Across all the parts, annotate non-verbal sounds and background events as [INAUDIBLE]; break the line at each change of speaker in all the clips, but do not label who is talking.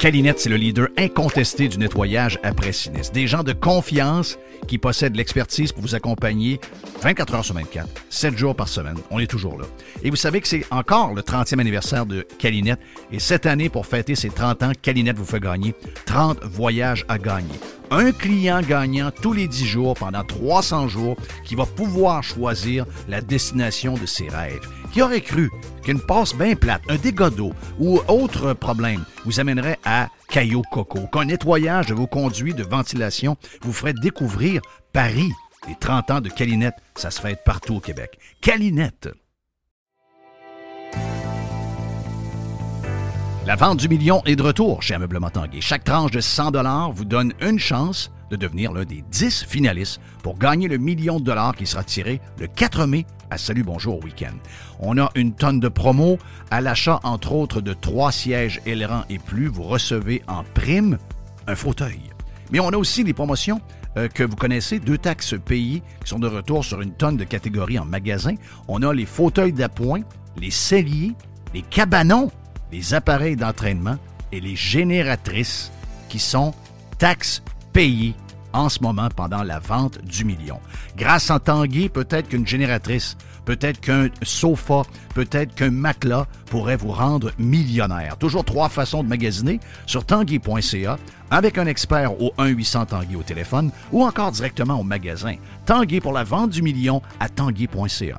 Calinette, c'est le leader incontesté du nettoyage après sinistre. Des gens de confiance qui possèdent l'expertise pour vous accompagner 24 heures sur 24, 7 jours par semaine. On est toujours là. Et vous savez que c'est encore le 30e anniversaire de Calinette. Et cette année, pour fêter ses 30 ans, Calinette vous fait gagner 30 voyages à gagner. Un client gagnant tous les 10 jours pendant 300 jours qui va pouvoir choisir la destination de ses rêves. Qui aurait cru qu'une passe bien plate, un dégât d'eau ou autre problème vous amènerait à Caillou Coco, qu'un nettoyage de vos conduits de ventilation vous ferait découvrir Paris. Les 30 ans de Calinette, ça se fête partout au Québec. Calinette! La vente du million est de retour chez Ameublement Tanguay. Chaque tranche de 100 vous donne une chance de devenir l'un des 10 finalistes pour gagner le million de dollars qui sera tiré le 4 mai à Salut Bonjour Week-end. On a une tonne de promos. À l'achat, entre autres, de trois sièges ailerons et plus, vous recevez en prime un fauteuil. Mais on a aussi des promotions euh, que vous connaissez, deux taxes pays qui sont de retour sur une tonne de catégories en magasin. On a les fauteuils d'appoint, les celliers, les cabanons, les appareils d'entraînement et les génératrices qui sont taxes payées en ce moment pendant la vente du million. Grâce en Tanguy, peut-être qu'une génératrice, peut-être qu'un sofa, peut-être qu'un matelas pourrait vous rendre millionnaire. Toujours trois façons de magasiner sur tanguy.ca avec un expert au 1-800 Tanguy au téléphone ou encore directement au magasin. Tanguy pour la vente du million à tanguy.ca.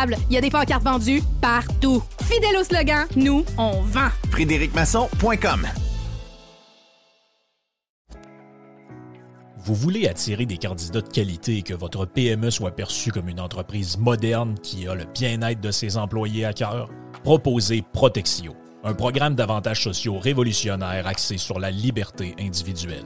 il y a des pancartes vendues partout. Fidèle au slogan, nous, on vend.
FrédéricMasson.com
Vous voulez attirer des candidats de qualité et que votre PME soit perçue comme une entreprise moderne qui a le bien-être de ses employés à cœur? Proposez Protexio, un programme d'avantages sociaux révolutionnaire axé sur la liberté individuelle.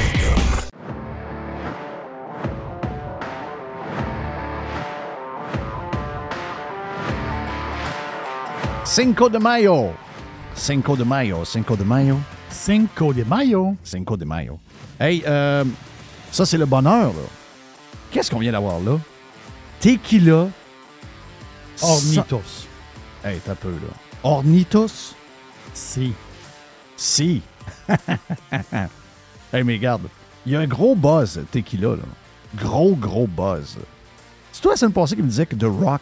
Cinco de Mayo. Cinco de Mayo. Cinco de Mayo.
Cinco de Mayo.
Cinco de Mayo. Hey, euh, ça, c'est le bonheur, là. Qu'est-ce qu'on vient d'avoir, là? Tequila.
Ornitos.
Sa- Hey, t'as peu, là. Ornitos?
Si.
Si. [LAUGHS] hey, mais regarde. Il y a un gros buzz, Tequila, là. Gros, gros buzz. C'est toi, la semaine passée, qui me disait que The Rock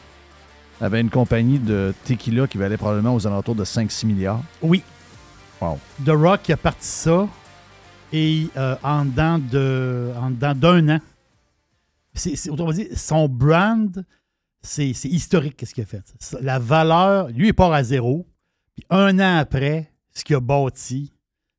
avait une compagnie de tequila qui valait probablement aux alentours de 5-6 milliards.
Oui.
Wow.
The Rock a parti ça et euh, en dedans de en dedans d'un an. C'est, c'est- autrement dit, son brand, c'est, c'est historique ce qu'il a fait. C'est- La valeur, lui, il part à zéro. Puis un an après, ce qu'il a bâti,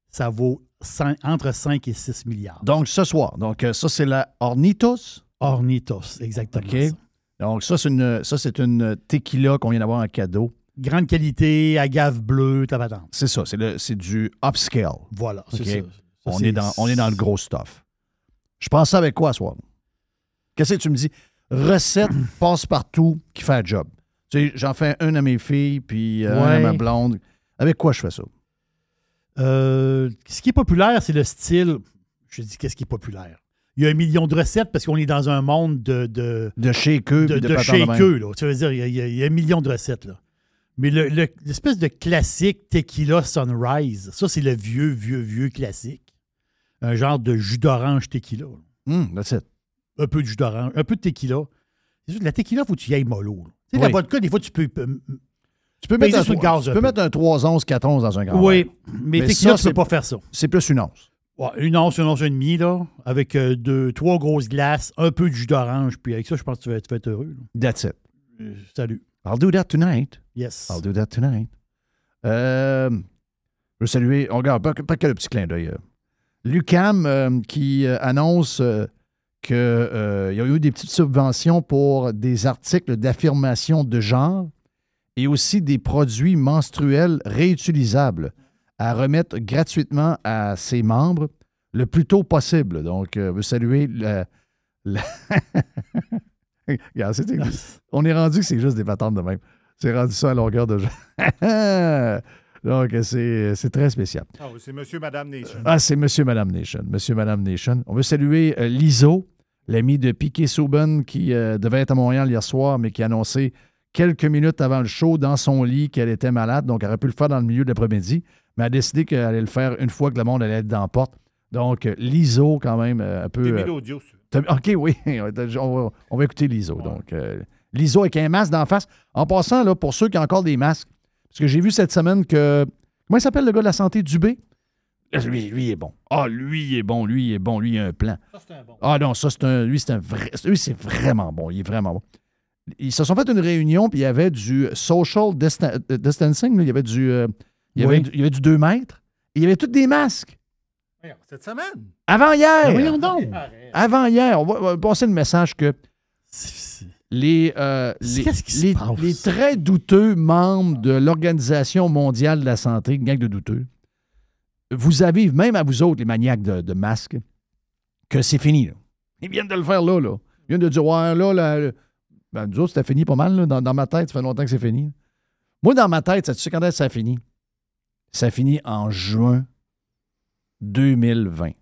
ça vaut cin- entre 5 et 6 milliards.
Donc, ce soir. Donc, euh, ça, c'est la Ornitos.
Ornitos, exactement.
OK.
ça.
Donc, ça, c'est une, ça, c'est une tequila qu'on vient d'avoir en cadeau.
Grande qualité, agave bleue, tapatante.
C'est ça, c'est, le, c'est du upscale.
Voilà.
OK.
c'est ça. Ça,
on,
c'est-
est dans, on est dans le gros stuff. Je pensais avec quoi, à soir? Qu'est-ce que tu me dis?
[CLEARS THROAT]
Recette passe-partout qui fait un job. Tu sais, j'en fais une à mes filles, puis euh, un à
Ouais.
ma blonde. Avec quoi je fais ça?
Euh, ce qui est populaire, c'est le style. Je dis qu'est-ce qui est populaire. Il y a un million de recettes parce qu'on est dans un monde de, de,
De chez eux,
de,
puis de,
de
patente de même.
shakeux, là. Tu veux dire, il y a- il y, a- il y a un million de recettes. Là. Mais le- le- l'espèce de classique tequila sunrise, ça, c'est le vieux, vieux, vieux classique. Un genre de jus d'orange tequila. là.
Hum, that's it.
Un peu de jus d'orange, un peu de tequila. C'est sûr que la tequila, faut que tu y ailles mollo. là. Tu sais, la
Oui.
vodka, des fois, tu peux euh,
Tu peux,
Peser
mettre un,
sur le
trois-
gaz
tu
un
peux
peu.
mettre un 3-11, 4-11 dans un grand
Oui,
verre.
mais,
Mais
techniquement,
ça,
tu peux
c'est-
pas faire ça.
C'est plus une once.
Ouais, une once, une once et demie, là, avec euh, deux, trois grosses glaces, un peu de jus d'orange, puis avec ça, je pense que tu vas, tu vas être heureux. là.
That's it.
Euh, salut.
I'll do that tonight.
Yes.
I'll do that tonight. Euh, je veux saluer, on regarde, pas, que- pas que le petit clin d'œil. euh. Lucam euh, qui euh, annonce qu'il y a eu des petites subventions pour des articles d'affirmation de genre et aussi des produits menstruels réutilisables à remettre gratuitement à ses membres le plus tôt possible. Donc, euh, je veux saluer la. la- [LAUGHS]
[LAUGHS]
Regarde, c'est- [LAUGHS] on est rendu que c'est juste des patentes de même. C'est rendu ça à longueur de jeu. [LAUGHS] Donc, c'est c'est très spécial.
Ah oui, c'est monsieur, madame Nation.
Ah, c'est Monsieur, Madame Nation. Monsieur, Madame Nation. On veut saluer euh, Liso, l'ami de Piquet Souben, qui euh, devait être à Montréal hier soir, mais qui a annoncé quelques minutes avant le show dans son lit qu'elle était malade. Donc, elle aurait pu le faire dans le milieu de l'après-midi, mais elle a décidé qu'elle allait le faire une fois que le monde allait être dans la porte. Donc, euh, Liso, quand même, euh, un peu.
Des
euh,
mille audios, ça.
T'as- OK, oui. [LAUGHS] on, va, on va écouter l'ISO. Donc, euh, l'ISO avec un masque d'en face. En passant, là, pour ceux qui ont encore des masques, parce que j'ai vu cette semaine que. Comment il s'appelle le gars de la santé Dubé?
Euh,
Là, Lui, lui il est bon. Ah, lui il est bon, lui il est bon, lui il a un plan. Ah non, ça c'est un. Lui, c'est un vrai. Lui, c'est vraiment bon. Il est vraiment bon. Ils se sont fait une réunion, puis il y avait du social distan- euh, distancing, là. il y avait du. euh, il, y avait
Oui.
du il y avait du 2 mètres. Et il y avait tous des masques.
Voyons, Cette semaine? Ah,
Avant hier!
Ah, Voyons donc.
Arrête.
Avant hier, on va, on va passer le message que
C'est-
les, euh, les,
Qu'est-ce qui se
les-
passe?
les très douteux membres de l'Organisation mondiale de la santé, une gang de douteux, vous avez, même à vous autres, les maniaques de, de masques, que c'est fini. là. Ils viennent de le faire là. là. Ils viennent de dire, ouais, là, là, là. Ben, nous autres, c'était fini pas mal. là. Dans, dans ma tête, ça fait longtemps que c'est fini. Moi, dans ma tête, ça, tu sais quand est-ce que ça a fini? Ça a fini en juin 2020.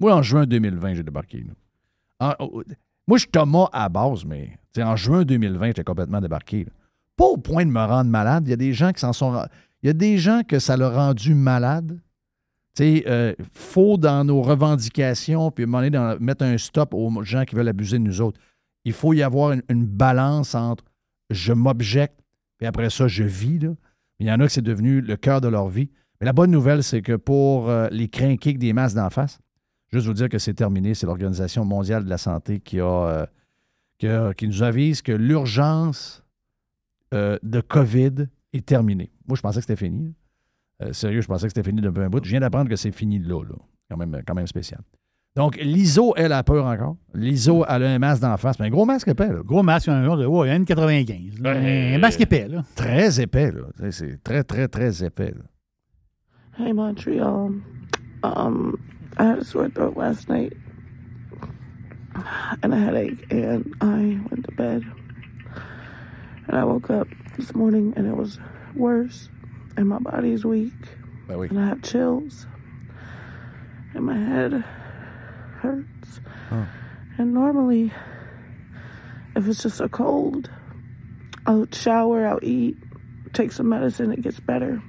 Moi, en juin 2020, j'ai débarqué. là. En- au- Ah, oh, moi, je suis Thomas à la base, mais tu sais, en juin 2020, j'étais complètement débarqué. là. Pas au point de me rendre malade. Il y a des gens qui s'en sont. ren- Il y a des gens que ça l'a rendu malade. Tu sais, euh, faux dans nos revendications, puis à un moment donné, dans- mettre un stop aux gens qui veulent abuser de nous autres. Il faut y avoir une, une balance entre je m'objecte, puis après ça, je vis. là. Mais Il y en a que c'est devenu le cœur de leur vie. Mais la bonne nouvelle, c'est que pour euh, les crinqués avec des masses d'en face, juste vous dire que c'est terminé. C'est l'Organisation mondiale de la santé qui, a, euh, qui, a- qui nous avise que l'urgence euh, de COVID est terminée. Moi, je pensais que c'était fini. Euh, sérieux, je pensais que c'était fini depuis un bout. Je viens d'apprendre que c'est fini là, là. Quand même, quand même spécial. Donc, l'ISO, elle a peur encore. L'ISO, elle a un masque d'en face, mais un gros masque épais, là.
Gros masque, un genre de ouais, N95. là.
Euh,
Un masque épais, là.
Très épais, là. C'est- C'est très, très, très épais, là.
Hey Montreal, um, I had a sore throat last night and a headache, and I went to bed. And I woke up this morning and it was worse, and my body's weak,
Ben oui.
and I have chills, and my head hurts. And normally, if it's just a cold, I'll shower, I'll eat, take some medicine, it gets better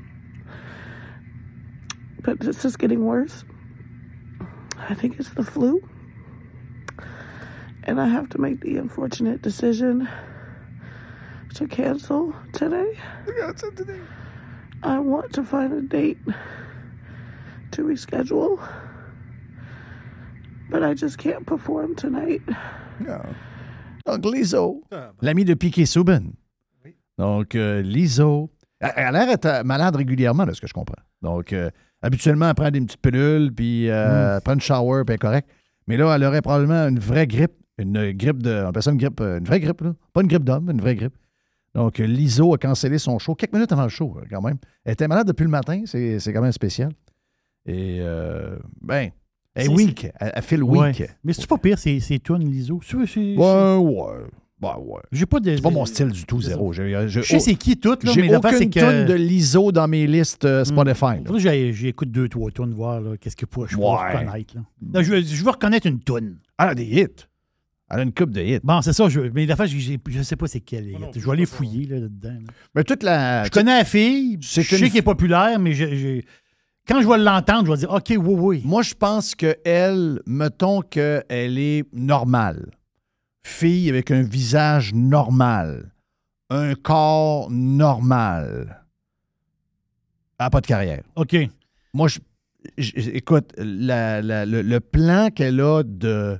but this is getting worse. I think it's the flu. And I have to make the unfortunate decision to cancel today. I want to find a date to reschedule, but I just can't perform tonight.
Donc, l'ISO, l'ami de Piquet Souben. Donc, euh, l'ISO. Elle elle a l'air d'être euh, malade régulièrement, de ce que je comprends. Donc, euh, habituellement, elle prend des petites pilules, puis
Mm.
euh, elle prend une shower, puis elle est correcte. Mais là, elle aurait probablement une vraie grippe. Une grippe de. On appelle ça une grippe. euh, Une vraie grippe, là. Pas une grippe d'homme, une vraie grippe. Donc, euh, l'ISO a cancellé son show quelques minutes avant le show, euh, quand même. Elle était malade depuis le matin, c'est c'est quand même spécial. Et, euh, ben, elle est
C'est-
weak. Elle, elle feel weak.
Ouais. Mais c'est pas pire, c'est, c'est toi, l'ISO. C'est- c'est-
Ouais, ouais. Ben, ouais.
J'ai pas de.
C'est pas mon style du tout, zéro. J'ai- j'ai-
Je sais c'est qui toutes, là,
J'ai
mais l'affaire, c'est
aucune
que.
tonne
Hmm.
de l'ISO dans mes listes euh, Spotify. là.
Faudrait que j'aille- J'écoute deux, trois tonnes, voir là, qu'est-ce que pour- je peux
Ouais.
reconnaître. là. Là, je, je veux reconnaître une tonne.
Elle a des hits. Elle a une coupe de hits.
Bon, c'est ça, je, mais l'affaire, j'ai- j'ai- je sais pas c'est quelle.
non,
je
je
vais aller
sais pas.
fouiller là, dedans. là.
Mais toute la.
Je connais la fille, je
c'est
sais
une-
qu'elle est populaire, mais j'ai- j'ai- quand je vais l'entendre, je vais dire OK, oui, oui.
Moi, je pense qu'elle, mettons qu'elle est normale. Fille avec un visage normal. un corps normal, elle n'a pas de carrière.
OK.
Moi, je, je- écoute, la- la- le, le plan qu'elle a de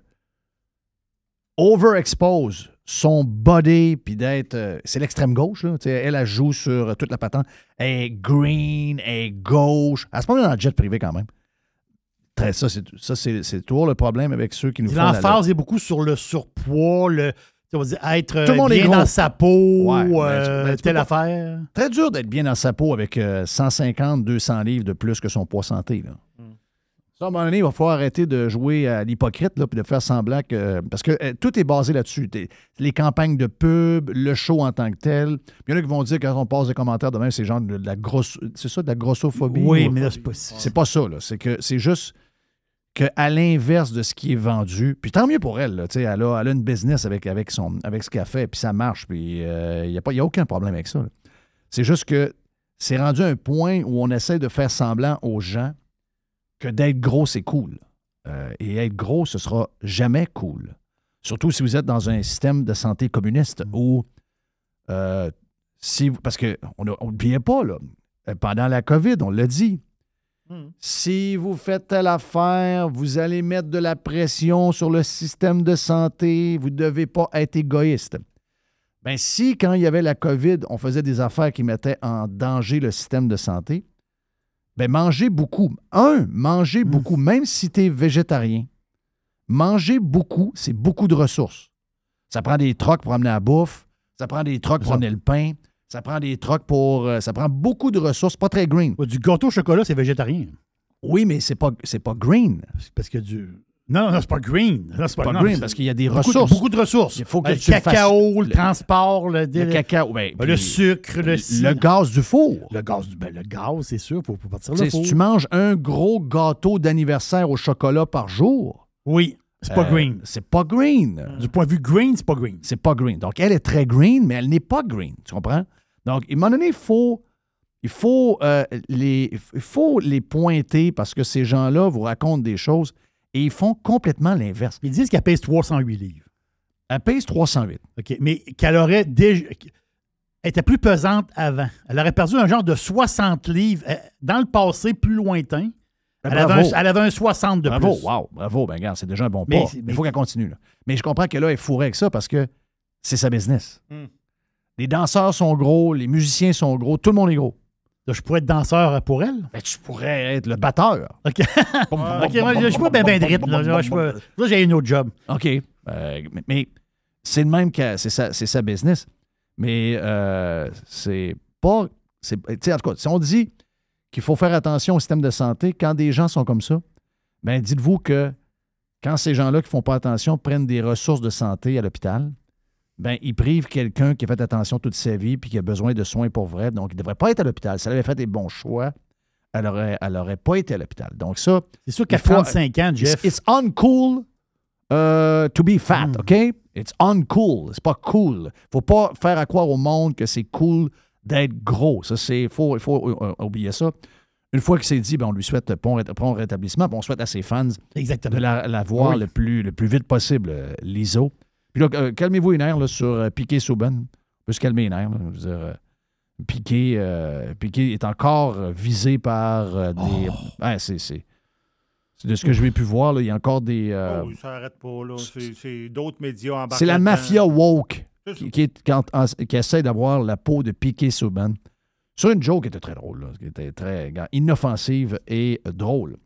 overexpose son body, puis d'être. euh, c'est l'extrême gauche, là. Tu sais, Elle, elle joue sur euh, toute la patente. Elle est green, elle est gauche. Elle se promène dans le jet privé quand même. Très, ça, c'est, ça, c'est, c'est toujours le problème avec ceux qui nous font. la- la-
L'emphase est beaucoup sur le surpoids, le, on va dire, être
Tout le
euh,
monde est
bien
gros.
dans sa peau,
Ouais, mais tu-
euh,
mais tu peux
telle
pas-
affaire.
Très dur d'être bien dans sa peau avec euh, 150, 200 livres de plus que son poids santé. Là. Ça, à un moment donné, il va falloir arrêter de jouer à l'hypocrite là, puis de faire semblant que. Parce que euh, tout est basé là-dessus. T'es- Les campagnes de pub, le show en tant que tel. Il y en a qui vont dire quand on passe des commentaires de même, c'est genre de la grosse. C'est ça, de la grossophobie?
Oui,
ou-
mais là, c'est possible.
C'est pas ça, là. C'est que c'est juste qu'à l'inverse de ce qui est vendu, puis tant mieux pour elle, là, tu sais, elle, a, elle a une business avec, avec, son, avec ce qu'elle fait, puis ça marche, puis il n'y a, pas- y a aucun problème avec ça. là. C'est juste que c'est rendu un point où on essaie de faire semblant aux gens que d'être gros, c'est cool. Euh, et être gros, ce sera jamais cool. Surtout si vous êtes dans un système de santé communiste où, euh, si, vous- parce que on a- on n'oubliait pas, là, euh, pendant la COVID, on l'a dit, si vous faites telle affaire, vous allez mettre de la pression sur le système de santé, vous ne devez pas être égoïste. Bien, si quand il y avait la COVID, on faisait des affaires qui mettaient en danger le système de santé, bien, mangez Ben, beaucoup. Un, mangez
Hmm.
beaucoup, même si tu es végétarien. Manger beaucoup, c'est beaucoup de ressources. Ça prend des trocs pour amener la bouffe, ça prend des trocs pour amener le pain, ça prend des trocs pour... euh, ça prend beaucoup de ressources, pas très green.
Ouais, Du gâteau au chocolat, c'est végétarien.
Oui, mais c'est pas c'est pas green.
C'est Parce que du. Non, non, non, c'est pas green. Non, c'est pas,
Pas
non,
green
c'est-
parce qu'il y a des
beaucoup,
ressources.
Beaucoup de ressources.
Il faut que
Euh, le
tu le fasses.
cacao, le,
Le-
transport, le,
le
le-
cacao, ben,
le
puis
sucre, le, ci-
le gaz du four.
Le gaz, du- ben, le gaz, c'est sûr, faut, faut partir
Tu
là.
sais, Si tu manges un gros gâteau d'anniversaire au chocolat par jour,
Oui, c'est pas
euh,
green.
C'est pas green.
Du point de vue green, c'est pas green.
C'est pas green. Donc elle est très green, mais elle n'est pas green. Tu comprends? Donc à un moment donné, il faut il faut euh, les il faut les pointer parce que ces gens-là vous racontent des choses et ils font complètement l'inverse.
Ils disent qu'elle pèse 308 livres.
Elle pèse 308.
OK. Mais qu'elle aurait déjà. Elle était plus pesante avant. Elle aurait perdu un genre de 60 livres euh, dans le passé plus lointain.
Ben,
Elle, avait
bravo.
un, elle avait un 60 de
bravo,
plus.
wow, bravo, ben regarde, c'est déjà un bon
Mais-
pas. Il
mais-
faut qu'elle continue. là. Mais je comprends que là, elle est fourrée avec ça parce que c'est sa business. Les danseurs sont gros, les musiciens sont gros, tout le monde est gros.
Là, je pourrais être danseur pour elle.
Mais tu pourrais être le batteur. [LAUGHS]
OK. OK, moi, je je suis pas bien ben de rythme. Là, Je suis pas- là, j'ai un autre job.
OK. Euh, mais- mais c'est le même que c'est sa, c'est sa business. Mais euh, c'est pas. c'est- tu sais, en tout cas, si on dit qu'il faut faire attention au système de santé, quand des gens sont comme ça, ben dites-vous que quand ces gens-là qui font pas attention prennent des ressources de santé à l'hôpital, ben ils privent quelqu'un qui a fait attention toute sa vie puis qui a besoin de soins pour vrai. Donc, il devrait pas être à l'hôpital. Si elle avait fait des bons choix, elle aurait, elle aurait pas été à l'hôpital. Donc, ça,
C'est sûr qu'à
Il faut-
35 ans, Jeff. Hmm.
It's, it's uncool euh, to be fat, OK? It's uncool. C'est pas cool. Faut pas faire à croire au monde que c'est cool d'être gros. Ça, c'est. Faut, faut euh, euh, oublier ça. Une fois que c'est dit, ben, on lui souhaite bon, ré- bon rétablissement, puis on souhaite à ses fans de
Exactement.
la, la voir
Oui.
le, plus, le plus vite possible, euh, l'ISO. Puis là, euh, calmez-vous les nerfs là, sur euh, Piqué Souban. On peut se calmer les nerfs. là. Je veux dire, euh, Piqué, euh, Piqué est encore euh, visé par euh, des.
Oh.
Ouais, c'est, c'est- c'est de ce que je vais pu voir. là, il y a encore des. euh,
Oh, ça arrête pas, là. C'est- C'est d'autres médias embarqués.
c'est la
dedans.
mafia woke
C'est ça.
qui, qui est- quand- en- qui essaie d'avoir la peau de Piqué Souban. Sur une joke qui était très drôle, là, qui était très gars, inoffensive et drôle.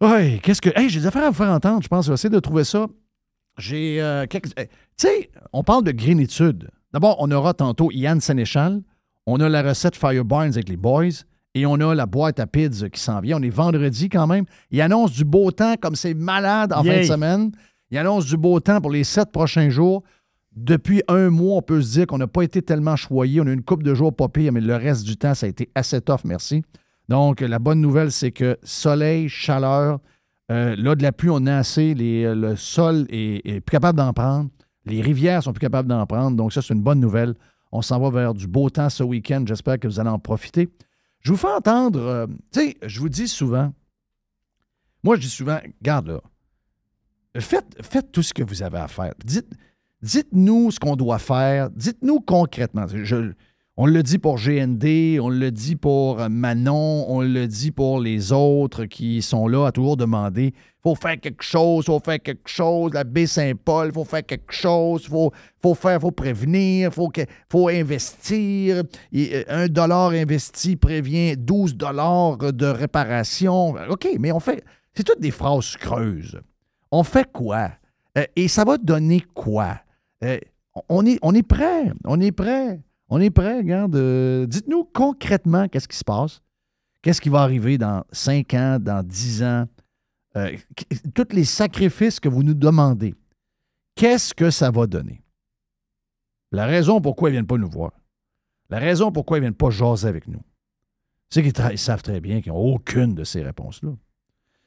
Ouais, qu'est-ce que. Hey, j'ai des affaires à vous faire entendre, je pense. Je vais essayer de trouver ça. J'ai euh, quelques. hey, tu sais, on parle de greenitude. D'abord, on aura tantôt Yann Sénéchal. On a la recette Fireburns avec les boys. Et on a la boîte à pids qui s'en vient. On est vendredi quand même. Il annonce du beau temps comme c'est malade en fin
Yay.
de semaine. Il annonce du beau temps pour les sept prochains jours. Depuis un mois, on peut se dire qu'on n'a pas été tellement choyé. On a eu une coupe de jours pas pire, mais le reste du temps, ça a été assez tough, merci. Donc, la bonne nouvelle, c'est que soleil, chaleur, euh, là, de la pluie, on a assez. Les- euh, le sol est, est plus capable d'en prendre. Les rivières sont plus capables d'en prendre. Donc, ça, c'est une bonne nouvelle. On s'en va vers du beau temps ce week-end. J'espère que vous allez en profiter. Je vous fais entendre, euh, tu sais, je vous dis souvent, moi, je dis souvent, garde là, faites, faites tout ce que vous avez à faire. Dites, Dites-nous ce qu'on doit faire. Dites-nous concrètement. Je- on le dit pour GND, on le dit pour euh, Manon, on le dit pour les autres qui sont là à toujours demander faut faire quelque chose, faut faire quelque chose, la baie Saint-Paul, faut faire quelque chose, faut, faut faire, faut prévenir, faut, que- faut investir. Et, euh, un dollar investi prévient 12 dollars de réparation. OK, mais on fait. C'est toutes des phrases creuses. On fait quoi? Euh, et ça va donner quoi? Euh, on, est, on est prêt, on est prêt, on est prêt, regarde. euh, Dites-nous concrètement qu'est-ce qui se passe, qu'est-ce qui va arriver dans 5 ans, dans 10 ans, euh, qu- tous les sacrifices que vous nous demandez. Qu'est-ce que ça va donner? La raison pourquoi ils ne viennent pas nous voir, la raison pourquoi ils ne viennent pas jaser avec nous, c'est qu'ils tra- ils savent très bien qu'ils n'ont aucune de ces réponses-là.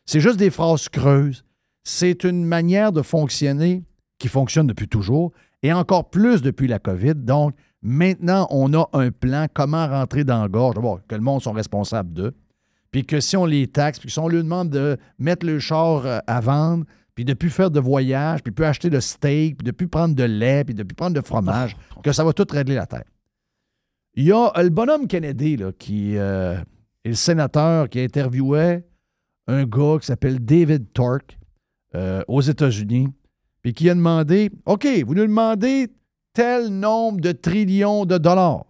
C'est juste des phrases creuses. C'est une manière de fonctionner qui fonctionne depuis toujours et encore plus depuis la COVID. Donc, maintenant, on a un plan comment rentrer dans la gorge, d'abord, que le monde sont responsables d'eux, puis que si on les taxe, puis si on leur demande de mettre le char euh, à vendre, puis de plus faire de voyage, puis de plus acheter de steak, puis de plus prendre de lait, puis de plus prendre de fromage, que ça va tout régler la terre. Il y a euh, le bonhomme Kennedy, là, qui euh, est le sénateur qui interviewait un gars qui s'appelle David Tork euh, aux États-Unis, puis qui a demandé OK, vous nous demandez tel nombre de trillions de dollars.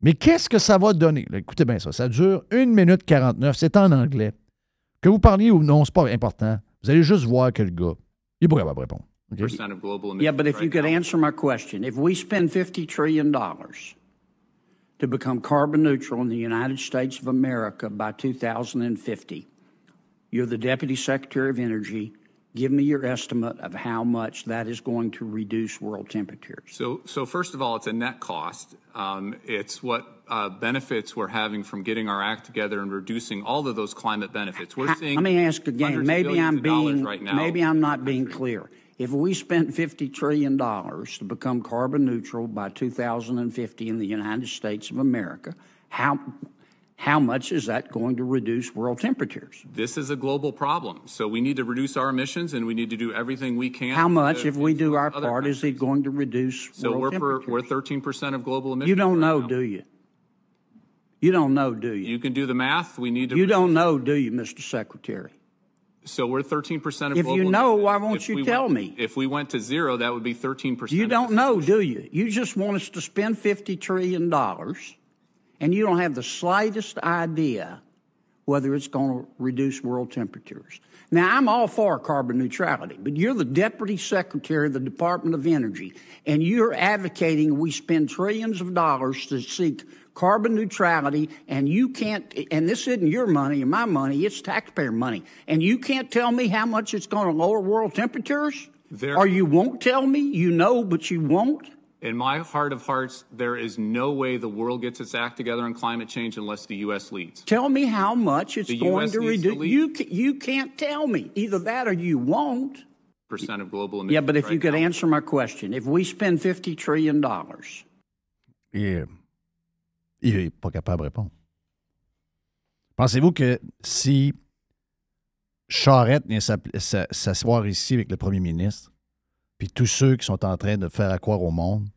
Mais qu'est-ce que ça va donner? Là, écoutez bien ça, ça dure 1 minute 49, c'est en anglais. Que vous parliez ou non, c'est pas important. Vous allez juste voir que le gars, il est pas capable de répondre. OK?
Yeah, but if you could answer my question, if we spend $50 trillion to become carbon neutral in the United States of America by 2050, you're the Deputy Secretary of Energy. Give me your estimate of how much that is going to reduce world temperatures.
So, so first of all, it's a net cost. Um, it's what uh, benefits we're having from getting our act together and reducing all of those climate benefits. We're
I-
seeing.
Let me ask again.
hundreds of
Maybe
billions
I'm
of dollars
being
right now.
maybe I'm not being clear. If we spent fifty trillion dollars to become carbon neutral by 2050 in the United States of America, how how much is that going to reduce world temperatures?
This is a global problem. So we need to reduce our emissions, and we need to do everything we can.
How much,
to
if we do our
influence other
part, is it going to reduce
countries. So
world
we're per,
temperatures?
we're 13 percent of global emissions.
You don't
right
know,
now.
do you? You don't know, do you?
You can do the math. We need to.
You don't know, do you, Mr. Secretary?
So we're 13 percent of
If you
global.
know, why
emissions.
won't
If
you
we
tell
went-
me?
If we went to zero, that would be 13 percent.
You don't know, do you? You just want us to spend $50 trillion, and you don't have the slightest idea whether it's going to reduce world temperatures. Now, I'm all for carbon neutrality, but you're the Deputy Secretary of the Department of Energy, and you're advocating we spend trillions of dollars to seek carbon neutrality, and you can't, and this isn't your money or my money, it's taxpayer money, and you can't tell me how much it's going to lower world temperatures?
There-
or you won't tell me? You know, but you won't?
In my heart of hearts, there is no way the world gets its act together on climate change unless the U.S. leads.
Tell me how much it's
The
going
US
to
needs to
reduce.
lead.
You, ca- you can't tell me. Either that or you won't.
Percent of global emissions.
Yeah, but if
right
you could
now.
answer my question, if we spend $50 trillion,
Et il n'est pas capable de répondre. Pensez-vous que si Charette vient s'app- s'a- s'asseoir ici avec le premier ministre, puis tous ceux qui sont en train de faire à croire au monde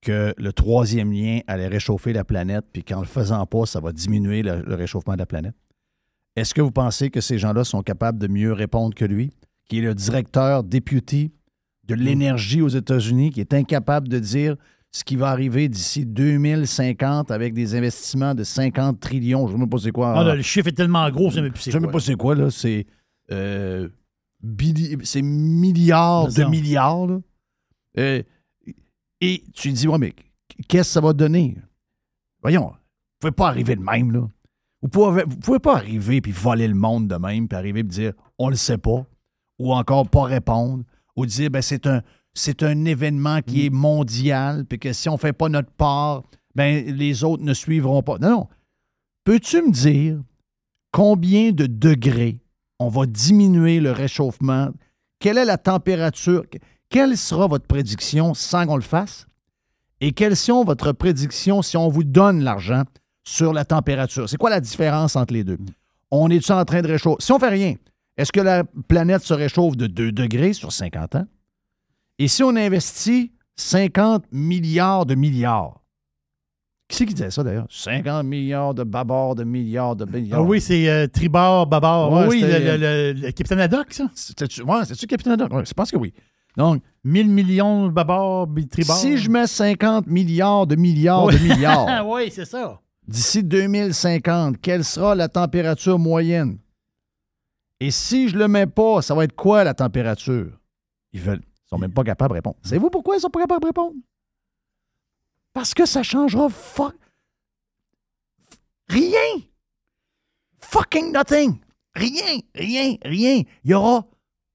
que le troisième lien allait réchauffer la planète, puis qu'en le faisant pas, ça va diminuer le, le réchauffement de la planète, est-ce que vous pensez que ces gens-là sont capables de mieux répondre que lui, qui est le directeur deputy de l'énergie aux États-Unis, qui est incapable de dire ce qui va arriver d'ici 2050 avec des investissements de 50 trillions. Je ne sais même pas c'est quoi.
Ah, là, le chiffre est tellement gros, je ne sais même plus
Je
c'est
sais même pas
quoi.
c'est quoi, là. C'est euh, billi- c'est milliards de
Bizarre.
milliards, là. Euh, et tu dis, ouais, mais qu'est-ce que ça va donner? Voyons, vous pouvez pas arriver de même, là. Vous pouvez, vous pouvez pas arriver puis voler le monde de même, puis arriver et dire, on le sait pas, ou encore pas répondre, ou dire, ben c'est un, c'est un événement qui est mondial, puis que si on fait pas notre part, ben les autres ne suivront pas. Non, non. Peux-tu me dire combien de degrés on va diminuer le réchauffement? Quelle est la température? Quelle sera votre prédiction sans qu'on le fasse? Et quelles sont votre prédiction si on vous donne l'argent sur la température? C'est quoi la différence entre les deux? On est-tu en train de réchauffer? Si on fait rien, est-ce que la planète se réchauffe de 2 degrés sur 50 ans? Et si on investit 50 milliards de milliards, qui c'est qui disait ça d'ailleurs? 50 milliards de babards de milliards de milliards.
Ah oui, c'est euh, Tribord, Babard. Ouais,
Oui,
c'était
le-
le, le- le Capitaine Haddock, ça?
euh, C'était-tu ouais, c'est-tu Capitaine Haddock? Ouais, je pense que oui. Donc,
1000 millions de Babard, bi- Tribord.
Si je mets 50 milliards de milliards
[LAUGHS]
de [LAUGHS] milliards
oui, c'est ça.
d'ici 2050, quelle sera la température moyenne? Et si je le mets pas, ça va être quoi la température? Ils veulent. Ils sont même pas capables de répondre. Savez-vous pourquoi ils sont pas capables de répondre? Parce que ça changera fuck. Rien! Fucking nothing! Rien, rien, rien. Il n'y aura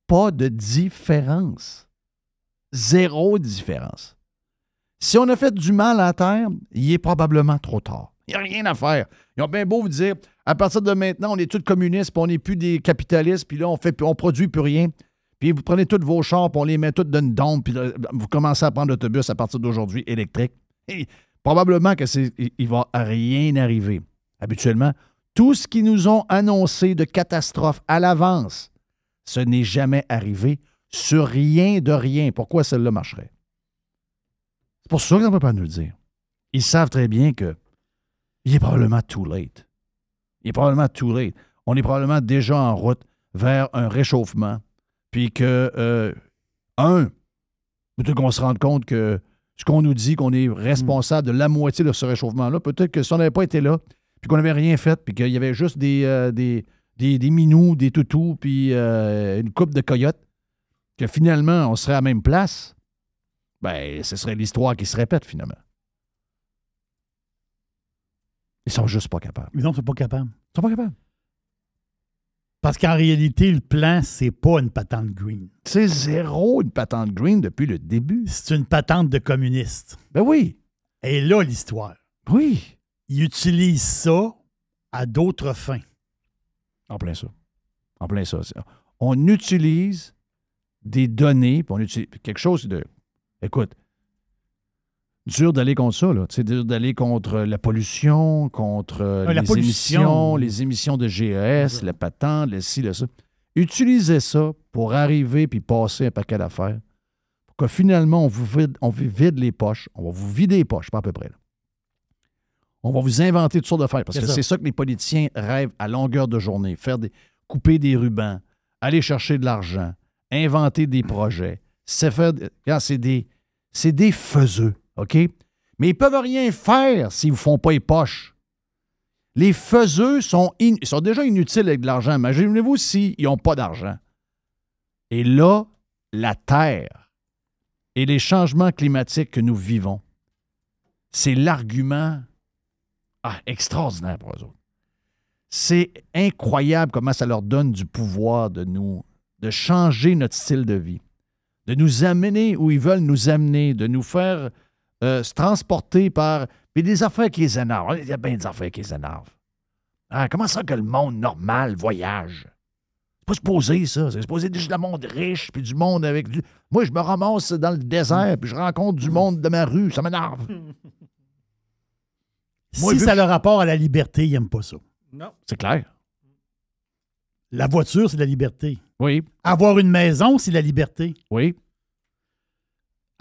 pas de différence. Zéro différence. Si on a fait du mal à la Terre, il est probablement trop tard. Il n'y a rien à faire. Ils ont bien beau vous dire, à partir de maintenant, on est tous communistes, puis on n'est plus des capitalistes, puis là, on fait, on produit plus rien. Puis vous prenez tous vos chars, puis on les met tous dans une dombe, puis là, vous commencez à prendre l'autobus à partir d'aujourd'hui électrique. Et probablement que c'est, il- il va rien arriver. Habituellement, tout ce qu'ils nous ont annoncé de catastrophe à l'avance, ce n'est jamais arrivé sur rien de rien. Pourquoi celle-là marcherait? C'est pour ça qu'ils ne peuvent pas nous le dire. Ils savent très bien que il est probablement too late. Il est probablement too late. On est probablement déjà en route vers un réchauffement. Puis que, euh, un, plutôt qu'on se rende compte que ce qu'on nous dit, qu'on est responsable de la moitié de ce réchauffement-là, peut-être que si on n'avait pas été là, puis qu'on n'avait rien fait, puis qu'il y avait juste des, euh, des, des, des minous, des toutous, puis euh, une coupe de coyotes, que finalement, on serait à la même place, ben, ce serait l'histoire qui se répète finalement. Ils sont juste pas capables.
Mais non, ils sont pas capables.
Ils sont pas capables.
Parce qu'en réalité, le plan, c'est pas une patente green.
C'est zéro une patente green depuis le début.
C'est une patente de communiste.
Ben oui.
Et là, l'histoire.
Oui.
Ils utilisent ça à d'autres fins.
En plein ça. En plein ça. C'est- On utilise des données, puis on utilise quelque chose de. Écoute, dur d'aller contre ça, là. C'est dur d'aller contre la pollution, contre euh,
Ah, la
les
pollution.
émissions, les émissions de GES, la patente, le ci, le ça. Utilisez ça pour arriver puis passer un paquet d'affaires pour que finalement, on vous vide, on vous vide les poches. On va vous vider les poches, pas à peu près. là. On va vous inventer toutes sortes d'affaires parce
C'est
que
ça.
c'est ça que les politiciens rêvent à longueur de journée. Faire des, couper des rubans, aller chercher de l'argent, inventer des projets. C'est faire... de- regarde, c'est des, c'est des faiseux, OK? Mais ils peuvent rien faire s'ils ne font pas les poches. Les faiseux sont, in- ils sont déjà inutiles avec de l'argent. Imaginez-vous s'ils n'ont pas d'argent. Et là, la Terre et les changements climatiques que nous vivons, c'est l'argument ah, extraordinaire pour eux autres. C'est incroyable comment ça leur donne du pouvoir de nous, de changer notre style de vie, de nous amener où ils veulent nous amener, de nous faire euh, se transporter par. Mais des affaires qui les énervent. Il y a bien des affaires qui les énervent. Ah, comment ça que le monde normal voyage? C'est pas supposé, ça. C'est supposé être juste du monde riche, puis du monde avec... du- Moi, je me ramasse dans le désert, puis je rencontre du monde de ma rue. Ça m'énerve. Moi,
si
vu
ça a
que-
le rapport à la liberté, ils n'aiment pas ça.
Non.
C'est clair.
La voiture, c'est de la liberté.
Oui,
Avoir une maison, c'est de la liberté.
oui,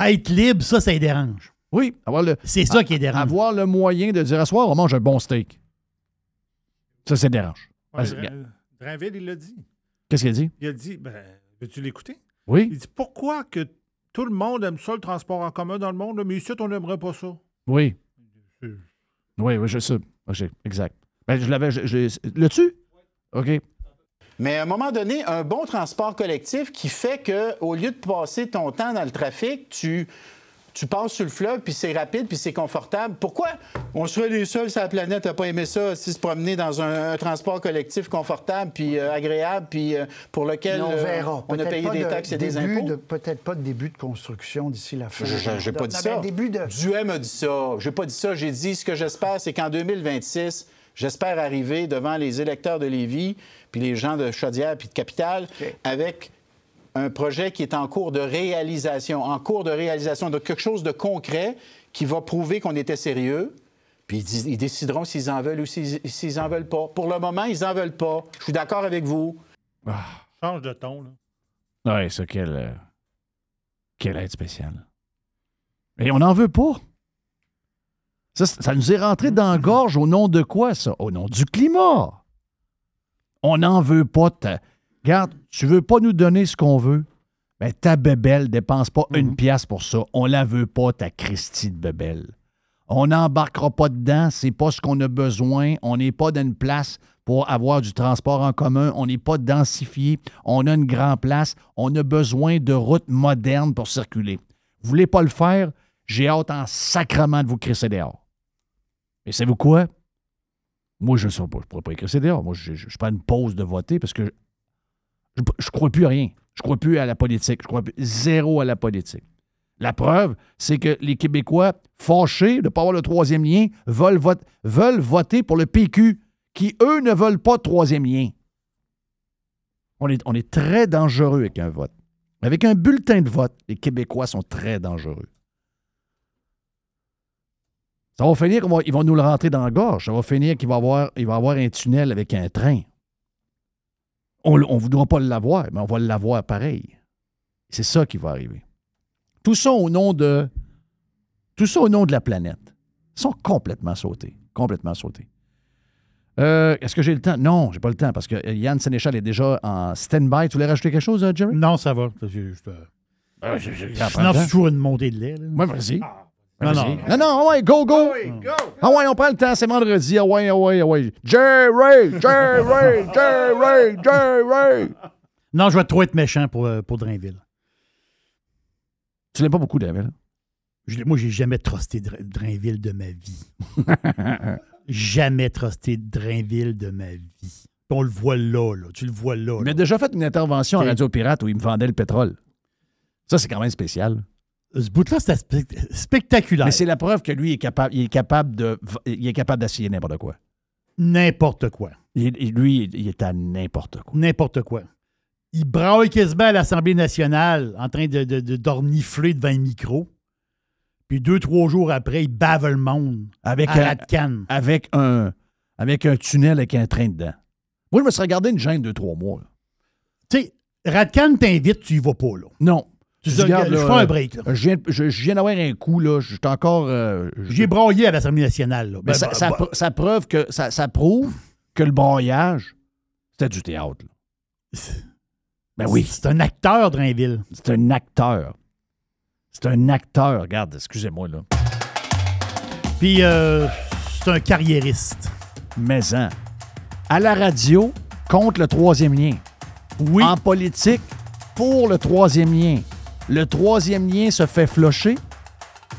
Être libre, ça, ça les dérange.
oui. Avoir le...
C'est ça qui les dérange.
Avoir le moyen de dire, à soir, on mange un bon steak. Ça, ça dérange.
Ouais,
Vas-y, regarde.
Dra- Drainville, il l'a dit.
Qu'est-ce qu'il a dit?
Il a dit, ben, veux-tu l'écouter?
Oui,
Il dit, pourquoi que tout le monde aime ça, le transport en commun dans le monde, mais ici, on n'aimerait pas ça?
oui. Oui, oui, je sais. OK, exact. Ben, je l'avais... je- je- L'as-tu? OK.
Mais à un moment donné, un bon transport collectif qui fait que, au lieu de passer ton temps dans le trafic, tu, tu passes sur le fleuve, puis c'est rapide, puis c'est confortable. Pourquoi on serait les seuls sur la planète à pas aimer ça, si se promener dans un, un transport collectif confortable, puis euh, agréable, puis euh, pour lequel
Mais on
euh,
verra.
on a
Peut-être
payé
pas
des
de
taxes et des
début
impôts?
de- Peut-être pas de début de construction d'ici la fin.
Je- je- J'ai pas dit
Non,
ça.
mais début de...
Duhem a dit ça. J'ai pas dit ça. J'ai dit ce que j'espère, c'est qu'en 2026, j'espère arriver devant les électeurs de Lévis, puis les gens de Chaudière, puis de Capitale, avec un projet qui est en cours de réalisation, en cours de réalisation, de quelque chose de concret qui va prouver qu'on était sérieux. Puis ils, dis- ils décideront s'ils en veulent ou s'ils s'ils en veulent pas. Pour le moment, ils en veulent pas. Je suis d'accord avec vous.
Change de ton, là.
Oui, c'est quel... euh, Quelle aide spéciale. Et on n'en veut pas. Ça, ça nous est rentré dans la gorge au nom de quoi, ça? Au nom du climat. On n'en veut pas. ta- Regarde, tu veux pas nous donner ce qu'on veut? Ben, ta bébelle dépense pas une pièce pour ça. On la veut pas, ta Christie de bébelle. On n'embarquera pas dedans, c'est pas ce qu'on a besoin. On n'est pas dans une place pour avoir du transport en commun. On n'est pas densifié. On a une grande place. On a besoin de routes modernes pour circuler. Vous voulez pas le faire? J'ai hâte en sacrement de vous crisser dehors. Et savez-vous quoi? Moi, je ne sais pas. Je ne pourrais pas y crisser dehors. Moi, je, je- je prends une pause de voter parce que je ne crois plus à rien. Je ne crois plus à la politique. Je crois plus- zéro à la politique. La preuve, c'est que les Québécois, fâchés de ne pas avoir le troisième lien, veulent, vote- veulent voter pour le PQ, qui, eux, ne veulent pas de troisième lien. On est, on est très dangereux avec un vote. Avec un bulletin de vote, les Québécois sont très dangereux. Ça va finir qu'ils vont nous le rentrer dans la gorge. Ça va finir qu'il va y avoir, il va y avoir un tunnel avec un train. On ne voudra pas l'avoir, mais on va l'avoir pareil. C'est ça qui va arriver. Tout ça au nom de. Tout ça au nom de la planète. Ils sont complètement sautés. Complètement sautés. Euh, Est-ce que j'ai le temps? Non, j'ai pas le temps parce que euh, Yann Sénéchal est déjà en stand-by. Tu voulais rajouter quelque chose, euh, Jerry?
Non, ça va.
Ah,
Sinon, c'est toujours une montée de lait. là.
Ouais, vas-y.
Non,
Vas-y.
non.
Non, non, ah ouais, go, go. Ah ouais, on prend le temps, c'est vendredi. Ah ouais, ah ouais, ah ouais. Jerry, Jerry, Jerry, Jerry.
Non, je vais trop être méchant pour, euh, pour Drainville.
Tu l'aimes pas beaucoup, Drainville?
Je- moi, j'ai jamais trusté Dra- Drainville de ma vie.
[LAUGHS]
jamais trusté Drainville de ma vie. Puis On le voit là, là. Tu le vois là.
Il m'a déjà fait une intervention
Ok.
à Radio Pirate où il me vendait le pétrole. Ça, c'est quand même spécial.
Ce bout-là, c'est spect- spectaculaire.
Mais c'est la preuve que lui, il est capable, il est capable de, il est capable d'essayer n'importe quoi.
N'importe quoi.
Il- il- lui, il est à n'importe quoi.
N'importe quoi. Il braille quasiment à l'Assemblée nationale en train de, de, de dornifler devant un micro. Puis deux, trois jours après, il bave le monde.
Avec
à
un-
Radcan.
Avec un, avec un tunnel avec un train dedans. Moi, je me serais gardé une gêne de trois mois. là.
Tu sais, Radcan t'invite, tu y vas pas, là.
Non.
Tu
Je
dis,
regarde,
je
là, euh,
fais un break, là.
Je viens, je- je viens d'avoir un coup, là. Je suis encore. euh, je-
J'ai braillé à l'Assemblée nationale, là.
Mais
Ben,
ça,
ben,
ça
ben,
pr- ça preuve que, ça, ça prouve que le broyage, c'était du théâtre. là.
[LAUGHS]
Ben oui.
C'est un acteur, Drainville.
C'est un acteur. C'est un acteur. Regarde, excusez-moi, là.
Puis, euh, c'est un carriériste.
Mais hein, à la radio, contre le troisième lien.
Oui.
En politique, pour le troisième lien. Le troisième lien se fait flocher.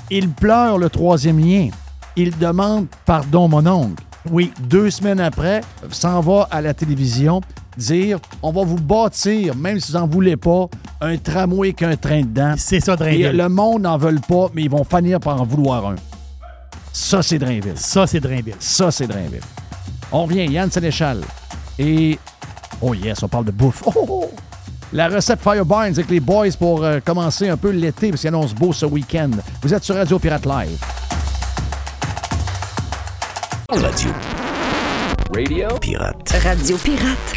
Il pleure le troisième lien. Il demande pardon, mon oncle.
Oui.
Deux semaines après, s'en va à la télévision dire on va vous bâtir, même si vous n'en voulez pas, un tramway qu'un train dedans.
C'est ça, Drainville.
Et le monde n'en veut pas, mais ils vont finir par en vouloir un. Ça, c'est Drainville.
Ça, c'est Drainville.
Ça, c'est Drainville. On revient, Yann Sénéchal. Et. Oh yes, on parle de bouffe. Oh, oh, oh. La recette Fireburns avec les boys pour euh, commencer un peu l'été, parce qu'il annonce beau ce week-end. Vous êtes sur Radio Pirate Live.
Radio. Radio Pirate.
Radio Pirate.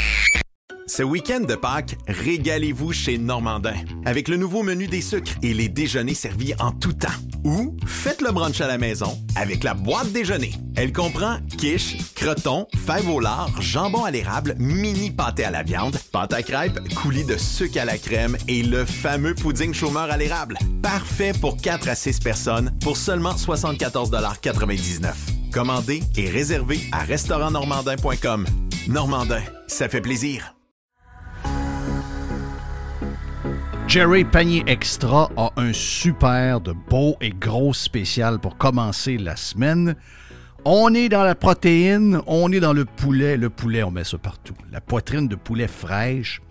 Ce week-end de Pâques, régalez-vous chez Normandin avec le nouveau menu des sucres et les déjeuners servis en tout temps. Ou faites le brunch à la maison avec la boîte déjeuner. Elle comprend quiche, croton, fèves au lard, jambon à l'érable, mini pâté à la viande, pâte à crêpes, coulis de sucre à la crème et le fameux pudding chômeur à l'érable. Parfait pour 4 à 6 personnes pour seulement 74,99 Commandez et réservez à restaurantnormandin.com. Normandin, ça fait plaisir.
Jerry Panier Extra a un super de beau et gros spécial pour commencer la semaine. On est dans la protéine, on est dans le poulet. Le poulet, on met ça partout. La poitrine de poulet fraîche,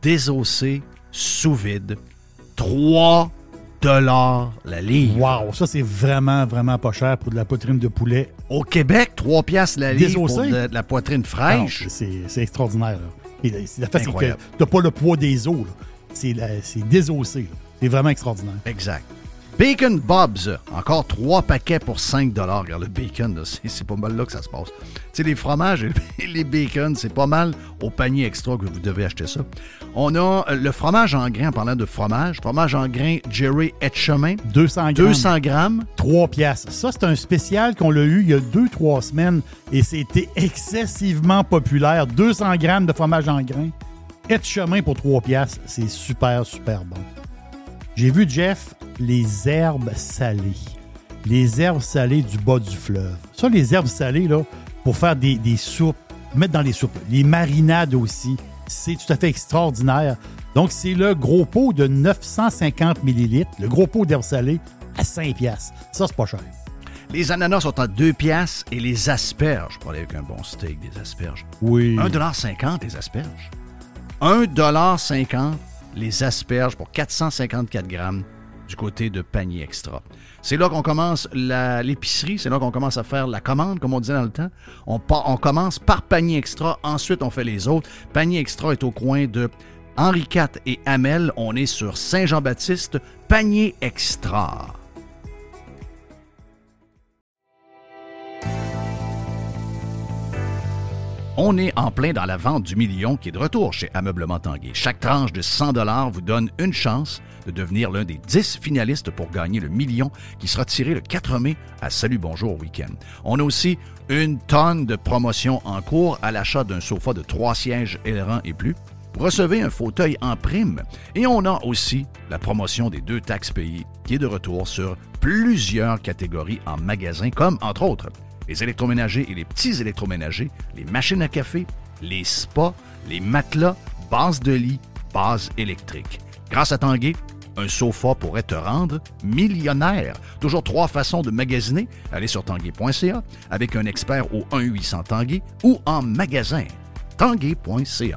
désossée, sous vide. 3 dollars la livre.
Wow, ça, c'est vraiment, vraiment pas cher pour de la poitrine de poulet.
Au Québec, 3 piastres la livre pour
Désossée?
de, de la poitrine
Ah non,
fraîche.
C'est c'est extraordinaire. là. Et la, c'est la façon que
Incroyable.
t'as pas le poids des os. là. C'est la- c'est désossé. là. C'est vraiment extraordinaire.
Exact.
Bacon Bob's, encore trois paquets pour 5 Regarde, le bacon, là, c'est c'est pas mal là que ça se passe. Tu sais, les fromages et les bacons, c'est pas mal au panier extra que vous devez acheter ça. On a euh, le fromage en grain, en parlant de fromage, fromage en grain Jerry Etchemin.
200 grammes.
200 grammes.
3 piastres. Ça, c'est un spécial qu'on l'a eu il y a 2-3 semaines et c'était excessivement populaire. 200 grammes de fromage en grains. Et de chemin pour 3 piastres. C'est super, super bon. J'ai vu, Jeff, les herbes salées. Les herbes salées du bas du fleuve. Ça, les herbes salées, là, pour faire des, des soupes, mettre dans les soupes, les marinades aussi, c'est tout à fait extraordinaire. Donc, c'est le gros pot de 950 millilitres, le gros pot d'herbes salées à 5 piastres. Ça, c'est pas cher.
Euh,
Les ananas sont à 2 piastres et les asperges. Pour aller avec un bon steak, des asperges.
Oui.
1,50 les asperges. 1,50 les asperges pour 454 grammes du côté de panier extra. C'est là qu'on commence la- l'épicerie, c'est là qu'on commence à faire la commande, comme on disait dans le temps. On, part- on commence par panier extra, ensuite on fait les autres. Panier extra est au coin de Henri IV et Hamel. On est sur Saint-Jean-Baptiste, panier extra. On est en plein dans la vente du million qui est de retour chez Ameublement Tanguay. Chaque tranche de 100 vous donne une chance de devenir l'un des 10 finalistes pour gagner le million qui sera tiré le 4 mai à Salut Bonjour Week-end. On a aussi une tonne de promotions en cours à l'achat d'un sofa de 3 sièges ailerons et plus. Recevez un fauteuil en prime et on a aussi la promotion des deux taxes payées qui est de retour sur plusieurs catégories en magasin comme entre autres les électroménagers et les petits électroménagers, les machines à café, les spas, les matelas, bases de lit, bases électriques. Grâce à Tanguay, un sofa pourrait te rendre millionnaire. Toujours trois façons de magasiner. Allez sur tanguay.ca avec un expert au 1-800 Tanguay ou en magasin. Tanguay.ca.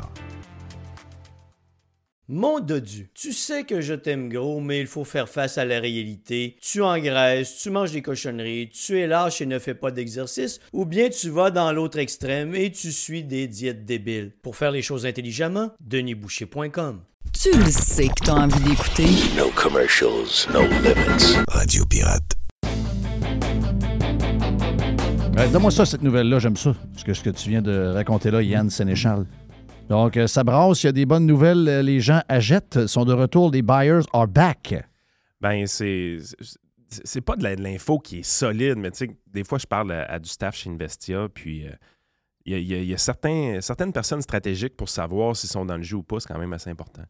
Mon dodu, tu sais que je t'aime gros, mais il faut faire face à la réalité. Tu engraisses, tu manges des cochonneries, tu es lâche et ne fais pas d'exercice, ou bien tu vas dans l'autre extrême et tu suis des diètes débiles. Pour faire les choses intelligemment, denisboucher.com.
Tu le sais que t'as envie d'écouter.
No commercials, no limits. Radio Pirate.
Euh, Donne-moi ça, cette nouvelle-là, j'aime ça. Ce que, ce que tu viens de raconter là, Yann Sénéchal. Donc, euh, ça brasse, il y a des bonnes nouvelles, euh, les gens achètent, euh, sont de retour, les buyers are back.
Ben, c'est. c'est- C'est pas de la- de l'info qui est solide, mais tu sais, des fois, je parle à, à du staff chez Investia, puis euh, il y a, il y a- il y a certains, certaines personnes stratégiques pour savoir s'ils sont dans le jeu ou pas, c'est quand même assez important.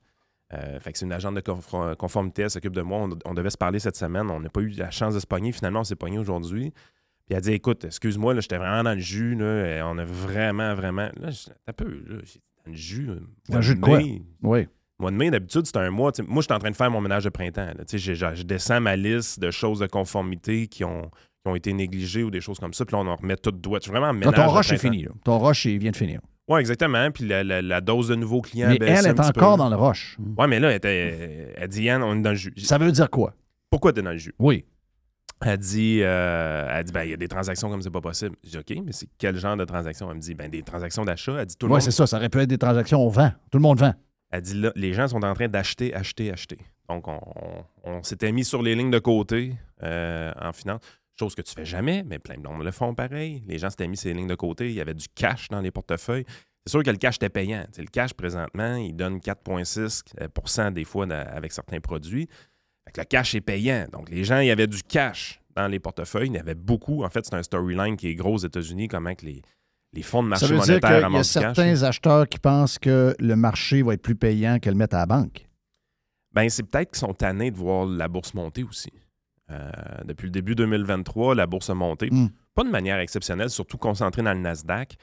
Euh, fait que c'est une agente de confron- conformité, elle s'occupe de moi. On, on devait se parler cette semaine, on n'a pas eu la chance de se pogner. Finalement, on s'est pogné aujourd'hui. Puis elle dit Écoute, excuse-moi, là, j'étais vraiment dans le jus, là, et on a vraiment, vraiment. Là, je- un peu, là, j'étais dans le jus. euh,
Dans le jus de
mai.
quoi? Oui.
Le mois de mai, d'habitude, c'est un mois. tu sais, Moi, je suis en train de faire mon ménage de printemps. là. Tu sais, Je, je- je descends ma liste de choses de conformité qui ont, qui ont été négligées ou des choses comme ça. Puis là, on en remet tout droit. Je suis vraiment en
Quand
ménage
ton
de
rush est
printemps.
fini, là. ton rush il vient de finir.
Oui, exactement. Puis la, la- la dose de nouveaux clients.
Mais
baisse
elle
un
est
petit
encore
peu.
dans le rush.
Ouais, mais là, elle, était, elle dit Yann, on est dans le jus.
Ça veut dire quoi?
Pourquoi t'es dans le jus?
Oui.
Elle dit, euh, elle dit, ben, il y a des transactions comme c'est pas possible. Je dis, OK, mais c'est quel genre de transaction? Elle me dit, ben, des transactions d'achat. Elle dit, tout le
Oui,
monde.
c'est ça, ça aurait pu être des transactions, on vend. Tout le monde vend.
Elle dit là, les gens sont en train d'acheter, acheter, acheter. Donc, on, on- on s'était mis sur les lignes de côté euh, en finance. Chose que tu fais jamais, mais plein de monde le font pareil. Les gens s'étaient mis sur les lignes de côté. Il y avait du cash dans les portefeuilles. C'est sûr que le cash était payant. Tu sais, le cash, présentement, il donne 4,6 euh, pour cent des fois dans- avec certains produits. Fait que le cash est payant. Donc, les gens, il y avait du cash dans les portefeuilles. Il y en avait beaucoup. En fait, c'est un storyline qui est gros aux États-Unis, comment que les, les fonds de marché
Ça veut dire
monétaire
qu'il y a
amassent du cash.
certains acheteurs qui pensent que le marché va être plus payant que le mettre à la banque.
Ben, c'est peut-être qu'ils sont tannés de voir la bourse monter aussi. Euh, depuis le début 2023, la bourse a monté.
Mm.
Pas de manière exceptionnelle, surtout concentrée dans le Nasdaq.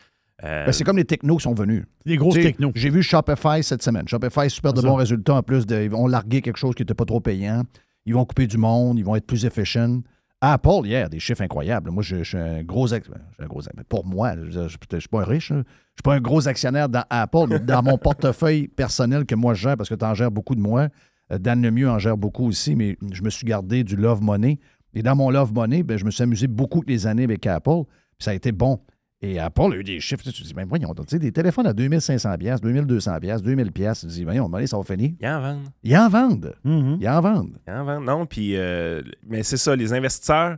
Euh,
Ben, c'est comme les technos qui sont venus.
Les grosses
Tu sais,
technos.
J'ai vu Shopify cette semaine. Shopify, super de
Ça.
bons résultats. En plus, de, ils vont larguer quelque chose qui n'était pas trop payant. Ils vont couper du monde. Ils vont être plus efficient. Apple, hier, des chiffres incroyables. Moi, je, je suis un gros... ac- je suis un gros ac- Pour moi, je ne suis pas un riche. hein. Je suis pas un gros actionnaire dans Apple, mais dans mon portefeuille personnel que moi, je gère, parce que tu en gères beaucoup de moi. Euh, Dan Lemieux en gère beaucoup aussi, mais je me suis gardé du love money. Et dans mon love money, ben, je me suis amusé beaucoup les années avec Apple. Puis ça a été bon.
Et Apple a eu des chiffres. Tu te dis, ben voyons, donc, tu sais, des téléphones à 2500 pièces, 2200 pièces, 2000 pièces. Tu te dis, voyons, ben, ça va finir.
Ils en vendent.
Ils en vendent. Ils en vendent.
Hein, Van? Non, puis, euh, mais c'est ça, les investisseurs,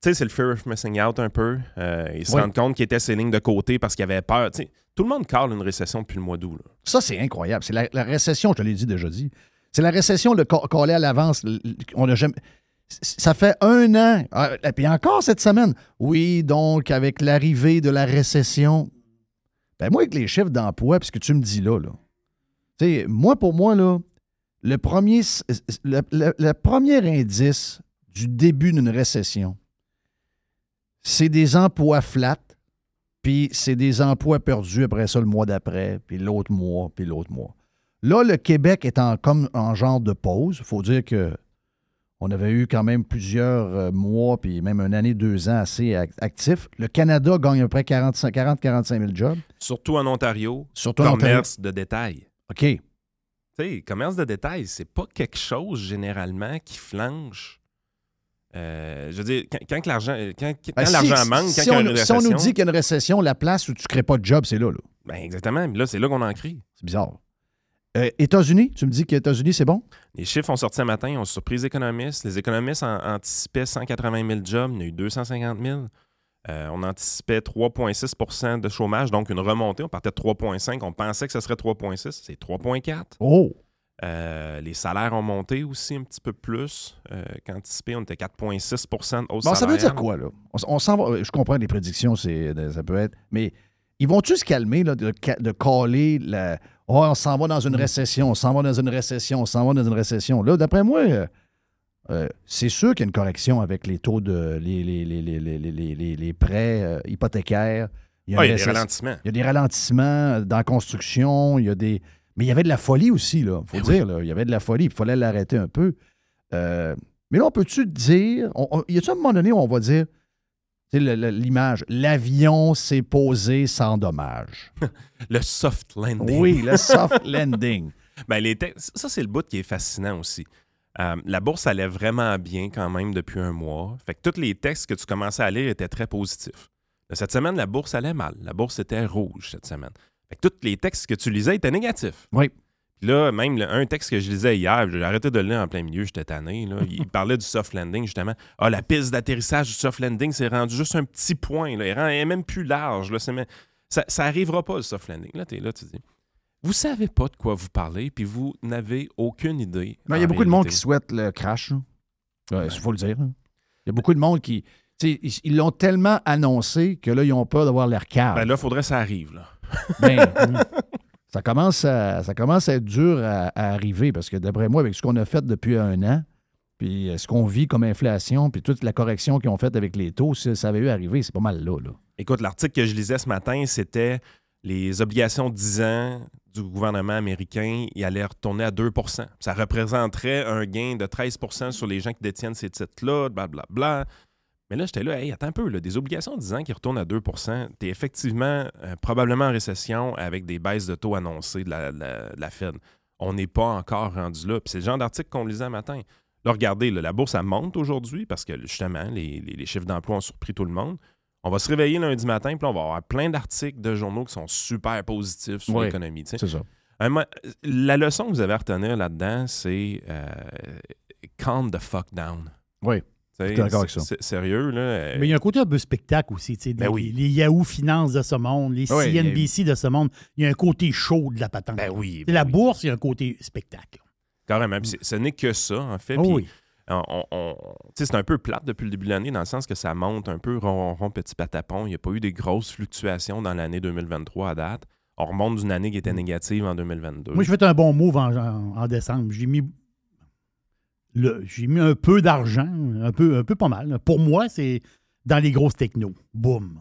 tu sais, c'est le fear of missing out un peu. Euh, ils se
Ouais.
rendent compte qu'ils étaient ces lignes de côté parce qu'ils avaient peur. Tu sais, tout le monde parle une récession depuis le mois d'août. là.
Ça, c'est incroyable. C'est la, la récession, je te l'ai dit déjà dit. C'est la récession le co- collée à l'avance. l- l- On n'a jamais. c- Ça fait un an. Ah, Et puis encore cette semaine. Oui, donc, avec l'arrivée de la récession. Ben moi, avec les chiffres d'emploi, puis ce que tu me dis là, là. Tu sais, moi, pour moi, là, le premier, s- s- le- le- le premier indice du début d'une récession, c'est des emplois flats, puis c'est des emplois perdus après ça le mois d'après, puis l'autre mois, puis l'autre mois. Là, le Québec est en, comme en genre de pause. Il faut dire que on avait eu quand même plusieurs euh, mois, puis même une année, deux ans assez ac- actifs. Le Canada gagne à peu près 40-45 000 jobs.
Surtout en Ontario,
Surtout en
commerce de détail.
OK.
Tu sais, commerce de détail, c'est pas quelque chose généralement qui flanche. Euh, je veux dire, quand, quand que l'argent euh, quand, quand
Ben, si-
l'argent manque, quand
si
il y a
on,
une
si
récession,
on nous dit qu'il y a une récession, la place où tu ne crées pas de job, c'est là. là.
ben exactement. Mais là, c'est là qu'on en crie.
C'est bizarre. Euh, États-Unis, tu me dis que États-Unis, c'est bon?
Les chiffres ont sorti ce matin, ils ont surpris les économistes. Les économistes en- anticipaient 180 000 jobs, il y en a eu 250 000. Euh, on anticipait 3,6 de chômage, donc une remontée. On partait de 3,5 on pensait que ce serait 3,6 c'est 3,4
Oh!
Euh, les salaires ont monté aussi un petit peu plus euh, qu'anticipé. On était 4,6 de hausse
Bon, ça veut dire
salariale.
quoi, là? On, s- on s'en va- Je comprends les prédictions, c'est, euh, ça peut être. Mais ils vont-tu se calmer là, de, ca- de caler la. Oh, on s'en va dans une récession, on s'en va dans une récession, on s'en va dans une récession. Là, d'après moi, euh, euh, c'est sûr qu'il y a une correction avec les taux de. les, les- les- les- les- les- les- les- les prêts euh, hypothécaires.
Ah,
une
il y a des
récession-
ralentissements.
Il y a des ralentissements dans la construction, il y a des. Mais il y avait de la folie aussi, là.
Eh
Faut dire, là, il y avait de la folie. Il fallait l'arrêter un peu. Euh, mais là, on peut-tu dire. on- on- y a-tu un moment donné où on va dire. tu sais, le- le- L'image, l'avion s'est posé sans dommage.
[LAUGHS] Le soft landing.
Oui, le [LAUGHS]
[LAUGHS]
soft landing.
Ben, les te- ça, c'est le bout qui est fascinant aussi. Euh, la bourse allait vraiment bien quand même depuis un mois. Fait que tous les textes que tu commençais à lire étaient très positifs. Cette semaine, la bourse allait mal. La bourse était rouge cette semaine. Fait que tous les textes que tu lisais étaient négatifs.
Oui.
Puis là, même le- un texte que je lisais hier, j'ai arrêté de le lire en plein milieu, j'étais tanné. là. Il parlait du soft landing, justement. Ah, la piste d'atterrissage du soft landing s'est rendue juste un petit point. Là. Elle rend- Elle est même plus large. Là. C'est même- Ça, ça arrivera pas, le soft landing. Là, t'es là, tu dis. Vous savez pas de quoi vous parlez, puis vous n'avez aucune idée.
Non, il y a
en
beaucoup de monde
réalité.
qui souhaite le crash. là. Ouais, Il faut le dire. hein. Il y a beaucoup de monde qui. tu sais, Ils ils l'ont tellement annoncé que là, ils ont peur d'avoir l'air cave.
Ben là, faudrait que ça arrive. Là.
Ben, hum, ça, commence à, ça commence à être dur à, à arriver parce que d'après moi, avec ce qu'on a fait depuis un an, puis euh, ce qu'on vit comme inflation, puis toute la correction qu'ils ont faite avec les taux, si ça avait eu arrivé, c'est pas mal là. là.
Écoute, l'article que je lisais ce matin, c'était les obligations 10 ans du gouvernement américain, il allait retourner à 2 Ça représenterait un gain de 13 sur les gens qui détiennent ces titres-là, blablabla. Mais là, j'étais là, hey, attends un peu, là, des obligations 10 ans qui retournent à 2 t'es effectivement euh, probablement en récession avec des baisses de taux annoncées de la, de la- de la Fed. On n'est pas encore rendu là. Puis c'est le genre d'article qu'on lisait un matin. Là, regardez, là, la bourse, elle monte aujourd'hui parce que justement, les, les- les chiffres d'emploi ont surpris tout le monde. On va se réveiller lundi matin, puis là, on va avoir plein d'articles de journaux qui sont super positifs sur
Ouais,
l'économie. tu sais.
c'est ça.
Un mo- la leçon que vous avez à retenir là-dedans, c'est euh, calm the fuck down.
Oui.
Tu sais,
Je suis d'accord avec
c'est-
ça.
c'est Sérieux, là. euh,
Mais il y a un côté un peu spectacle aussi. tu sais,
Ben
les,
oui.
les Yahoo Finance de ce monde, les
Ouais, il y a- Ben
CNBC de ce monde, il y a un côté chaud de la patente.
oui.
la bourse, il y a un côté spectacle.
Carrément. Puis c'est- ce n'est que ça, en fait.
Oh
Puis
oui.
on- on- on- tu sais, c'est un peu plate depuis le début de l'année, dans le sens que ça monte un peu rond, rond, rond, petit patapon. Il n'y a pas eu des grosses fluctuations dans l'année 2023 à date. On remonte d'une année qui était négative en 2022.
Mm. Moi, j'ai fait un bon move en, en- en décembre. J'ai mis, le- j'ai mis un peu d'argent, un peu, un peu pas mal. Pour moi, c'est dans les grosses technos. Boum.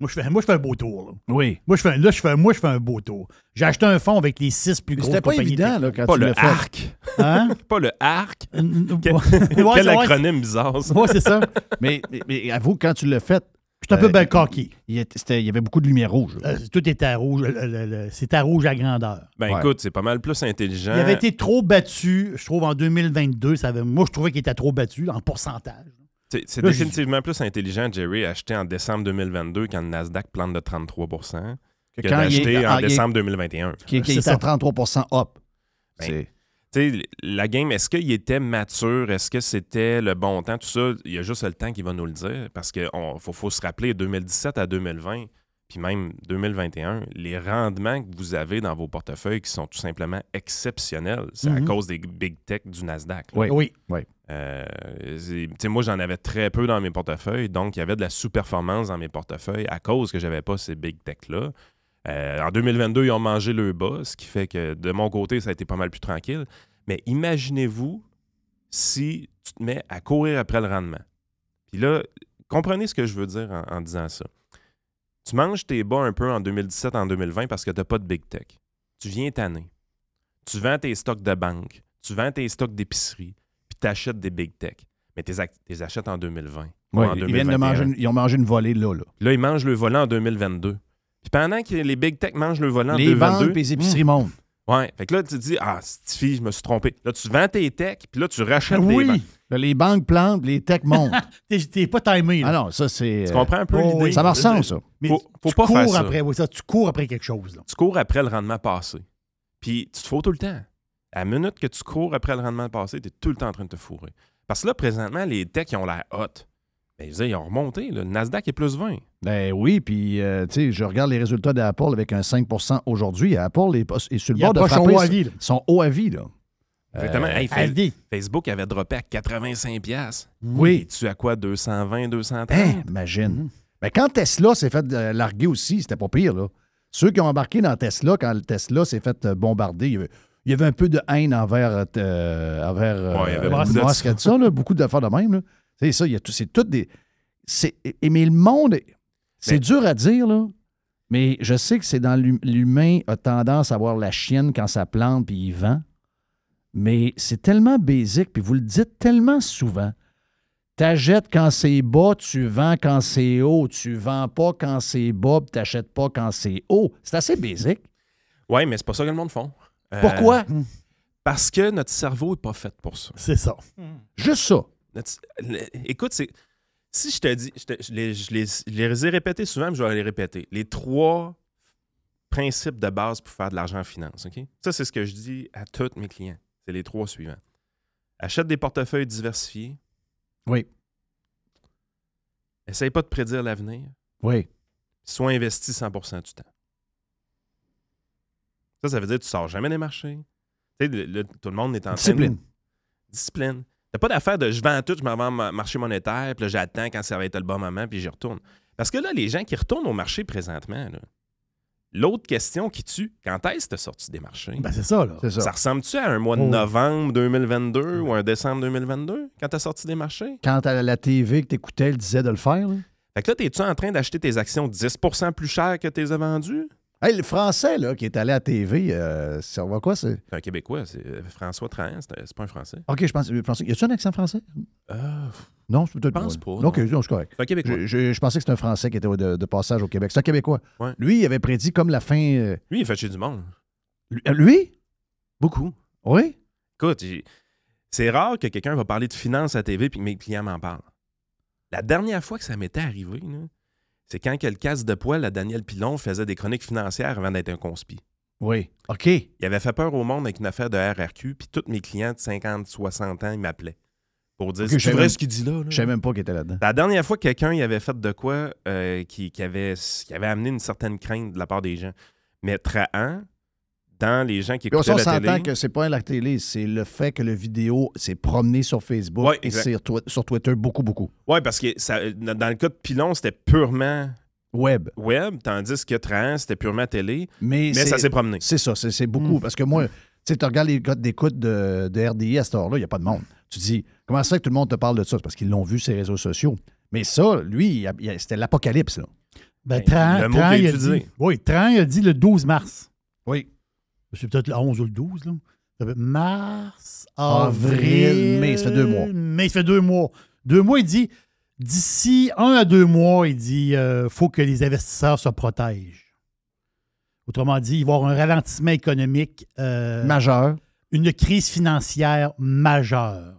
Moi je, fais, moi, je fais un beau tour. là.
Oui.
Moi, je fais, un- là, je fais, un- moi, je fais un beau tour. J'ai acheté un fonds avec les six plus grosses
c'était pas
compagnies
évident,
techno.
là, quand Pas tu le l'as fait.
ARC.
Hein?
[LAUGHS] pas le ARC.
Quel,
ouais,
quel
ouais,
acronyme bizarre, ça.
[LAUGHS] Ouais, c'est ça.
mais, mais, mais avoue, quand tu l'as fait. euh,
J'étais un peu ben cocky.
Il, était- c'était- il y avait beaucoup de lumière rouge. là.
Euh, tout était à rouge. le- le- le- C'était à rouge à grandeur.
Ben écoute, c'est pas mal plus intelligent.
Il avait été trop battu, je trouve, en 2022. Ça avait- moi, je trouvais qu'il était trop battu en pourcentage.
C'est c'est
Là,
définitivement plus intelligent, Jerry, acheter en décembre 2022 quand le Nasdaq plante de 33
quand il est-
que, d'acheter en
ah, il est-
décembre 2021.
Qui, qui est à 33 up.
Ben, tu sais, la game, est-ce qu'il était mature? Est-ce que c'était le bon temps? Tout ça, il y a juste le temps qui va nous le dire. Parce qu'il faut, faut se rappeler, 2017 à 2020, puis même 2021, les rendements que vous avez dans vos portefeuilles qui sont tout simplement exceptionnels, c'est à
Mhm.
cause des big tech du Nasdaq.
Oui. Oui. Oui.
Euh, c'est- tu sais, moi, j'en avais très peu dans mes portefeuilles, donc il y avait de la sous-performance dans mes portefeuilles à cause que j'avais pas ces big tech-là. Euh, en 2022, ils ont mangé le bas, ce qui fait que de mon côté, ça a été pas mal plus tranquille. Mais imaginez-vous si tu te mets à courir après le rendement. Puis là, comprenez ce que je veux dire en, en disant ça. Tu manges tes bas un peu en 2017, en 2020 parce que tu n'as pas de big tech. Tu viens tanner. Tu vends tes stocks de banque, tu vends tes stocks d'épicerie, puis tu achètes des big tech. Mais tu les achètes en 2020. ou
Ouais,
en
ils, viennent de
2021.
manger une- ils ont mangé une volée là. là.
Puis Là, ils mangent le volant en 2022. Puis pendant que les big tech mangent le volant
Les
en 2022...
banques et les épiceries montent.
hmm. Ouais. Fait que là, tu te dis, ah, cette fille, je me suis trompé. Là, tu vends tes tech, puis là, tu rachètes des banques.
Oui. Là, les banques plantent, les techs montent.
T'es t'es pas timé.
Ah non, ça, c'est.
Tu
euh,
comprends un peu
Oh,
l'idée?
Ça me ressemble, ça.
Mais
faut, faut
tu
pas
cours
faire ça.
après, oui, ça, tu cours après quelque chose. là.
Tu cours après le rendement passé. Puis tu te fous tout le temps. À la minute que tu cours après le rendement passé, tu es tout le temps en train de te fourrer. Parce que là, présentement, les techs, ils ont l'air hot. Mais je veux dire, ils ont remonté. là. Le Nasdaq est plus 20.
Ben oui, puis, euh, tu sais, je regarde les résultats d'Apple avec un 5 aujourd'hui. Apple est, pas- est sur le
Il
bord de
approche son
frapper
haut à vie, là.
son haut à vie, là.
Exactement.
Euh,
Hey, Fa-
elle dit.
Facebook avait droppé à 85 piastres.
Oui.
Et tu à quoi 220, 230
Hein, imagine. Ben, quand Tesla s'est fait euh, larguer aussi, c'était pas pire, là. Ceux qui ont embarqué dans Tesla, quand le Tesla s'est fait euh, bombarder, il y, avait, il y avait un peu de haine envers, euh, envers euh,
Ouais, il y avait
Elon
beaucoup de
Musk
ça.
et tout ça, là, beaucoup d'affaires de même. là. C'est ça, il y a tout- c'est tout des. c'est- et- mais le monde, c'est dur à dire, là. Mais je sais que c'est dans l'hum- l'humain a tendance à avoir la chienne quand ça plante puis il vend. Mais c'est tellement basique, puis vous le dites tellement souvent. T'achètes quand c'est bas, tu vends quand c'est haut. Tu vends pas quand c'est bas, puis t'achètes pas quand c'est haut. C'est assez basique.
Oui, mais c'est pas ça que le monde font. Euh,
Pourquoi?
Parce que notre cerveau n'est pas fait pour ça.
C'est ça.
Hmm.
Juste ça.
Notre- le- Écoute, c'est. Si je te dis, je, te- je les, je les- je les ai répétés souvent, mais je vais les répéter. Les trois principes de base pour faire de l'argent en finance, OK? Ça, c'est ce que je dis à tous mes clients. C'est les trois suivants. Achète des portefeuilles diversifiés.
Oui.
Essaye pas de prédire l'avenir.
Oui.
Sois investi 100 du temps. Ça, ça veut dire que tu sors jamais des marchés. Tu sais, le- le- tout le monde est en train
Discipline.
de... Discipline. T'as pas d'affaire de je vends tout, je m'en vais au ma- marché monétaire, puis là, j'attends quand ça va être le bon moment, puis j'y retourne. Parce que là, les gens qui retournent au marché présentement, là, l'autre question qui tue, quand est-ce que tu sorti des marchés?
Ben, c'est ça, là. Oh.
C'est ça.
ressemble-tu à un mois de
Oui.
novembre 2022 ou un décembre 2022 quand tu as sorti des marchés?
Quand à la TV que t'écoutais, elle disait de le faire. là.
Fait que là, t'es-tu en train d'acheter tes actions 10 plus cher que t'es vendues?
Hey, le Français là, qui est allé à TV, euh, ça va quoi? C'est...
C'est un Québécois, c'est euh, François Trahan, c'est un- c'est pas un Français.
OK, je pense. je pensais- Y a-tu un accent français?
Ah.
Euh,
Non, c'est
Je
peut-être
pense
moi.
pas,
OK,
non.
non, c'est correct.
C'est un Québécois.
Je, je- je pensais que c'était un Français qui était de, de passage au Québec. C'est un Québécois.
Ouais.
Lui, il avait prédit comme la fin. euh,
Lui, il fait chier du monde.
lui- euh, lui?
Beaucoup.
Oui?
Écoute, j'ai- c'est rare que quelqu'un va parler de finance à TV puis que mes clients m'en parlent. La dernière fois que ça m'était arrivé, là, c'est quand quel casse de poil à Daniel Pilon faisait des chroniques financières avant d'être un conspi.
Oui. OK. Il
avait fait peur au monde avec une affaire de RRQ, puis tous mes clients de 50, 60 ans, ils m'appelaient pour dire
Ok,
C'est
je savais
vrai
même-
ce qu'il dit là, là?
Je savais même pas qu'il était là-dedans.
La dernière fois que quelqu'un y avait fait de quoi euh, qui, qui avait, qui avait amené une certaine crainte de la part des gens. Mais Trahan, dans les gens qui
Puis on
écoutaient la
s'entend
télé...
que c'est pas la télé, c'est le fait que le vidéo s'est promené sur Facebook
Ouais,
et
exact.
sur, Twi- sur Twitter beaucoup, beaucoup.
Oui, parce que ça- dans le cas de Pilon, c'était purement
Web.
web, tandis que Trahan, c'était purement télé.
Mais, c'est-
ça s'est promené.
C'est ça, c'est c'est beaucoup.
Mm.
Parce que moi, tu sais, tu regardes les codes d'écoute de, de RDI à cette heure-là, il n'y a pas de monde. Tu te dis, comment ça que tout le monde te parle de ça? C'est parce qu'ils l'ont vu sur les réseaux sociaux. Mais ça, lui, il a- il a- c'était l'apocalypse, là.
Ben, Tran,
le mot
Tran,
qu'il a
il a
utilisé.
dit, oui, Tran, il a dit le 12 mars.
Oui.
C'est peut-être le 11 ou le 12, là. Ça fait Mars,
Avril,
avril,
mai, ça fait deux mois.
Mais ça fait deux mois. Deux mois, il dit, d'ici un à deux mois, il dit, euh, faut que les investisseurs se protègent. Autrement dit, il va y avoir un ralentissement économique. euh,
Majeur.
Une crise financière majeure.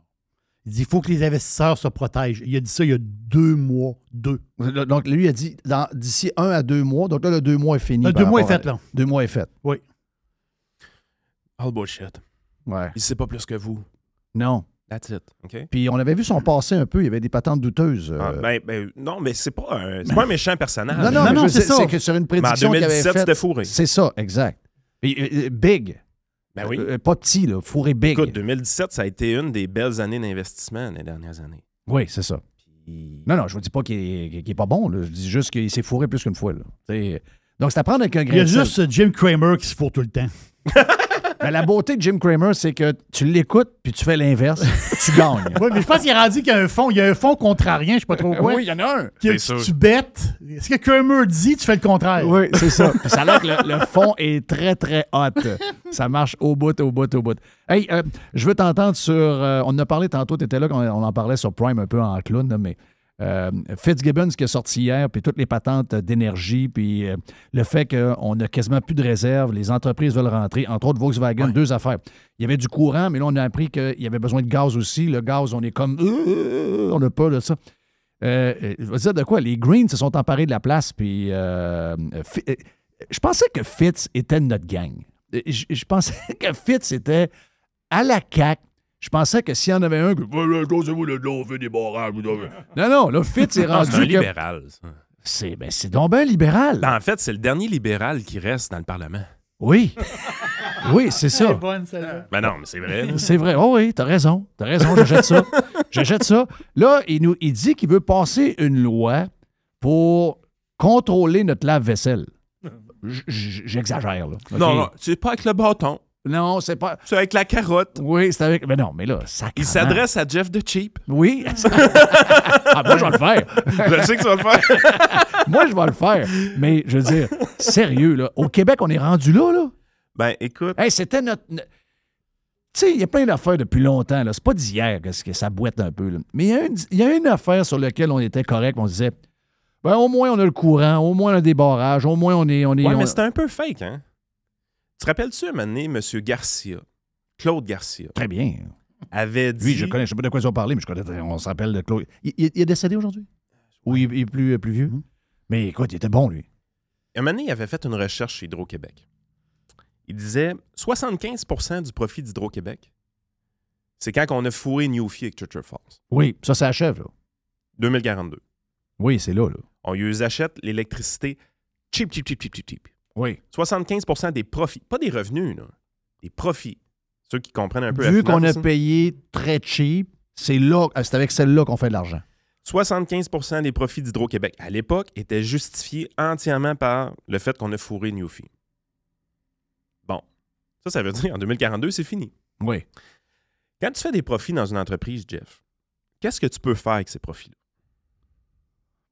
Il dit il faut que les investisseurs se protègent. Il a dit ça il y a deux mois. Deux.
Donc, lui, il a dit dans- d'ici un à deux mois. Donc là, le deux mois est fini.
Le
par
deux mois est
rapport
fait,
à-
là.
Deux mois est fait.
Oui.
All Oh, bullshit.
Ouais.
Il sait pas plus que vous.
Non.
That's it. OK?
Puis on avait vu son passé un peu. Il y avait des patentes douteuses. euh,
Ah, ben, ben, non, mais c'est pas un, c'est pas un méchant personnage.
Non, non, mais je- C'est que sur une prédiction
Mais en
qu'il avait
2017,
faite-
c'était fourré.
C'est ça, exact. Et, euh, euh, big.
Ben oui.
Euh, euh, pas petit, là. Fourré big.
Écoute, 2017, ça a été une des belles années d'investissement les dernières années.
Oui, c'est ça. Non, non, je vous dis pas qu'il est, qu'il est pas bon. là. Je dis juste qu'il s'est fourré plus qu'une fois. là. C'est- Donc, c'est à prendre avec un grain
Il y a
de sel.
juste Jim Cramer qui se fourre tout le temps.
Ben, la beauté de Jim Cramer, c'est que tu l'écoutes puis tu fais l'inverse. tu [LAUGHS] gagnes.
Oui, mais je pense qu'il est rendu qu'il y a un fonds. Il y a un fonds contrarien, je sais pas trop quoi.
Euh, Oui, il y en a un.
Que
C'est
tu,
sûr.
tu bêtes. Ce que Kramer dit, tu fais le contraire.
Oui, c'est
[LAUGHS]
ça. Puis ça a l'air que le, le fond est très, très hot. Ça marche au bout, au bout, au bout. Hey, euh, je veux t'entendre sur. euh, on en a parlé tantôt, tu étais là, quand on, on en parlait sur Prime un peu en clown, là, mais euh, Fitzgibbon, ce qui est sorti hier, puis toutes les patentes d'énergie, puis euh, le fait qu'on n'a quasiment plus de réserve, les entreprises veulent rentrer, entre autres Volkswagen, deux affaires. Il y avait du courant, mais là, on a appris qu'il y avait besoin de gaz aussi. Le gaz, on est comme. euh, on n'a pas de ça. Euh, euh, je vais te dire de quoi? Les Greens se sont emparés de la place, puis euh, euh, Fi- euh, je pensais que Fitz était de notre gang. Euh, Je, je pensais [LAUGHS] que Fitz était à la CAQ. Je pensais que s'il y en avait un que. vous le on fait des barrages. Non, non, là, Fitz
[LAUGHS]
est rendu.
C'est un
que-
libéral, ça.
C'est ben, c'est donc bien libéral.
Ben, en fait, c'est le dernier libéral qui reste dans le Parlement.
Oui. Oui, c'est
Elle est
ça.
bonne, celle-là.
Ben non, mais c'est vrai. là.
[LAUGHS] C'est vrai. Oh oui, t'as raison. T'as raison, j'achète ça. J'achète ça. Là, il, nous, il dit qu'il veut passer une loi pour contrôler notre lave-vaisselle. J- j- J'exagère, là. OK?
Non, non, c'est pas avec le bâton.
Non, c'est pas.
C'est avec la carotte.
Oui, c'est avec. Mais non, mais là, ça
Il s'adresse à Jeff de
[LAUGHS]
Cheap. [LAUGHS]
Oui. ah, moi, je vais le faire.
Je sais que tu vas le faire.
moi, je vais le faire. Mais je veux dire, sérieux, là. Au Québec, on est rendu là, là.
Ben, écoute.
Hey, c'était notre. no- Tu sais, il y a plein d'affaires depuis longtemps. là. C'est pas d'hier que, ce que ça boite un peu. là. Mais il y a une- il y, a une affaire sur laquelle on était correct. On disait, ben, au moins on a le courant, au moins on a des barrages, au moins on est. On est
Ouais,
on-
mais c'était un peu fake, hein? Tu te rappelles-tu, à un moment donné, M. Garcia, Claude Garcia,
Très bien.
avait dit...
Oui, je connais, je sais pas de quoi ils ont parlé, mais je connais, on se rappelle de Claude. Il, il- il est décédé aujourd'hui? Ou il, il est plus, plus
Mm-hmm.
vieux? Mais écoute, il était bon, lui.
À un moment donné, il avait fait une recherche chez Hydro-Québec. Il disait 75 du profit d'Hydro-Québec, c'est quand on a fourré Newfie avec Churchill Falls.
Oui, ça, ça achève, là.
2042.
Oui, c'est là, là.
On lui achète l'électricité cheap, cheap, cheap, cheap, cheap, cheap.
Oui.
75 des profits, pas des revenus, là, des profits. Ceux qui comprennent un peu la
Vu qu'on a
finance, hein. là.
payé très cheap, c'est là, c'est avec celle-là qu'on fait de l'argent.
75 des profits d'Hydro-Québec à l'époque étaient justifiés entièrement par le fait qu'on a fourré Newfie. Bon, ça, ça veut dire en 2042, c'est fini.
Oui.
Quand tu fais des profits dans une entreprise, Jeff, qu'est-ce que tu peux faire avec ces profits-là?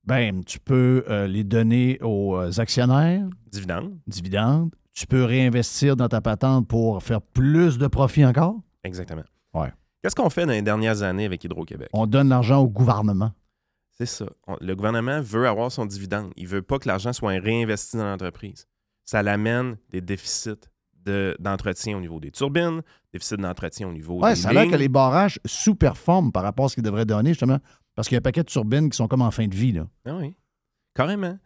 Ben, tu peux euh, les donner aux euh, actionnaires,
Dividendes,
dividendes. Tu peux réinvestir dans ta patente pour faire plus de profit encore.
exactement.
Ouais.
Qu'est-ce qu'on fait dans les dernières années avec Hydro-Québec?
On donne l'argent au gouvernement.
C'est ça. On- le gouvernement veut avoir son dividende. Il veut pas que l'argent soit réinvesti dans l'entreprise. Ça l'amène des déficits de- d'entretien au niveau des turbines, déficits d'entretien au niveau
Ouais,
des
ça a l'air
lignes.
que les barrages sous-performent par rapport à ce qu'ils devraient donner, justement, parce qu'il y a un paquet de turbines qui sont comme en fin de vie. Là.
Ah oui, carrément.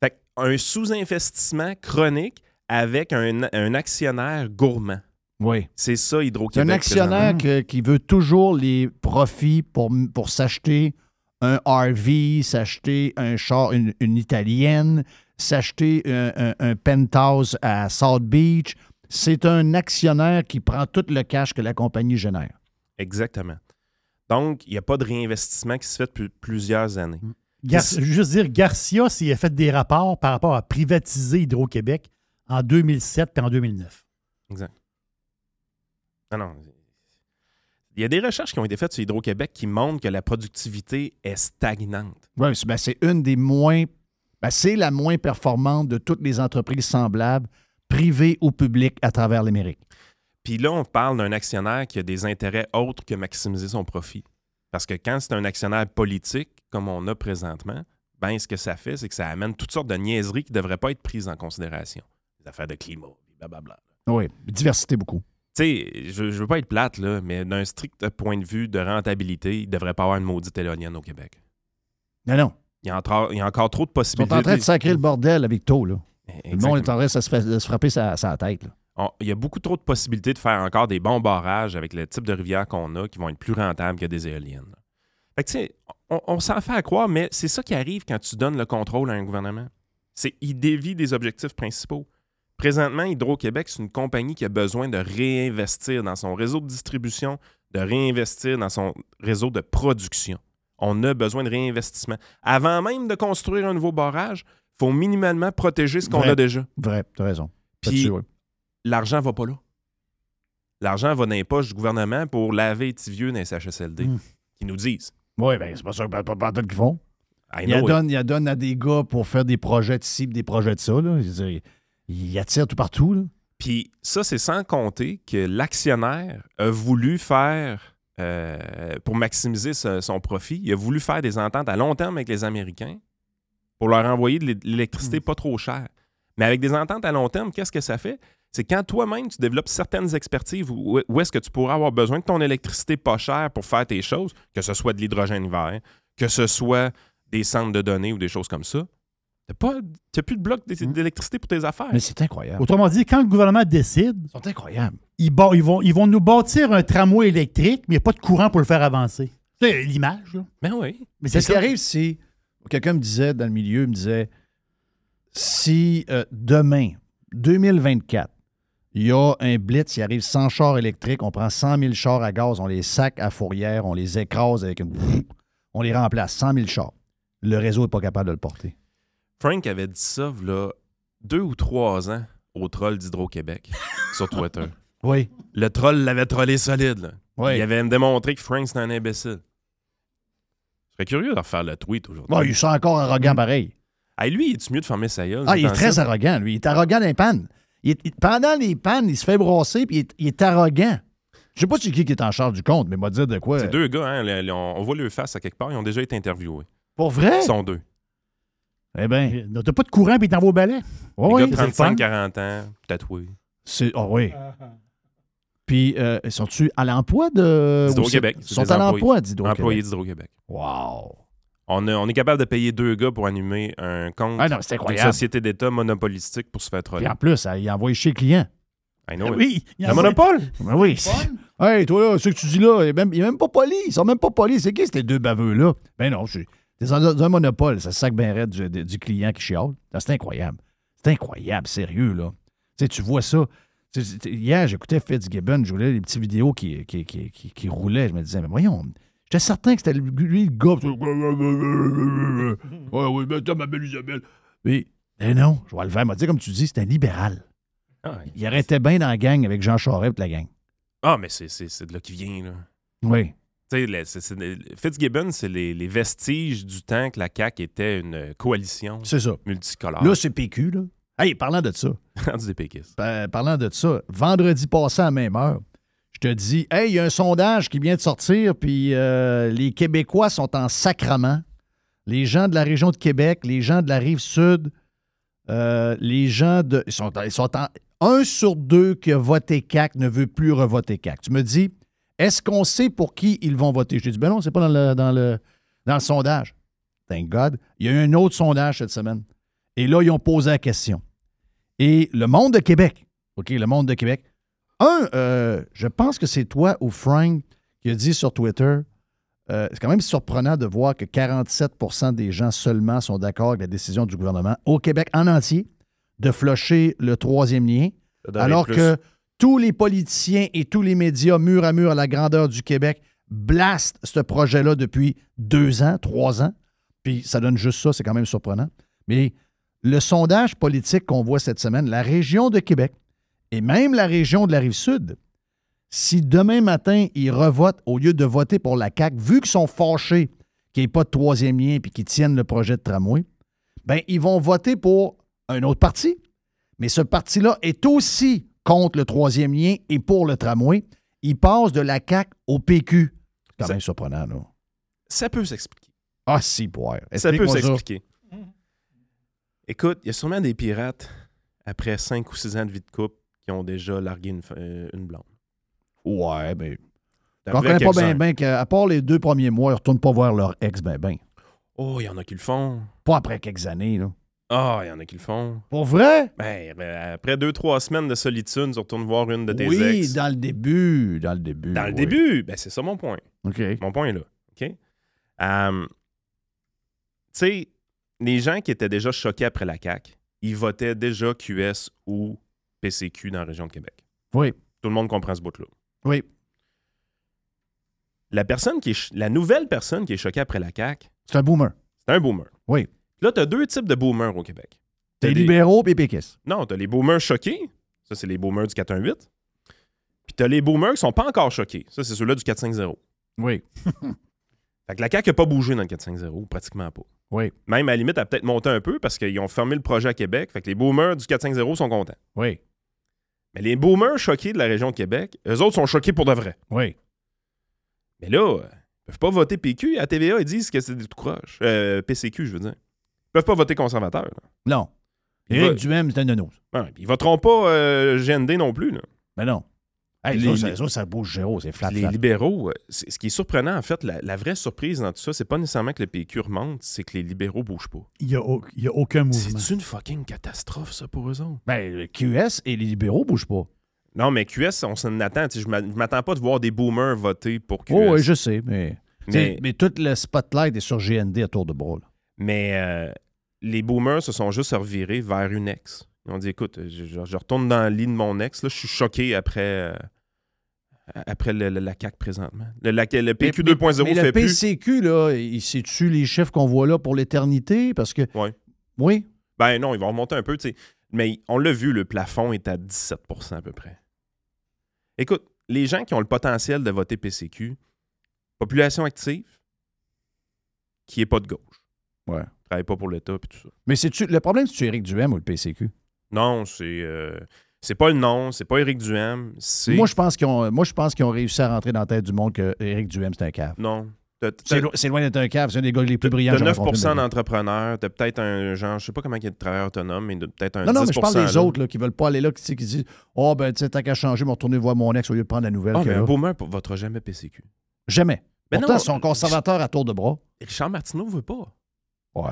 Fait que un sous-investissement chronique avec un, un actionnaire gourmand.
Oui.
C'est ça,
C'est
Hydro-Québec.
un actionnaire que-
présentement.
qui veut toujours les profits pour, pour s'acheter un RV, s'acheter un char, une, une italienne, s'acheter un, un- un penthouse à South Beach. C'est un actionnaire qui prend tout le cash que la compagnie génère.
Exactement. Donc, il n'y a pas de réinvestissement qui se fait depuis plusieurs années.
Mm.
Gar- je veux juste dire, Garcia, s'il a fait des rapports par rapport à privatiser Hydro-Québec en 2007 et en 2009.
Exact. Non, non. Il y a des recherches qui ont été faites sur Hydro-Québec qui montrent que la productivité est stagnante.
Oui, c'est ben, c'est une des moins. ben, c'est la moins performante de toutes les entreprises semblables, privées ou publiques, à travers l'Amérique.
Puis là, on parle d'un actionnaire qui a des intérêts autres que maximiser son profit. Parce que quand c'est un actionnaire politique, comme on a présentement, ben ce que ça fait, c'est que ça amène toutes sortes de niaiseries qui ne devraient pas être prises en considération. Les affaires de climat, blablabla.
Oui, diversité beaucoup.
Tu sais, je, je veux pas être plate, là, mais d'un strict point de vue de rentabilité, il devrait pas avoir une maudite élonienne au Québec.
Non, non.
Il y a encore, il y a encore trop de
Ils sont
possibilités.
en train de sacrer le bordel avec tôt, là. Le
Exactement.
monde est en train de se, fa- de se frapper sa, sa tête. là.
On- il y a beaucoup trop de possibilités de faire encore des bons barrages avec le type de rivière qu'on a qui vont être plus rentables que des éoliennes. là. Fait que, tu sais, on, on s'en fait à croire, mais c'est ça qui arrive quand tu donnes le contrôle à un gouvernement. C'est il dévie des objectifs principaux. Présentement, Hydro-Québec, c'est une compagnie qui a besoin de réinvestir dans son réseau de distribution, de réinvestir dans son réseau de production. On a besoin de réinvestissement. Avant même de construire un nouveau barrage, il faut minimalement protéger ce qu'on
Vrai.
a déjà.
Vrai, t'as raison.
Puis l'argent va pas là. L'argent va dans les poches du gouvernement pour laver les petits vieux dans les CHSLD qui nous disent.
Oui, bien, Hmm. ben, c'est pas ça, pas, pas, pas tout qu'ils font.
I
Il la
know
donne, il la donne à des gars pour faire des projets de ci, puis des projets de ça. Là. Je veux dire, il attire tout partout. Là.
Puis ça, c'est sans compter que l'actionnaire a voulu faire, euh, pour maximiser ce- son profit, il a voulu faire des ententes à long terme avec les Américains pour leur envoyer de l'é- l'électricité
Hmm.
pas trop chère. Mais avec des ententes à long terme, qu'est-ce que ça fait? C'est quand toi-même, tu développes certaines expertises où, où est-ce que tu pourras avoir besoin de ton électricité pas chère pour faire tes choses, que ce soit de l'hydrogène vert, que ce soit des centres de données ou des choses comme ça. T'as pas- t'as plus de bloc d'é- d'électricité pour tes affaires.
Hmm. Mais c'est incroyable.
Autrement dit, quand le gouvernement décide,
C'est incroyable.
ils, bâ- ils vont, ils vont nous bâtir un tramway électrique, mais il n'y a pas de courant pour le faire avancer. C'est l'image. là.
Mais Ben oui.
Mais
c'est
c'est
ce qui
ça.
arrive si quelqu'un me disait dans le milieu, me disait si euh, demain, 2024, il y a un blitz, il arrive 100 chars électriques, on prend 100 000 chars à gaz, on les sac à fourrière, on les écrase avec une. [SNIFFS] On les remplace, 100 000 chars. Le réseau n'est pas capable de le porter.
Frank avait dit ça, là, deux ou trois ans au troll d'Hydro-Québec
[LAUGHS]
sur Twitter.
Oui.
Le troll l'avait trollé solide. Là.
Oui.
Il avait démontré que Frank, c'était un imbécile. Je serais curieux de refaire le tweet aujourd'hui.
Bon, il sent encore arrogant pareil.
Hey, lui, il est mieux de fermer sa gueule?
Ah, il est
Hmm. dans
très
ça?
arrogant, lui. Il est arrogant dans les pannes. Il est- il- pendant les pannes, il se fait brosser puis il est, il est arrogant. Je sais pas c'est qui qui est en charge du compte, mais moi dire de quoi.
C'est deux gars, hein, le- le- on, on voit leur face à quelque part, ils ont déjà été interviewés.
Pour vrai?
Ils sont deux.
Eh bien.
T'as pas de courant, puis t'es dans vos balais.
Les
Oui,
gars
c'est le fun.
35-40 ans, tatoués.
C'est, ah oui. Puis, euh, sont-tu à l'emploi de. ou c'est-
D'Hydro-Québec.
Sont à l'emploi d'Hydro-Québec.
Employés d'Hydro-Québec.
Wow!
On, a- on est capable de payer deux gars pour animer un compte
Ah non, c'est
d'une
incroyable.
société d'État monopolistique pour se faire troller.
Puis en plus, il envoie chez client.
I know it.
Oui, il
le
envoie-
monopole!
Ben oui. c'est- Hey, toi là, ce que tu dis là, il est même, il est même pas poli. Ils sont même pas polis. C'est qui ces deux baveux-là? Ben non, c'est c'est dans un, dans un monopole. Ça sac bien raide du, du client qui chiale. Ah, C'est incroyable. C'est incroyable, sérieux, là. Tu sais, tu vois ça. Tu sais, tu- Hier, j'écoutais Fitzgibbon, je voulais les petites vidéos qui, qui, qui, qui, qui roulaient. Je me disais, mais voyons, j'étais certain que c'était lui- lui, le gars. Ouais, oui, mais attends, ma belle Isabelle. Mais, mais Eh non, je vais le faire. m'a dit, comme tu dis, c'est un libéral.
Ah,
Il arrêtait bien dans la gang avec Jean Charest et la gang.
Ah, mais c'est- c'est c'est de là qu'il vient, là.
Oui.
Tu sais, le- c'est- c'est- le- Fitzgibbon, c'est les, les vestiges du temps que la CAQ était une coalition
C'est ça.
multicolore.
Là, c'est PQ, là. Hey, parlant de ça,
rendu des péquistes.
pa- parlant de ça, vendredi passé à la même heure, je te dis, hey, il y a un sondage qui vient de sortir, puis euh, les Québécois sont en sacrement. Les gens de la région de Québec, les gens de la rive sud, euh, les gens de. Ils sont, ils sont en. Un sur deux qui a voté CAC ne veut plus revoter CAC. Tu me dis, est-ce qu'on sait pour qui ils vont voter? Je te dis, ben non, c'est pas dans le, dans, le, dans le sondage. Thank God. Il y a eu un autre sondage cette semaine. Et là, ils ont posé la question. Et le monde de Québec, OK, le monde de Québec, un, euh, je pense que c'est toi ou Frank qui a dit sur Twitter, euh, c'est quand même surprenant de voir que 47 des gens seulement sont d'accord avec la décision du gouvernement au Québec en entier de flusher le troisième lien,
Ça devrait
alors
être plus.
que tous les politiciens et tous les médias mur à mur à la grandeur du Québec blastent ce projet-là depuis deux ans, trois ans. Puis ça donne juste ça, c'est quand même surprenant. Mais le sondage politique qu'on voit cette semaine, la région de Québec et même la région de la rive sud, si demain matin, ils revotent au lieu de voter pour la CAQ, vu qu'ils sont fâchés qu'il n'y ait pas de troisième lien puis qu'ils tiennent le projet de tramway, ben ils vont voter pour un autre parti. Mais ce parti-là est aussi contre le troisième lien et pour le tramway. Ils passent de la CAQ au PQ. C'est quand même surprenant, là.
Ça peut s'expliquer.
Ah, si, boire.
Ça peut
Explique-moi
s'expliquer. Mm-hmm. Écoute, il y a sûrement des pirates, après 5 ou 6 ans de vie de couple, qui ont déjà largué une, f- euh, une blonde.
Ouais, mais.
T'as
J'en
pris à
connais pas bien,
quelques-uns.
ben, qu'à à part les deux premiers mois, ils retournent pas voir leur ex, ben, ben.
Oh, il y en a qui le font.
Pas après quelques années, là.
Ah, il y en a qui le font.
Pour vrai?
Ben, ben, après deux, trois semaines de solitude, tu retournes voir une de tes
oui,
ex.
dans le début, dans le début.
Dans le
oui.
début, ben c'est ça mon point.
OK.
Mon point est là. OK? Um, tu sais, les gens qui étaient déjà choqués après la CAQ, ils votaient déjà QS ou PCQ dans la région de Québec.
Oui.
Tout le monde comprend ce bout-là.
Oui.
La personne qui est ch- la nouvelle personne qui est choquée après la CAQ,
C'est un boomer.
c'est un boomer.
Oui.
Puis là, tu as deux types de boomers au Québec.
T'es
T'as des-
libéraux pis péquistes.
Non, t'as les boomers choqués. Ça, c'est les boomers du 418. Puis t'as les boomers qui sont pas encore choqués. Ça, c'est ceux-là du 450.
Oui.
[LAUGHS] fait que la CAQ n'a pas bougé dans le 450, pratiquement pas.
Oui.
Même à la limite, elle a peut-être monté un peu parce qu'ils ont fermé le projet à Québec. Fait que les boomers du 450 sont contents.
Oui.
Mais les boomers choqués de la région de Québec, eux autres sont choqués pour de vrai.
Oui.
Mais là, euh, ils peuvent pas voter PQ. À TVA, ils disent que c'est des tout croches. Euh, PCQ, je veux dire. Ils peuvent pas voter conservateur. là.
Non. Ben
Il
Éric
va-
Duhem, c'est un de nos.
Ouais, puis ils voteront pas euh, GND non plus. Là.
Mais Ben non. Hey, les,
Puis les-
autres, ça- les autres, ça bouge zéro, c'est flat,
Puis les
flat.
libéraux, euh, c'est- ce qui est surprenant, en fait, la, la vraie surprise dans tout ça, c'est pas nécessairement que le PQ remonte, c'est que les libéraux bougent pas.
Il n'y a, au- il y a aucun mouvement.
C'est une fucking catastrophe, ça, pour eux autres.
Ben, le QS et les libéraux bougent pas.
Non, mais QS, on s'en attend. Tu sais, Je m'a- je m'attends pas de voir des boomers voter pour QS.
Oh, oui, je sais, mais.
Mais-
Mais, mais tout le spotlight est sur GND à tour de bras. là.
Mais euh, les boomers se sont juste revirés vers une ex. Ils ont dit écoute, je, je- je retourne dans le lit de mon ex. Là, je suis choqué après, euh, après le- le- la CAQ présentement. Le, la- le PQ
Mais-
2.0
mais
fait
le
plus.
PCQ, là, il s'est tu les chiffres qu'on voit là pour l'éternité? Parce que.
Oui.
Oui.
Ben non, ils vont remonter un peu, tu sais. Mais on l'a vu, le plafond est à 17 à peu près. Écoute, les gens qui ont le potentiel de voter PCQ, population active, qui n'est pas de gauche.
Ouais.
Travaille pas pour l'État puis tout ça.
Mais c'est-tu. Le problème, c'est-tu Éric Duhem ou le PCQ?
Non, c'est. euh, c'est pas le nom, c'est pas Éric Duhem, c'est.
Moi, je pense qu'ils ont, moi, je pense qu'ils ont réussi à rentrer dans la tête du monde que Éric Duhem, c'est un cave.
Non. T'as- t'as-
C'est, lo- c'est loin d'être un cave, c'est un des gars les plus brillants
T'as
que j'ai
9
rencontrés de ma vie.
d'entrepreneurs, t'as peut-être un genre, je sais pas comment il y a de travailleurs autonomes, mais de- peut-être un
Non, non, mais je parle
10%
des
là.
autres là, qui veulent pas aller là, qui, tu sais, qui disent Oh, ben, tu sais, tant qu'à changer, je vais retourner voir mon ex au lieu de prendre la nouvelle.
Ah,
que
mais un
là.
boomer ne votera jamais PCQ.
Jamais.
Mais
Pourtant,
non. euh,
ils sont conservateurs à tour de bras.
Richard Martineau veut pas.
Ouais.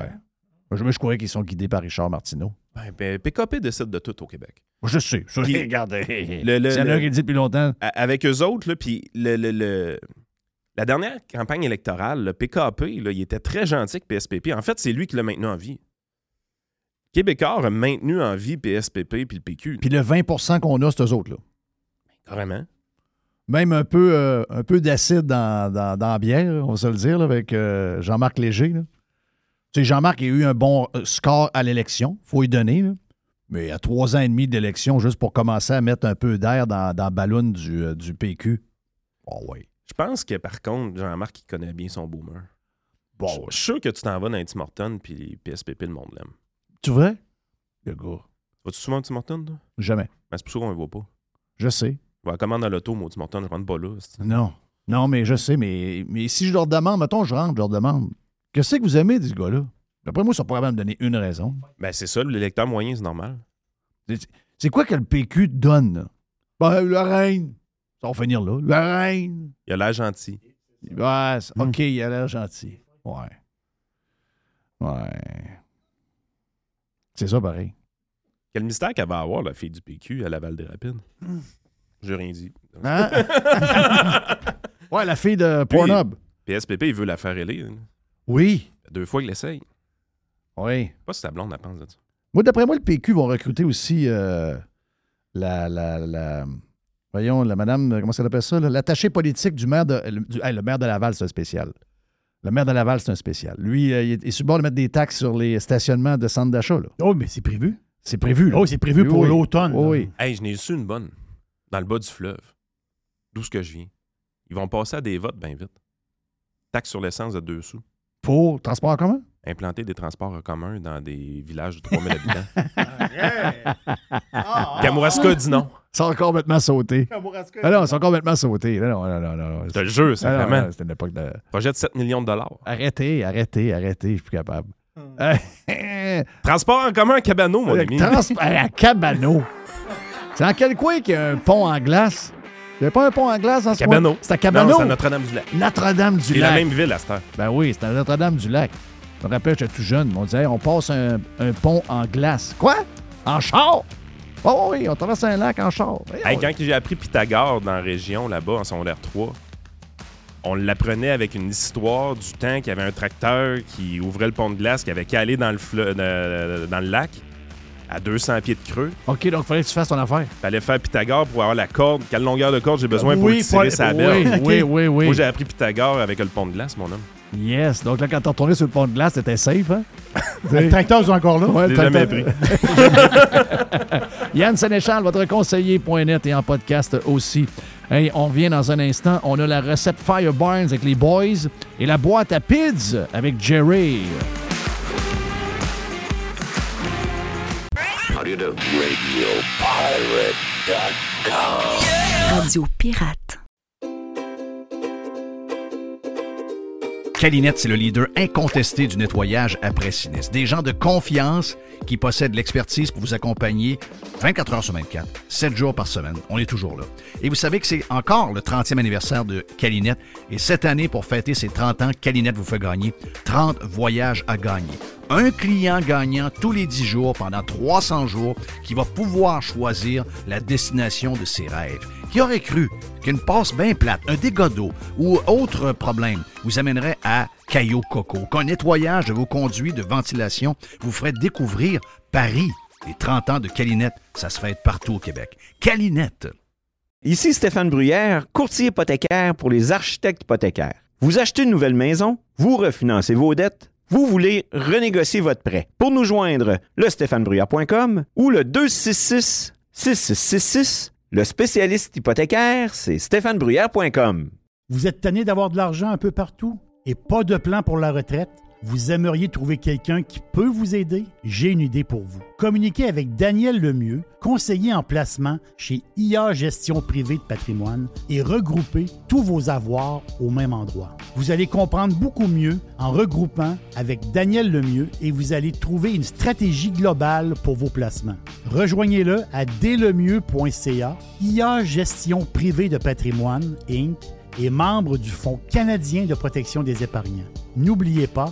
Moi, Je, moi, je croyais qu'ils sont guidés par Richard Martineau.
Ben, ben, PKP décide de tout au Québec.
Je sais. ça,
Puis-
[LAUGHS] regardez.
Le- le-
S'il y en a un
le-
qui le dit depuis longtemps.
A- Avec eux autres, là, puis le, le- le- la dernière campagne électorale, le PKP, là, il était très gentil avec PSPP. En fait, c'est lui qui l'a maintenu en vie. Québécois a maintenu en vie PSPP puis le PQ.
Puis le 20 qu'on a, c'est eux autres-là.
Carrément.
Même un peu, euh, un peu d'acide dans, dans- dans la bière, on va se le dire, là, avec euh, Jean-Marc Léger. là. Tu sais, Jean-Marc il a eu un bon euh, score à l'élection, faut lui donner. là. Mais à trois ans et demi d'élection, juste pour commencer à mettre un peu d'air dans, dans le ballon du, euh, du PQ. Oh oui.
Je pense que, par contre, Jean-Marc, il connaît bien son boomer.
Bon,
je je suis sûr que tu t'en vas dans les Tim Hortons puis les PSPP, le monde l'aime.
Tu vrai? Le gars.
Vas-tu souvent au Tim Hortons, toi?
Jamais.
Ben, c'est pour ça qu'on ne voit pas.
Je sais.
Je vais à la commande à l'auto, moi, au Tim Hortons, je rentre pas là. c'est-
Non. Non, mais je sais, mais, mais si je leur demande, mettons, je rentre, je leur demande, qu'est-ce que vous aimez de ce gars-là? D'après moi, ça pourrait me donner une raison.
Ben, c'est ça, l'électeur moyen, c'est normal.
C'est- C'est quoi que le PQ donne? là? Ben, la reine. Ça va finir là. La reine.
Il a l'air gentil.
Ouais, c'est- OK, il a l'air gentil. Ouais. Ouais. C'est ça, pareil.
Quel mystère qu'elle va avoir, la fille du PQ, à Laval-des-Rapides. J'ai rien dit.
Hmm.
[LAUGHS]
Hein? ouais, la fille de Pornhub.
PSPP, il veut la faire élire. hein.
Oui.
Deux fois qu'il l'essaye.
Oui.
Pas si ta blonde, elle pense de ça.
Moi, d'après moi, le PQ vont recruter aussi euh, la, la, la- Voyons, la madame, comment ça appelle ça? là? L'attaché politique du maire de. Le, du- hey, le maire de Laval, c'est un spécial. Le maire de Laval, c'est un spécial. Lui, euh, il, est, il est sur le bord de mettre des taxes sur les stationnements de centres d'achat.
Oh, mais c'est prévu.
C'est prévu. là.
Oh, c'est prévu
Oui,
pour
oui.
l'automne.
Oui, oui.
Hey, je n'ai su une bonne. Dans le bas du fleuve. D'où ce que je viens. Ils vont passer à des votes bien vite. Taxe sur l'essence de 2 sous.
Pour transport en commun?
Implanter des transports en commun dans des villages de 3000 habitants. Ah! Kamouraska dit non.
Ça a complètement sauté.
Kamouraska,
Ah non, ça a complètement sauté. Non, non, non, non.
Je te le jure,
Ah non,
simplement.
non, C'était une époque de.
Projet de 7 millions de dollars.
Arrêtez, arrêtez, arrêtez, je suis plus capable. Euh,
[LAUGHS] Transport en commun à Cabano, mon
Le
[LAUGHS] ami.
trans- à la Cabano. C'est dans quel coin qu'il y a un pont en glace? Il n'y avait pas un pont en glace dans ce
Cabano.
coin? C'était à Cabano.
Non, c'est à Notre-Dame-du-Lac.
Notre-Dame-du-Lac.
C'est la même ville à cette heure.
Ben oui, c'était à Notre-Dame-du-Lac. Je me rappelle, j'étais tout jeune. On disait, Hey, on passe un, un pont en glace. Quoi? En char? Oh oui, on traverse un lac en char.
Hey, quand j'ai appris Pythagore dans la région, là-bas, en secondaire 3, on l'apprenait avec une histoire du temps qu'il y avait un tracteur qui ouvrait le pont de glace, qui avait calé dans le, fleu- euh, dans le lac à 200 pieds de creux.
OK, donc il fallait que tu fasses ton affaire.
Fallait faire Pythagore pour avoir la corde. Quelle longueur de corde j'ai besoin pour
Oui,
le tirer
pour-
sa
oui,
berge.
oui, oui, oui.
Moi, j'ai appris Pythagore avec le pont de glace, mon homme.
Yes. Donc là, quand t'es retourné sur le pont de glace, t'étais safe,
[LAUGHS]
hein?
Les tracteurs sont encore là?
Ouais,
Je
le
l'ai jamais pris.
tracteur- [LAUGHS] Yann Sénéchal, votre conseiller.net et en podcast aussi. Hey, on revient dans un instant. On a la recette Fire Barnes avec les boys et la boîte à pids avec Jerry.
How do you do? RadioPirate.com.
Radio Pirate.
Calinette, c'est le leader incontesté du nettoyage après sinistre. Des gens de confiance qui possèdent l'expertise pour vous accompagner 24 heures sur 24, 7 jours par semaine. On est toujours là. Et vous savez que c'est encore le 30e anniversaire de Calinette. Et cette année, pour fêter ses 30 ans, Calinette vous fait gagner 30 voyages à gagner. Un client gagnant tous les 10 jours pendant 300 jours qui va pouvoir choisir la destination de ses rêves. Qui aurait cru qu'une passe bien plate, un dégât d'eau ou autre problème vous amènerait à Caillou Coco, qu'un nettoyage de vos conduits de ventilation vous ferait découvrir Paris. Les 30 ans de Calinette, ça se fête partout au Québec. Calinette.
Ici Stéphane Bruyère, courtier hypothécaire pour les architectes hypothécaires. Vous achetez une nouvelle maison, vous refinancez vos dettes, vous voulez renégocier votre prêt. Pour nous joindre, le stéphanebruyère.com ou le 266-6666, le spécialiste hypothécaire, c'est stéphanebruyère.com.
Vous êtes tanné d'avoir de l'argent un peu partout et pas de plan pour la retraite? Vous aimeriez trouver quelqu'un qui peut vous aider? J'ai une idée pour vous. Communiquez avec Daniel Lemieux, conseiller en placement chez IA Gestion Privée de Patrimoine et regroupez tous vos avoirs au même endroit. Vous allez comprendre beaucoup mieux en regroupant avec Daniel Lemieux et vous allez trouver une stratégie globale pour vos placements. Rejoignez-le à dlemieux.ca, IA Gestion Privée de Patrimoine, Inc et membre du Fonds canadien de protection des épargnants. N'oubliez pas,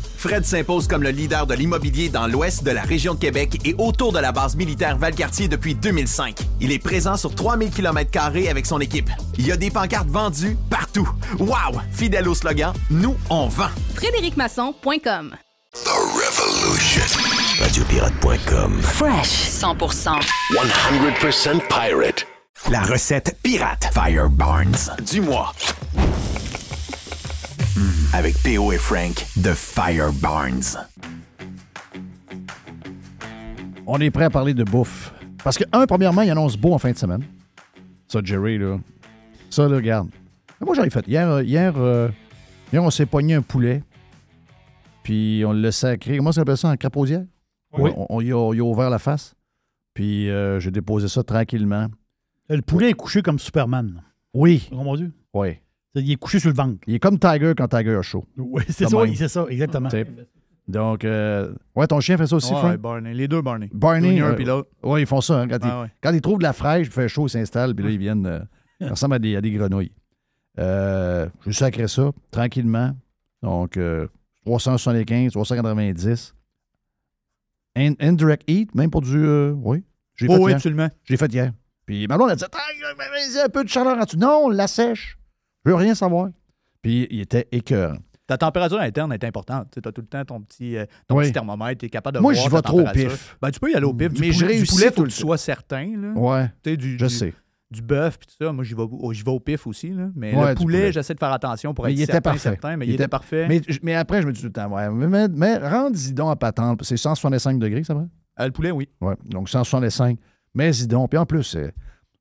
Fred s'impose comme le leader de l'immobilier dans l'ouest de la région de Québec et autour de la base militaire Valcartier depuis 2005. Il est présent sur 3000 km avec son équipe. Il y a des pancartes vendues partout. Wow! Fidèle au slogan, nous, on vend.
FrédéricMasson.com
RadioPirate.com.
Fresh 100%.
100% pirate.
La recette pirate Fire Barnes du mois. Mm, Avec PO et Frank de Fire Barnes.
On est prêt à parler de bouffe. Parce que, un, premièrement, il annonce beau en fin de semaine. Ça, Jerry, là. Ça, là, regarde. Mais Moi, j'en ai fait. Hier, euh, hier, euh, hier, on s'est pogné un poulet. Puis on l'a sacré. Comment ça s'appelle ça? En crapaudière?
Oui.
On, on y a, on y a ouvert la face. Puis euh, j'ai déposé ça tranquillement.
Le poulet est couché comme Superman.
Oui.
Oh mon Dieu.
Oui.
Il est couché sur le ventre.
Il est comme Tiger quand Tiger a chaud.
Oui, c'est
Comme
ça,
même.
oui, c'est ça, exactement.
Tu sais. Donc, euh, ouais, ton chien fait ça aussi,
Ouais,
Frank?
ouais, Barney. Les deux Barney.
Barney.
Junior
euh,
puis l'autre.
ouais, ils font ça. hein, quand,
Ah
ils,
ouais.
quand ils trouvent de la fraîche, il fait chaud, ils s'installent, puis là, ils viennent. euh, ils ressemblent à des, à des grenouilles. Euh, je sacrais ça, tranquillement. Donc, euh, 375, 390. In- indirect heat, même pour du. euh, oui. J'ai
Oh
fait
oui,
hier.
absolument.
J'ai fait hier. Puis ma blonde, elle dit Aïe, mais vas-y, un peu de chaleur en dessous. Non, on la sèche. Je veux rien savoir. Puis il était écœurant.
Ta température interne est importante. Tu as tout le temps ton petit, euh, ton
Oui.
petit thermomètre, tu es capable de
Moi,
voir
j'y
ta
vais trop au
température.
pif.
Ben, tu peux y aller au pif. Du
Mais
pou-
je
du
réussis
poulet,
tout
faut que
le
tu
temps.
sois certain. Là.
Ouais.
Tu sais, du,
Je
du-
sais.
Du bœuf, puis tout ça. Moi, j'y vais, au- j'y vais au pif aussi. Là. Mais
Ouais,
le
du
poulet,
poulet.
j'essaie de faire attention pour
Mais
être
il
certain,
était parfait.
certain, mais il, était, parfait.
Mais, je- mais après, je me dis tout le temps, ouais, mais, mais, mais rends-y donc à patente. C'est 165 degrés, ça va?
Euh, le poulet, oui.
Ouais, donc 165. Mais dis donc. Puis en plus, euh,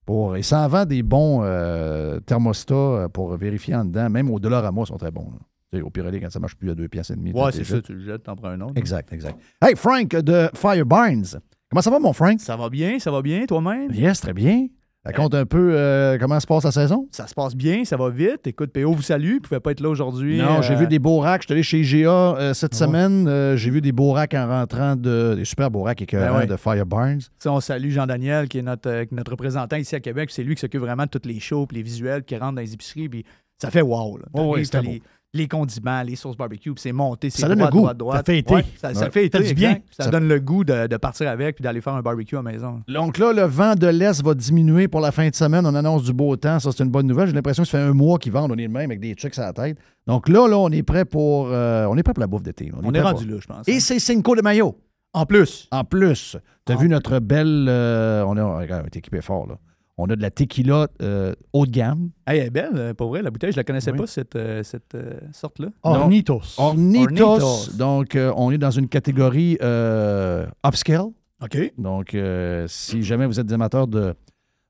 pour, et ça en vend des bons euh, thermostats euh, pour vérifier en dedans. Même au dollar à moi, ils sont très bons. là. Tu sais, au pire, quand ça marche plus à deux pièces et demie.
Ouais,
tu
c'est
les
ça,
jettes.
tu le jettes, t'en prends un autre.
Exact, exact. Hey, Frank de Fireburns. Comment ça va, mon Frank?
Ça va bien, ça va bien, toi-même?
Yes, très bien. Raconte un peu euh, comment se passe la saison.
Ça se passe bien, ça va vite. Écoute, PO vous salue, il pouvait pas être là aujourd'hui.
Non, j'ai
Euh,
vu des beaux racks. Je suis allé chez IGA euh, cette semaine. Euh, j'ai vu des beaux racks en rentrant de. des super beaux racks écœurants
Ben ouais.
de Fireburns.
Tu sais, on salue Jean-Daniel, qui est notre, euh, qui est notre représentant ici à Québec. C'est lui qui s'occupe vraiment de toutes les shows, puis les visuels, qui rentrent dans les épiceries. Puis ça fait wow. Là.
Ouais, ouais,
T'arrives,
c'était
t'as
beau.
les, les condiments, les sauces barbecue, puis c'est monté, c'est
Ça donne
droit,
le goût.
droit, droit.
Ça fait été.
Ouais, ça, ça
Ouais.
fait
Ça
été,
fait du bien.
exact. Ça,
Ça-
donne le goût de, de partir avec, puis d'aller faire un barbecue à la maison.
Donc là, le vent de l'Est va diminuer pour la fin de semaine. On annonce du beau temps. Ça, c'est une bonne nouvelle. J'ai l'impression que ça fait un mois qu'ils vendent. On est le même avec des trucs à la tête. Donc là, là, on est prêt pour, euh, on est prêt pour la bouffe d'été.
On est
prêt
rendu
pour-
là, je pense, hein.
Et c'est Cinco de Mayo.
En plus.
En plus. T'as vu notre belle. euh, on, a, regarde, on est équipé fort, là. On a de la tequila euh, haut de gamme.
Hey, elle est belle, euh, pour vrai, la bouteille. Je la connaissais pas, cette, euh, cette, euh, sorte-là.
Ornitos. Ornitos.
Ornitos.
Donc, euh, on est dans une catégorie euh, upscale.
OK.
Donc, euh, si jamais vous êtes des amateurs de,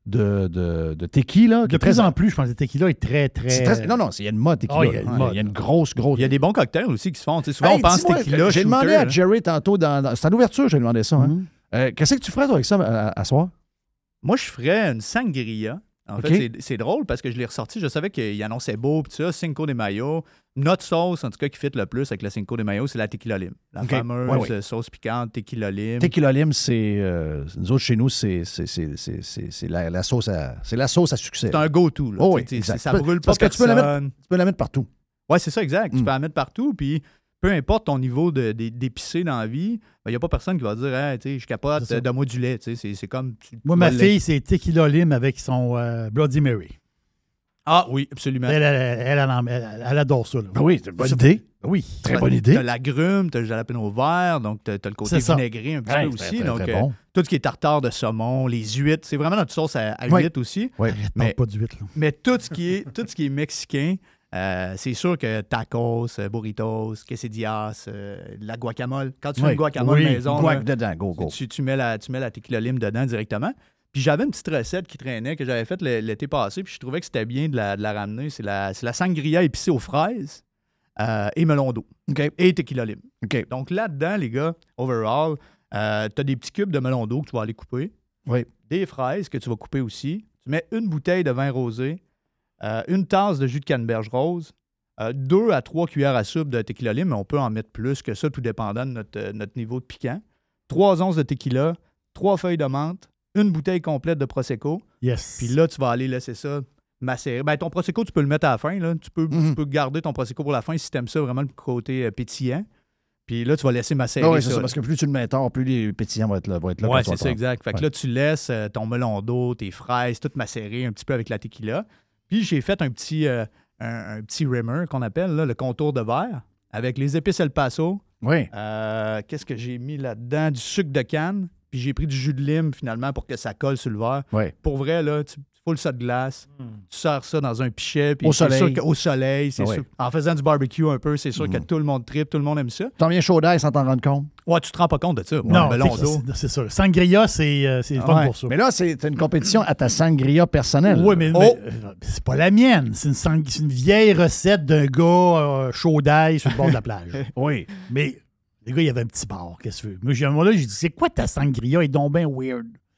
de, de, de tequila...
De plus en plus, je pense que le tequila est très, très.
C'est très- non, non, c'est- Oh, il y a une mode tequila.
Ah, il y a une
Ouais,
mode.
il y a une grosse, grosse...
Il y a des bons cocktails aussi qui se font. Tu sais, souvent,
Hey,
on pense
dis-moi,
tequila,
J'ai demandé
shooter,
à
là.
Jerry tantôt, dans, dans- c'est en ouverture, j'ai demandé ça. hein. Euh, Qu'est-ce que tu ferais toi, avec ça à, à soir?
Moi, je ferais une sangria. En
OK.
fait, c'est- c'est drôle parce que je l'ai ressorti. Je savais qu'il annonçait beau, puis ça, Cinco de Mayo. Notre sauce, en tout cas, qui fit le plus avec la Cinco de Mayo, c'est la tequila lime. La
OK.
fameuse
Ouais, ouais.
euh, sauce piquante, tequila lime.
Tequila lime, c'est... euh, nous autres, chez nous, c'est c'est- c'est- c'est- c'est- c'est la, la sauce à, c'est la sauce à succès.
C'est un go-to. là.
Oh oui,
Tu sais,
exact.
Ça brûle pas
Parce que tu peux la mettre-
personne.
tu peux la mettre partout.
Oui, c'est ça, exact.
Hmm.
Tu peux la mettre partout, puis peu importe ton niveau de- de- d'épicé dans la vie, il n'y a pas personne qui va dire hey, tu sais, je capote,
C'est ça.
donne-moi du lait. Tu sais, C'est c'est comme. tu-
Moi,
tu
ma
vas
fille, c'est tequila lime avec son euh, Bloody Mary.
Ah oui, absolument.
Elle, elle, elle, elle en- elle- elle adore ça. là.
Ben oui, c'est une bonne
Ça-
idée.
Oui.
T'as- T'as l'agrume, t'as de la au vert, donc t'as t'as le côté
C'est ça.
vinaigré un petit
Ouais,
peu
très,
aussi.
très,
donc,
très
euh,
bon.
tout ce qui est tartare de saumon, les huîtres, c'est vraiment notre sauce à, à
Ouais.
huîtres aussi.
Oui,
mais,
pas d'huîtres. là.
mais tout ce qui est, tout ce qui est mexicain, euh, c'est sûr que tacos, euh, burritos, quesadillas, euh, la guacamole. Quand tu fais
Oui.
une guacamole
Oui,
maison,
guac
là,
dedans, go, go.
Tu, tu mets la, tu mets la tequila lime dedans directement. Puis j'avais une petite recette qui traînait que j'avais faite le- l'été passé, puis je trouvais que c'était bien de la, de la ramener. C'est la, c'est la sangria épicée aux fraises euh, et melon d'eau. Et tequila lime. Donc là-dedans, les gars, overall, euh, t'as des petits cubes de melon d'eau que tu vas aller couper. Des fraises que tu vas couper aussi. Tu mets une bouteille de vin rosé, euh, une tasse de jus de canneberge rose, euh, deux à trois cuillères à soupe de tequila lime, mais on peut en mettre plus que ça, tout dépendant de notre, euh, notre niveau de piquant. Trois onces de tequila, trois feuilles de menthe, une bouteille complète de prosecco.
Yes.
Puis là, tu vas aller laisser ça macérer. Ben, ton prosecco, tu peux le mettre à la fin. Là. Tu, peux,
Mhm.
tu peux garder ton prosecco pour la fin si tu aimes ça vraiment le côté euh, pétillant. Puis là, tu vas laisser macérer.
Ah oui, c'est ça,
là.
parce que plus tu le mets tard, plus les pétillants vont être là. Vont être là
Ouais,
quand tu vas le
c'est ça,
prendre.
exact. Fait que
Ouais.
là, tu laisses euh, ton melon d'eau, tes fraises, tout macéré un petit peu avec la tequila. Puis j'ai fait un petit, euh, un, un petit rimmer qu'on appelle, là, le contour de verre, avec les épices El Paso.
Oui.
Euh, Qu'est-ce que j'ai mis là-dedans? Du sucre de canne. Puis j'ai pris du jus de lime, finalement, pour que ça colle sur le verre.
Ouais.
Pour vrai, là, tu tu foules ça de glace, tu sers ça dans un pichet. Puis
Au
c'est
soleil.
sûr que- au soleil, c'est
Ah ouais. Hmm.
sûr. En faisant du barbecue un peu, c'est sûr que tout le monde tripe, tout le monde aime ça.
T'en viens chaud d'air sans t'en rendre compte.
Ouais, tu te rends pas compte de ça.
Non,
melon
c'est-
d'eau.
c'est- c'est ça. Sangria, c'est euh, c'est le fun
Ouais.
pour ça.
Mais là, c'est une compétition à ta sangria personnelle.
Oui, mais,
Oh!
mais, euh, c'est pas la mienne. C'est une, sang- c'est une vieille recette d'un gars euh, chaud d'ail sur le bord de la plage.
[LAUGHS] oui.
Mais les gars, il y avait un petit bar. Qu'est-ce que tu veux? Moi, j'ai un moment-là, j'ai dit, c'est quoi ta sangria? Et donc ben weird.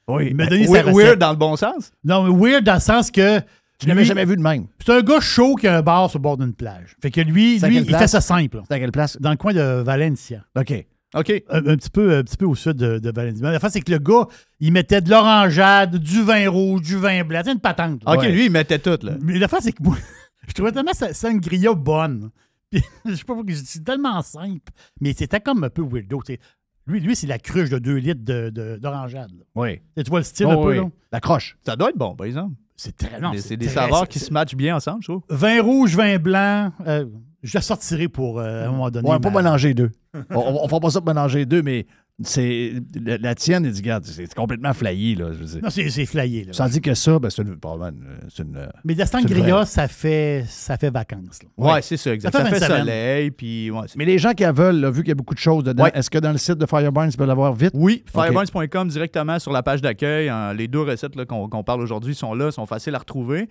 Oui. Ben,
Il m'a donné
Weird-
sa recette.
weird ben, dans le bon sens?
Non, mais weird dans le sens que.
Je l'avais jamais vu de même.
C'est un gars chaud qui a un bar sur le bord d'une plage. Fait que lui,
C'est à
lui
quelle
il
place?
fait ça simple.
C'est à quelle place?
Dans le coin de Valencia.
OK.
OK.
Un, un petit peu, un petit peu au sud de, de Valencia. Mais La fin, c'est que le gars, il mettait de l'orangeade, du vin rouge, du vin blanc. C'est une patente. là.
OK, lui, il mettait tout, là.
Mais la fin, c'est que moi, [LAUGHS] je trouvais tellement ça, ça une grilla bonne. [LAUGHS] Puis, je sais pas pourquoi, c'est tellement simple. Mais c'était comme un peu weirdo. tu sais. Lui, lui c'est la cruche de 2 litres de- de- d'orangeade. là.
Oui.
Tu vois le style un peu, là?
La croche.
Ça doit être bon, par exemple.
C'est très non,
Des-
c'est
C'est des
très-
saveurs
c'est-
qui se matchent bien ensemble, je trouve.
Vin rouge, vin blanc. euh, je la sortirai pour euh, à un moment donné.
On va pas
ma-
mélanger deux. on, on, on fera pas ça pour mélanger deux, mais c'est la, la tienne, elle dit, regarde, c'est complètement flayé, là. Je veux dire.
Non, c'est c'est flyé. Là.
Tandis que ça, ben, c'est une, probablement une- c'est une. euh,
Mais la sangria, ça fait, ça fait vacances. là.
Ouais, c'est ça, exact.
Ça
Ça
fait
fait,
une semaine.
soleil, puis... ouais, c'est-
Mais les gens qui la veulent, là, vu qu'il y a beaucoup de choses dedans,
Ouais.
est-ce que dans le site de Fireburns, ils peuvent l'avoir vite?
Oui, fireburns.com directement sur la page d'accueil. hein, les deux recettes là, qu'on qu'on parle aujourd'hui sont là, sont faciles à retrouver.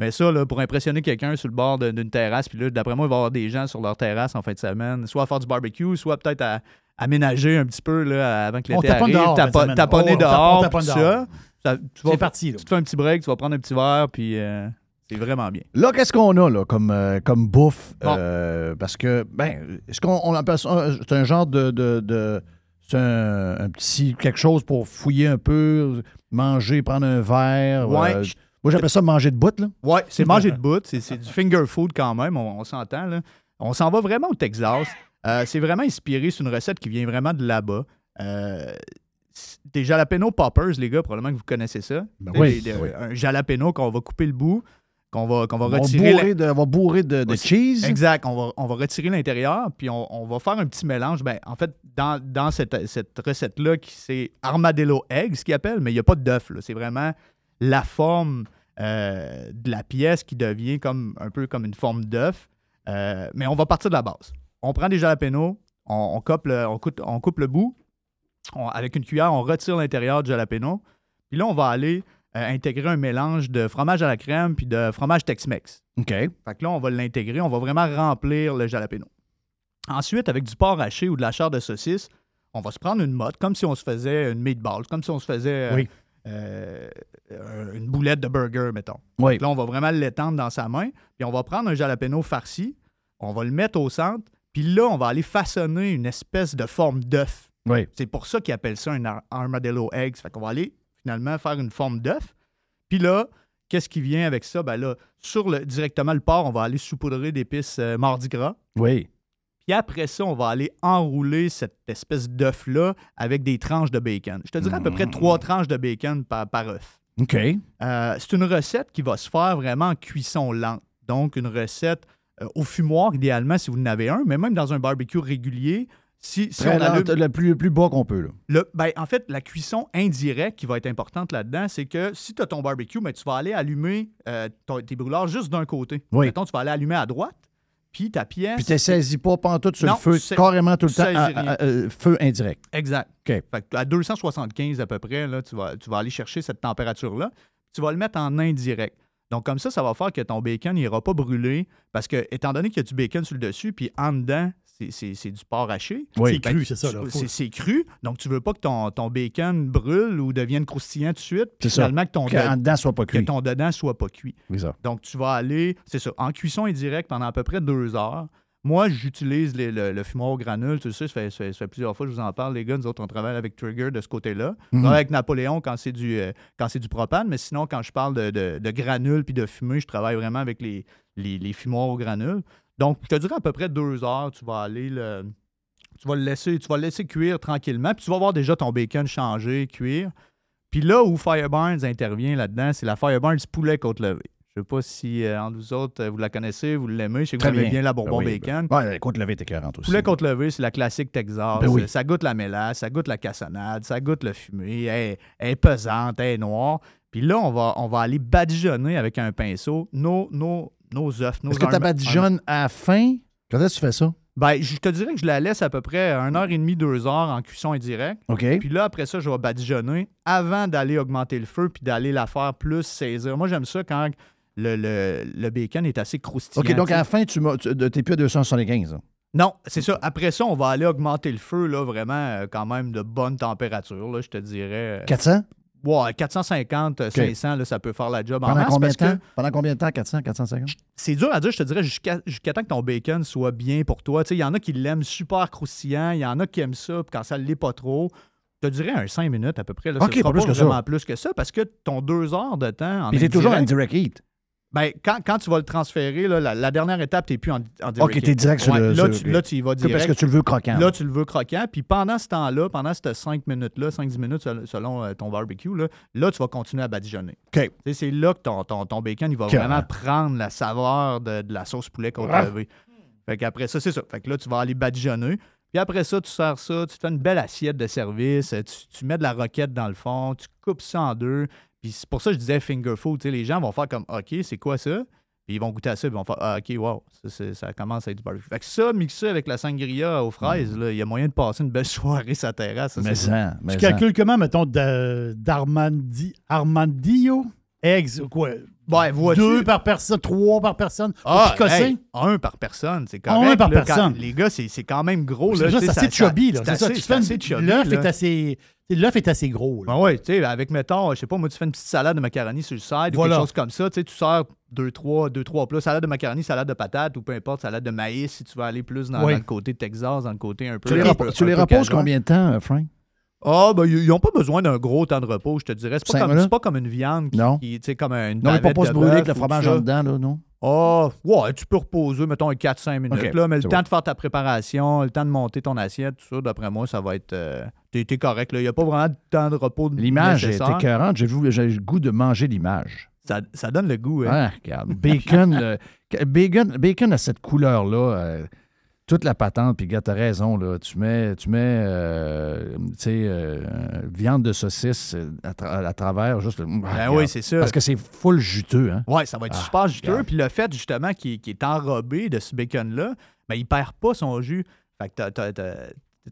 Mais ça, là, pour impressionner quelqu'un sur le bord de- d'une terrasse, puis là, d'après moi, il va y avoir des gens sur leur terrasse en fin de semaine, soit à faire du barbecue, soit peut-être à aménager un petit peu là, avant que
On
l'été
taponne
arrive,
dehors, en fin de
tapo-
semaine.
taponner
Oh, on tape- on
dehors,
taponne
puis tout
dehors.
ça. Ça- tu vas-
C'est parti, là.
Tu te fais un petit break, tu vas prendre un petit verre, puis euh, c'est vraiment bien.
Là, qu'est-ce qu'on a là, comme, euh, comme bouffe? euh, parce que, ben, est-ce qu'on on appelle ça un- c'est un genre de. de- de- c'est un, un petit quelque chose pour fouiller un peu, manger, prendre un verre.
Ouais.
euh, moi, j'appelle ça manger de bout, là.
Ouais, c'est
[LAUGHS]
manger de bout, c'est c'est du finger food quand même, on, on s'entend. là. On s'en va vraiment au Texas. Euh, c'est vraiment inspiré, c'est une recette qui vient vraiment de là-bas. Euh, c'est des jalapeno poppers, les gars, probablement que vous connaissez ça. Tu sais,
Ben oui,
des- des-
oui.
Un jalapeno qu'on va couper le bout, qu'on va, qu'on va
On va
retirer. la-
bourrer de, on va bourrer de, de cheese.
Exact. On va, on va retirer l'intérieur, puis on, on va faire un petit mélange. Ben, en fait, dans, dans cette, cette recette-là, qui c'est Armadillo Egg, ce qu'ils appellent, mais il n'y a pas d'œuf. là. C'est vraiment la forme euh, de la pièce qui devient comme un peu comme une forme d'œuf. Euh, mais on va partir de la base. On prend des jalapenos, on, on, coupe, le, on, coupe, on coupe le bout, on- avec une cuillère, on retire l'intérieur du jalapeno. Puis là, on va aller euh, intégrer un mélange de fromage à la crème puis de fromage Tex-Mex.
OK.
Fait que là, on va l'intégrer, on va vraiment remplir le jalapeno. Ensuite, avec du porc haché ou de la chair de saucisse, on va se prendre une motte, comme si on se faisait une meatball, comme si on se faisait euh,
Oui.
euh, euh, une boulette de burger, mettons.
Oui.
Fait que Là, on va vraiment l'étendre dans sa main, puis on va prendre un jalapeno farci, on va le mettre au centre, puis là, on va aller façonner une espèce de forme d'œuf.
Oui.
C'est pour ça qu'ils appellent ça un ar- armadillo eggs. Fait qu'on va aller finalement faire une forme d'œuf. Puis là, qu'est-ce qui vient avec ça? Ben là, sur le, directement le porc, on va aller saupoudrer d'épices euh, mardi gras.
Oui.
Puis après ça, on va aller enrouler cette espèce d'œuf-là avec des tranches de bacon. Je te dirais à peu près trois tranches de bacon par, par œuf.
Mm. OK.
Euh, c'est une recette qui va se faire vraiment en cuisson lente. Donc, une recette euh, au fumoir, idéalement, si vous en avez un, mais même dans un barbecue régulier, si, si
Très
on allume-
lente, le plus, plus bas qu'on peut, là.
le- ben, en fait, la cuisson indirecte qui va être importante là-dedans, c'est que si tu as ton barbecue, mais tu vas aller allumer euh, ton- tes brûleurs juste d'un côté.
Oui.
Mettons, tu vas aller allumer à droite, puis ta pièce.
Puis tu saisis pas pantoute sur
Non,
le feu,
tu sais-
carrément tout le
tu
temps,
saisis
à-
rien.
à- euh, feu indirect.
Exact.
OK.
Fait que à 275 à peu près, là, tu, vas, tu vas aller chercher cette température-là. Tu vas le mettre en indirect. Donc, comme ça, ça va faire que ton bacon n'ira pas brûler parce que, étant donné qu'il y a du bacon sur le dessus, puis en dedans, c'est- c'est c'est du porc haché.
Oui. C'est
ben,
cru, c'est ça,
tu-
là. Faut-
C'est c'est cru. Donc, tu veux pas que ton, ton bacon brûle ou devienne croustillant tout de suite.
C'est
Puis
ça.
finalement, que ton,
Qu'en
de-
dedans soit pas
que
cuit.
ton dedans soit pas cuit.
Oui, ça.
Donc, tu vas aller, c'est ça, en cuisson indirecte pendant à peu près deux heures. Moi, j'utilise les- le, le fumoir au granule, tu le sais, ça fait, ça fait- ça fait plusieurs fois que je vous en parle, les gars. Nous autres, on travaille avec Trigger de ce côté-là. On
Mhm.
travaille avec Napoléon quand c'est du, euh, quand c'est du propane, mais sinon, quand je parle de, de, de granule puis de fumée, je travaille vraiment avec les, les, les fumoirs au granule. Donc, je te dirais à peu près deux heures, tu vas aller le. Tu vas le laisser, tu vas le laisser cuire tranquillement, puis tu vas voir déjà ton bacon changer, cuire. Puis là où Fireburns intervient là-dedans, c'est la Fireburns poulet côte levée. Je sais pas si euh, entre vous autres, euh, vous la connaissez, vous l'aimez. Je sais que
Très
vous aimez bien la bourbon
Ah oui,
bacon.
ben, ouais, côte levée est écœurante aussi.
Poulet côte levée, c'est la classique Texas.
Ben oui.
Ça goûte la mélasse, ça goûte la cassonade, ça goûte le fumé. Elle, est- elle est pesante, elle est noire. Puis là, on va, on va aller badigeonner avec un pinceau nos, nos, nos œufs. nos
Est-ce que
arma-
tu badigeonne à la fin? Quand est-ce que tu fais ça?
ben, je te dirais que je la laisse à peu près 1h30, 2 heures en cuisson indirecte.
OK.
Puis là, après ça, je vais badigeonner avant d'aller augmenter le feu puis d'aller la faire plus saisir. Moi, j'aime ça quand le, le- le bacon est assez croustillant.
OK, donc
tu sais.
à la fin, tu m'as- tu- de- t'es plus à 275. là.
Non, c'est ça. Après ça, on va aller augmenter le feu, là, vraiment, euh, quand même, de bonne température, là, je te dirais. euh,
400?
Ouais, 450, 500, là, ça peut faire la job en
Pendant
masse
combien,
parce
de temps?
que
Pendant combien de temps? 400, 450?
c'est dur à dire, je te dirais, jusqu'à jusqu'à temps que ton bacon soit bien pour toi. Tu sais, Il y en a qui l'aiment super croustillant, il y en a qui aiment ça, puis quand ça ne l'est pas trop, je te dirais un 5 minutes à peu près. Là,
Ok,
ça sera
pas plus que ça.
vraiment plus que ça, parce que ton 2 heures de temps en
Puis t'es toujours en
indirect,
direct heat.
ben, quand, quand tu vas le transférer, là, la, la dernière étape, tu n'es plus en, en direct.
OK, t'es direct sur
Ouais,
le...
Là,
sur-
tu, là, tu y vas
Que-
direct.
Parce que tu le veux croquant.
Là, tu le veux croquant. Puis pendant ce temps-là, pendant ces 5 minutes-là, 5-10 minutes sel- selon euh, ton barbecue, là, là, tu vas continuer à badigeonner.
OK.
Tu sais, C'est là que ton, ton, ton bacon, il va
Que-
vraiment prendre la saveur de, de la sauce poulet qu'on
Ah.
a levée. Fait qu'après ça, c'est ça. Fait que là, tu vas aller badigeonner. Puis après ça, tu sers ça, tu te fais une belle assiette de service, euh, tu, tu mets de la roquette dans le fond, tu coupes ça en deux. Puis c'est pour ça que je disais finger food. tu sais, Les gens vont faire comme OK, c'est quoi ça? Puis ils vont goûter à ça, puis ils vont faire Ah, OK, wow, ça, c'est- ça commence à être du barbecue. Fait que ça, mixé avec la sangria aux fraises, là, il y a moyen de passer une belle [LAUGHS] soirée sur la terrasse. ça,
Mm. Mais
c'est-
ça, mais
Tu
Tu calcules comment, mettons, d'A- d'Armandi, Armandillo Eggs, quoi,
Ouais, vois-tu?
Deux par personne, trois par personne.
Ah,
Au Oh, Picossé.
hey, un par personne, c'est
Ah,
correct.
un par
là, quand-
personne.
les gars, c'est c'est quand même gros.
C'est
Oh, là,
déjà,
tu sais,
c'est assez
ça-
chubby, là.
c'est
C'est ça,
assez-
tu
c'est
fais
assez
une-
chubby,
L'œuf
là.
est assez. L'œuf est assez gros.
Ben ouais, tu sais, avec, mettons, je sais pas, moi, tu fais une petite salade de macaroni sur le side ou
Voilà.
quelque chose comme ça. Tu sais, tu sers deux, trois, deux, trois plats. Salade de macaroni, salade de patate ou peu importe, salade de maïs si tu veux aller plus dans,
Oui.
dans le côté de Texas, dans le côté un peu.
Tu les,
un
repo-
peu-
tu
un
les
peu
reposes
cajun.
combien de temps, euh, Frank?
Ah, ben, ils n'ont pas besoin d'un gros temps de repos, je te dirais. C'est
Cinq
pas, comme-
minutes?
c'est pas comme une viande qui,
Non.
qui, tu sais, comme une
Non, mais pas
bavette
pas
de
se brûler avec
bœuf
le
ou
fromage
tout ça.
en dedans, là, non?
Ah, ouais, tu peux reposer, mettons, 4-5 minutes,
Ok,
là, mais le
c'est
temps
bon.
de faire ta préparation, le temps de monter ton assiette, tout ça, d'après moi, ça va être. euh, t'es t'es correct, là. Il n'y a pas vraiment de temps de repos
L'image est
nécessaire.
écœurante. J'ai le j'ai le goût de manger l'image.
Ça, ça donne le goût, hein.
Ah, regarde. Bacon, le- que- bacon, bacon a cette couleur-là. euh, toute la patente, puis gars, t'as raison, là. Tu mets, tu mets euh, tu sais, euh, viande de saucisse euh, à, tra- à travers, juste...
Ben
le- Ah, regarde.
oui, c'est sûr.
Parce que c'est full juteux, hein?
Ouais, ça va être
Ah,
super juteux.
regarde.
Puis le fait, justement, qu'il qu'il est enrobé de ce bacon-là, ben, il perd pas son jus. Fait que ta- ta- ta-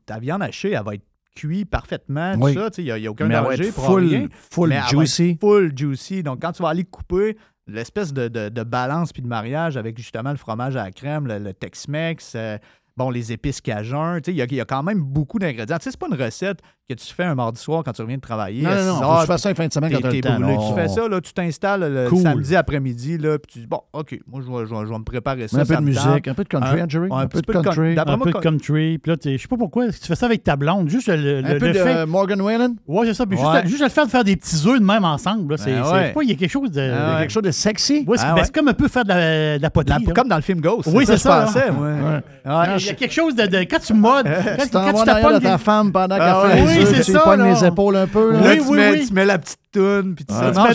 ta viande hachée, elle va être cuite parfaitement,
Oui.
tout ça. Il n'y a, y a aucun
Mais elle va être
danger pour
full-
rien.
full
mais elle va être
juicy.
Full juicy. Donc, quand tu vas aller couper l'espèce de, de- de balance puis de mariage avec, justement, le fromage à la crème, le, le Tex-Mex... euh, Bon, les épices cajun, tu sais, il y, a- il y a quand même beaucoup d'ingrédients. Tu sais, c'est pas une recette que tu fais un mardi soir quand tu reviens de travailler.
Non,
à
non,
six
ah,
non, faut
heures,
que tu fasses ça une fin de semaine
t'es-
quand t'as le
t'es
temps,
brûlé.
non.
Tu fais ça, là, tu t'installes le
Cool.
samedi après-midi, là, puis tu dis, bon, OK, moi, je vais, je vais- je vais me préparer ça.
Un peu
ça
de
me
musique,
tente.
un peu de country, hein, Jerry?
ouais,
Un
Un
peu
petit
de
peu de
country.
country.
Un
D'après moi,
peu de
co-
country. Puis là, t'es- je sais pas pourquoi. Tu fais ça avec ta blonde. Juste le, le,
Un peu
le
de
fait.
euh, Morgan Whalen?
Ouais, c'est ça. Puis
Ouais.
juste, juste le faire de faire des petits œufs de même ensemble. là, C'est,
Ben
c'est-
ouais.
je sais pas, il y a quelque chose de.
Ah ouais. Quelque chose de sexy.
Ouais, c'est,
Ah
ben,
ouais.
c'est comme un peu faire de la, de la poterie. là.
Comme dans le film Ghost.
Oui, c'est ça.
je pensais,
là.
moi.
hein. Ouais.
Ouais.
Il y a quelque chose de. de- quand tu modes. quand,
Euh, Tu t'en
quand
vas
tu
en arrière de
t'apportes.
ta femme pendant qu'elle
Ah
fait
ouais.
les
Oui,
œufs,
c'est
tu lui
ça,
pognes
là.
les épaules un peu. là.
Là,
Tu
tu, mets, tu mets la petite toune, puis tu
Ouais.
Ah.
sais, non,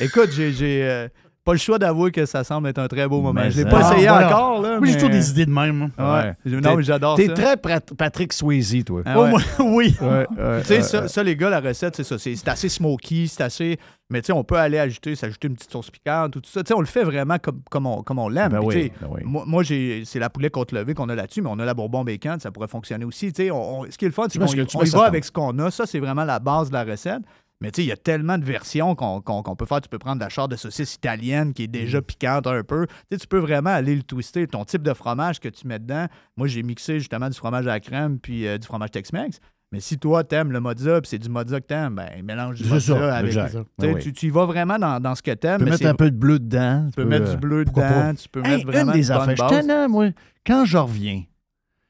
j'ai- [LAUGHS] écoute, j'ai- j'ai euh, pas le choix d'avouer que ça semble être un très beau moment.
Mais
Je l'ai
ça-
pas essayé
Ah, voilà.
encore, là.
Moi, j'ai
mais-
toujours des idées de même. hein.
Ouais. Non, mais j'adore
T'es
ça.
très Pat- Patrick Swayze, toi.
Ah ouais.
Oh,
[LAUGHS]
moi, oui.
Tu sais, ça, ça, les gars, la recette, c'est ça. C'est c'est assez smoky, c'est assez. Mais tu sais, on peut aller ajouter, s'ajouter une petite sauce piquante, tout ça. Tu sais, on le fait vraiment comme, comme on, comme on l'aime.
Ben
Puis,
oui,
tu sais,
ben oui.
Moi, moi, j'ai- c'est la poulet contre levée qu'on a là-dessus, mais on a la bourbon bacon, ça pourrait fonctionner aussi. Tu sais, on- on- ce qui est le fun, c'est qu'on
penses que
y-
tu
on
vas
y va
s'attendre.
avec ce qu'on a. Ça, c'est vraiment la base de la recette. Mais tu sais, il y a tellement de versions qu'on qu'on- qu'on peut faire. Tu peux prendre de la charte de saucisse italienne qui est déjà
Mm.
piquante un peu. Tu sais, tu peux vraiment aller le twister. Ton type de fromage que tu mets dedans. Moi, j'ai mixé justement du fromage à la crème puis euh, du fromage Tex-Mex. Mais si toi, t'aimes le mozza, puis c'est du mozza que t'aimes, ben mélange du
C'est
mozza
ça,
avec...
exact.
Tu sais,
Ben oui.
tu, tu y vas vraiment dans, dans ce que t'aimes.
Tu peux
mais
mettre
c'est-
un peu de bleu dedans. euh,
Tu peux mettre du bleu dedans, tu peux mettre vraiment
Une des
une bonne
affaires, je
base.
suis tannant, moi. Quand je reviens,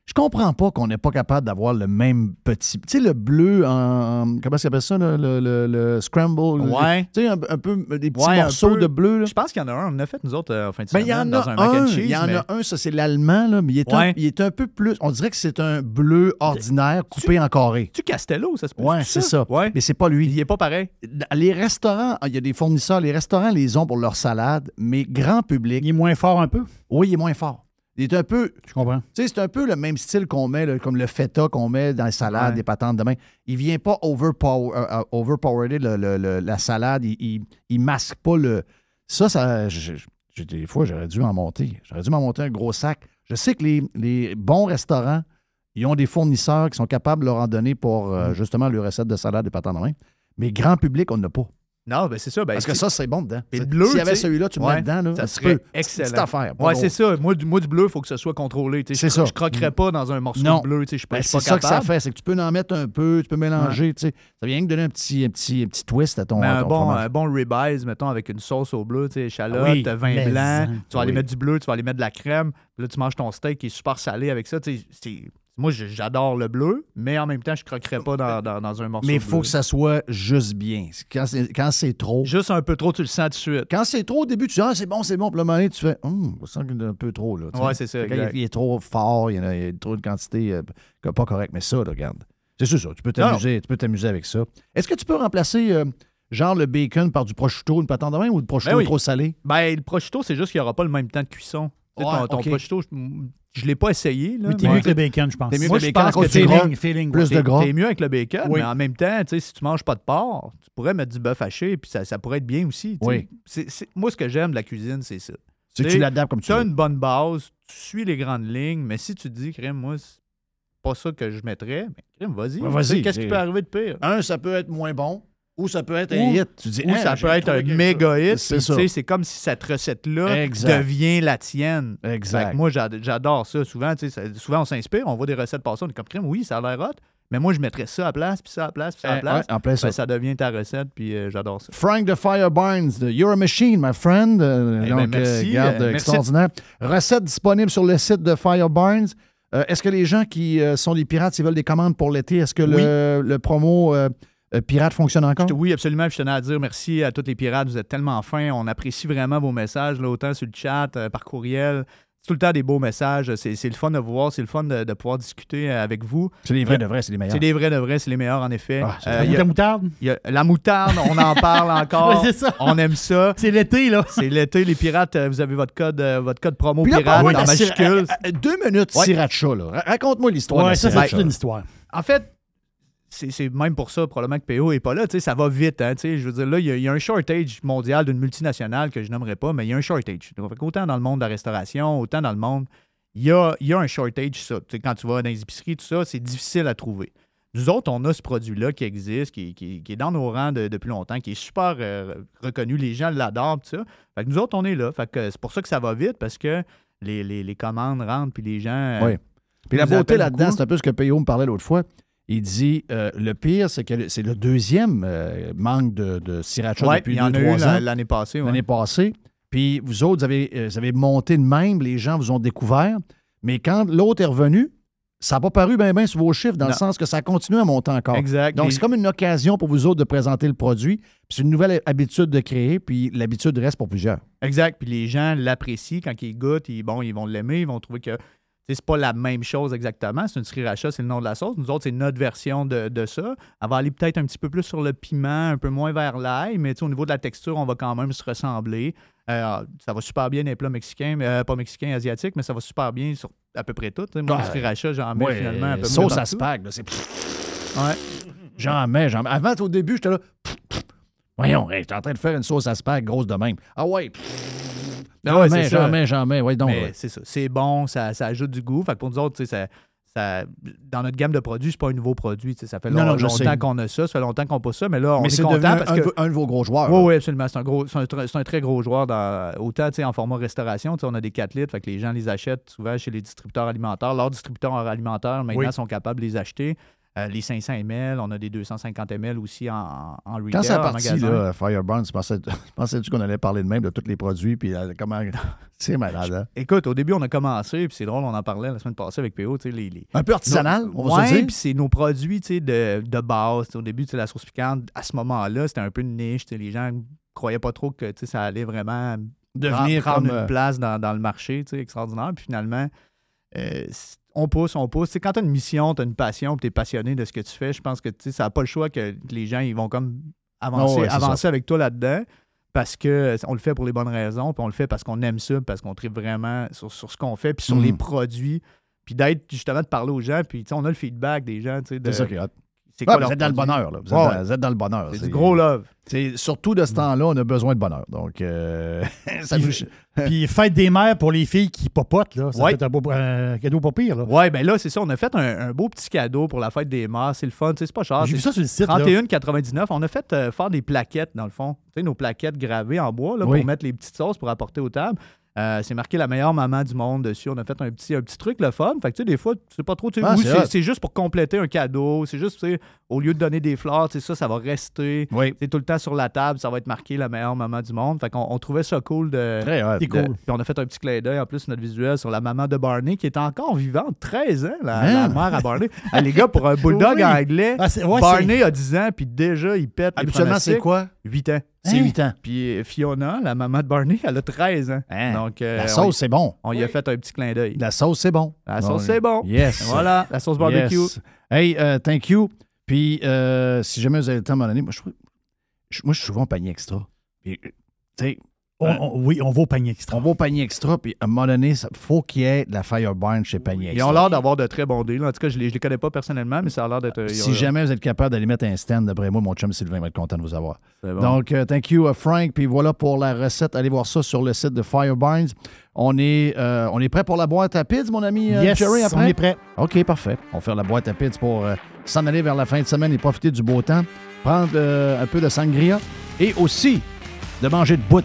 je comprends pas qu'on n'est pas capable d'avoir le même petit... Tu sais, le bleu en... Comment ça s'appelle ça, là, le, le- le scramble?
Ouais.
Tu sais, un, un peu des petits
Ouais, un
morceaux
peu.
de bleu, là.
Je pense qu'il y en a un. On en a fait, nous autres, euh, en fin de
Ben,
semaine,
il y en
dans
a
un mac
un,
and cheese.
il y en
mais-
a un, ça c'est l'allemand, là, mais il est, un,
Ouais.
il est un peu plus. On dirait que c'est un bleu ordinaire coupé en carré.
Tu Castello, ça se peut
Ouais, c'est ça. Mais c'est pas lui.
Il est pas pareil.
Les restaurants, il y a des fournisseurs, les restaurants les ont pour leur salade, mais grand public.
Il est moins fort un peu.
Oui, il est moins fort. Il est un peu.
Je comprends.
Tu sais, c'est un peu le même style qu'on met, là, comme le feta qu'on met dans les salades,
Ouais.
les patentes de main. Il vient pas overpower, euh, euh, overpowerer le- le- le- la salade. Il, il, il masque pas le. Ça, ça. je- je- je- des fois, j'aurais dû en monter. J'aurais dû m'en monter un gros sac. Je sais que les, les bons restaurants, ils ont des fournisseurs qui sont capables de leur en donner pour
Mm.
euh, justement leur recette de salade et patentes de main. Mais grand public, on n'a pas.
Non, ben c'est ça. Ben,
Parce que
c'est-
ça, c'est bon dedans.
Puis le bleu,
S'il y avait
tu sais,
celui-là, tu le mets
ouais,
dedans. Là,
ça
tu
serait
peux-
excellent.
Petite affaire. pas
Ouais,
drôle.
c'est ça. Moi, du, moi, du bleu, il faut que ce soit contrôlé. tu sais.
C'est
je,
ça. Mm.
Je croquerais pas dans un morceau
Non.
de bleu. tu sais, Je,
Ben,
je suis
c'est
pas
ça que ça
capable.
fait, c'est que tu peux en mettre un peu, tu peux mélanger, tu sais. Ça vient que donner un petit, un petit, un petit twist à ton,
Mais
à
un
ton
bon,
fromage. Ah
un bon ribeyes, mettons, avec une sauce au bleu, tu sais, échalote,
Oui,
vin
mais
blanc.
en-
Tu vas aller
oui.
mettre du bleu, tu vas aller mettre de la crème. Puis là, tu manges ton steak qui est super salé avec ça. tu sais, c'est- Moi, je- j'adore le bleu, mais en même temps, je croquerais pas dans, dans- dans un morceau
Mais
de
il faut
bleu.
que ça soit juste bien. C'est- Quand c'est, quand c'est trop.
Juste un peu trop, tu le sens tout de suite.
Quand c'est trop au début, tu dis Ah, c'est bon, c'est bon. Puis le moment donné, tu fais Hum, ça sent qu'il y en a un peu trop. Là, tu sais.
Ouais, c'est ça,
Quand il,
exact.
est- il est trop fort, il y en a, il y a trop de quantité euh, que pas correcte. Mais ça, là, regarde. C'est sûr, ça. Tu peux
Non.
t'amuser, tu peux t'amuser avec ça. Est-ce que tu peux remplacer euh, genre le bacon par du prosciutto, une patente de main ou du prosciutto
Ben oui.
trop salé?
Ben, le prosciutto, c'est juste qu'il n'y aura pas le même temps de cuisson. Tu sais,
Ouais,
ton ton
ok.
prosciutto, je je l'ai pas essayé. Là,
Mais t'es
mais-
mieux que le bacon, je pense.
T'es mieux
Moi,
que
je
le bacon à
pense
cause
que
du
c'est
gras,
feeling, feeling,
plus
T'es-
de gras.
T'es mieux avec le bacon,
Oui.
mais en même temps, tu sais, si tu manges pas de porc, tu pourrais mettre du bœuf haché, puis ça, ça pourrait être bien aussi. tu sais.
Oui.
C'est- c'est- moi, ce que j'aime de la cuisine, c'est ça.
C'est que tu l'adaptes comme tu
as
veux.
une bonne base, tu suis les grandes lignes, mais si tu te dis, crème, moi, c'est pas ça que je mettrais, mais crème, Ah, vas-y.
Ouais, Ben, vas-y,
Qu'est-ce qui
c'est-
peut arriver de pire?
Un, ça peut être moins bon.
Ou ça peut être
un hit. Tu dis,
ou
Hey,
ça
j'ai
peut être un
trouvé quelque
méga
chose.
hit.
C'est
puis,
ça.
tu sais, C'est comme si cette recette-là
Exact.
devient la tienne.
Exact.
Fait que moi, j'ad- j'adore ça. Souvent, tu sais, ça- souvent, on s'inspire, on voit des recettes passer, on est comme crème, oui, ça a l'air hot, mais moi, je mettrais ça à place, puis ça à place, puis ça à
Eh,
place.
ouais, en plein
Fait
ça.
que ça devient ta recette, puis euh, j'adore ça.
Frank the Fire Burns de You're a Machine, my friend. Euh,
Eh ben,
donc,
merci,
euh, garde
euh, merci.
extraordinaire. Recette disponible sur le site de Fire Burns. Euh, est-ce que les gens qui euh, sont des pirates, s'ils veulent des commandes pour l'été, est-ce que le, le promo euh, euh, pirate fonctionne encore?
Je te- Oui, absolument. Puis Je tenais à dire merci à tous les pirates. Vous êtes tellement fins. On apprécie vraiment vos messages, là, autant sur le chat, euh, par courriel. C'est tout le temps des beaux messages. C'est c'est le fun de vous voir. C'est le fun de, de pouvoir discuter euh, avec vous.
C'est les vrais de vrais, c'est les meilleurs. Ah,
C'est les vrais de vrais, c'est les meilleurs, en effet.
c'est
Euh,
vrai.
il y a-
La [LAUGHS]
moutarde?
il y a- La moutarde, on en parle encore.
Ouais, c'est ça.
On aime ça.
C'est l'été, là.
C'est l'été, les pirates. euh, Vous avez votre code, euh, votre code promo
Puis là,
pirate
parle-moi de
en
la
majuscule.
sira- à- à- deux minutes
Ouais.
sriracha, là. Ra- Raconte-moi l'histoire. de la sriracha.
En fait, c'est c'est même pour ça, probablement, que PO n'est pas là. Tu sais, ça va vite. Hein, tu sais. je veux dire, là, il y, a- il y a un shortage mondial d'une multinationale que je nommerai pas, mais il y a un shortage. Donc, autant dans le monde de la restauration, autant dans le monde, il y a, il y a un shortage, ça. Tu sais, quand tu vas dans les épiceries, tout ça, c'est difficile à trouver. Nous autres, on a ce produit-là qui existe, qui, qui- qui est dans nos rangs de- depuis longtemps, qui est super euh, reconnu. Les gens l'adorent, tout ça. Fait que nous autres, on est là. Fait que c'est pour ça que ça va vite, parce que les, les- les commandes rentrent, puis les gens. euh,
Oui. Puis la
nous
beauté
appellent
là-dedans,
beaucoup.
c'est un peu ce que Payo me parlait l'autre fois. Il dit euh, le pire, c'est que le- c'est le deuxième euh, manque de, de sriracha
Ouais,
depuis
il y en
deux,
a eu
trois
la-
ans.
l'année passée, ouais.
L'année passée. Puis vous autres, vous avez, euh, vous avez monté de même, les gens vous ont découvert. Mais quand l'autre est revenu, ça n'a pas paru bien bien sur vos chiffres, dans le
Non.
sens que ça continue à monter encore.
Exact.
Donc,
Les-
c'est comme une occasion pour vous autres de présenter le produit. Puis c'est une nouvelle habitude de créer, puis l'habitude reste pour plusieurs.
Exact. Puis les gens l'apprécient quand ils goûtent. Ils, bon, ils vont l'aimer. Ils vont trouver que tu sais, c'est pas la même chose exactement. C'est une sriracha, c'est le nom de la sauce. Nous autres, c'est notre version de, de ça. Elle va aller peut-être un petit peu plus sur le piment, un peu moins vers l'ail, mais tu sais, au niveau de la texture, on va quand même se ressembler. Euh, ça va super bien dans les plats mexicains, mais, euh, pas mexicains, asiatiques, mais ça va super bien sur à peu près tout. tu sais. Moi,
Ah,
le sriracha, j'en mets
ouais, euh,
finalement un peu
sauce
près
à
partout.
spag, là, c'est...
Ouais.
J'en mets, j'en mets. Avant, au début, j'étais là. pff, pff. Voyons, hey, t'es en train de faire une sauce à spag grosse de même. Ah ouais. pff.
Ah
J'en
ouais,
mets,
c'est
j'en
ça.
mets, j'en mets. Ouais, donc.
Mais
ouais.
c'est ça. C'est bon, ça, ça ajoute du goût. Fait que pour nous autres, tu sais, ça, ça- dans notre gamme de produits, c'est pas un nouveau produit. tu sais. Ça fait
Non,
long-
non, je sais.
longtemps qu'on a ça, ça fait longtemps qu'on n'a pas ça, mais là, on
Mais
est
c'est
content
devenu
parce
un,
que.
de- un de vos gros joueurs.
Oui,
là.
oui, absolument. C'est un, gros, c'est un, tr- c'est un très gros joueur, dans, autant tu sais, en format restauration. tu sais, On a des 4 litres, fait que les gens les achètent souvent chez les distributeurs alimentaires. Leurs distributeurs alimentaires, maintenant,
Oui.
sont capables de les acheter. Euh, les 500 ml, on a des 250 ml aussi en, en en retail,
Quand ça a
en
parti,
magasin.
là, Fireburn, tu pensais- tu pensais-tu qu'on allait parler de même de tous les produits, puis euh, comment. [LAUGHS] C'est malade, hein?
Euh, Écoute, au début, on a commencé, puis c'est drôle, on en parlait la semaine passée avec PO, tu sais, les, les-
Un peu artisanal,
nos-
on va se le
Ouais,
dire.
puis c'est nos produits, tu sais, de, de base. Tu sais, Au début, tu sais, la sauce piquante, à ce moment-là, c'était un peu une niche, tu sais, les gens croyaient pas trop que, tu sais, ça allait vraiment
Devenir
prendre
comme,
une
euh,
place dans, dans le marché, tu sais, extraordinaire. Puis finalement, euh, c- on pousse, on pousse. Tu sais, quand tu as une mission, tu as une passion, tu es passionné de ce que tu fais, je pense que tu sais, ça n'a pas le choix que les gens ils vont comme avancer,
Ah ouais, c'est
avancer
ça.
avec toi là-dedans parce que euh, on le fait pour les bonnes raisons, puis on le fait parce qu'on aime ça, parce qu'on tripe vraiment sur, sur ce qu'on fait, puis sur
Mhm.
les produits, puis d'être justement de parler aux gens, puis tu sais, on a le feedback des gens. tu sais, de-
C'est ça qui est hot.
c'est
Ah,
quoi
vous
leur
êtes dans le
produit.
bonheur, là. Vous êtes,
Ouais,
dans,
ouais.
vous êtes dans le bonheur.
C'est du gros love.
C'est surtout de ce temps-là, on a besoin de bonheur. Donc, euh, [LAUGHS] ça nous.
Puis fête des mères pour les filles qui popotent, là. Ça
Ouais.
peut être un, beau- un cadeau pas pire, là.
Ouais, ben là, c'est ça. On a fait un, un beau petit cadeau pour la fête des morts. C'est le fun, tu sais, c'est pas cher.
J'ai vu
C'est
ça sur le site, là.
31,99. On a fait euh, faire des plaquettes, dans le fond. Tu sais, nos plaquettes gravées en bois là,
Oui.
pour mettre les petites sauces pour apporter aux tables. Euh, c'est marqué la meilleure maman du monde dessus. On a fait un petit, un petit truc, le fun. Fait que, tu sais, des fois, tu sais pas trop. tu sais,
Ah,
oui,
c'est hot.
c'est c'est juste pour compléter un cadeau. C'est juste, tu sais, au lieu de donner des fleurs, tu sais, ça, ça va rester. C'est tout le temps sur la table. Ça va être marqué la meilleure maman du monde. Fait qu'on on trouvait ça cool de.
Très hot.
de-
C'est cool.
Puis on a fait un petit clin d'œil en plus sur notre visuel sur la maman de Barney qui est encore vivante, 13 ans, la,
Man.
la mère à Barney. [LAUGHS] Ah, les gars, pour un bulldog
Hein? Oui.
en anglais,
Ah, c'est- ouais,
Barney a 10 ans, puis déjà, il pète. les
Habituellement, c'est
pronostics.
quoi?
8 ans.
C'est Hein? 8 ans. Hein?
Puis euh, Fiona, la maman de Barney, elle a 13 ans. Donc, euh,
La
on
sauce,
y-
c'est bon.
On y a fait un petit clin d'œil.
La sauce, c'est bon.
La sauce,
Donc,
c'est bon.
Yes.
Voilà, la sauce barbecue.
Yes. Hey, euh, thank you. Puis, euh, si jamais vous avez le temps à un moment donné, moi, je, je- moi, je suis souvent au panier extra. Puis, euh, tu sais.
On- on- oui, on va au panier extra.
On va au panier extra, puis à un moment donné, il faut qu'il y ait de la Fireburn chez panier
Ils
extra.
ont l'air d'avoir de très bons deals. En tout cas, je ne les, je les connais pas personnellement, mais ça a l'air d'être. euh, ils
Ah, Si
ont-
jamais vous êtes capable d'aller mettre un stand, d'après moi, mon chum Sylvain va être content de vous avoir.
C'est bon.
Donc, euh, thank you, euh, Frank. Puis voilà pour la recette. Allez voir ça sur le site de Fireburns. On est, euh, on est prêt pour la boîte à pids, mon ami euh,
Yes,
Jerry, après?
on est prêt.
OK, parfait. On va faire la boîte à pids pour euh, s'en aller vers la fin de semaine et profiter du beau temps. prendre euh, un peu de sangria et aussi de manger de bout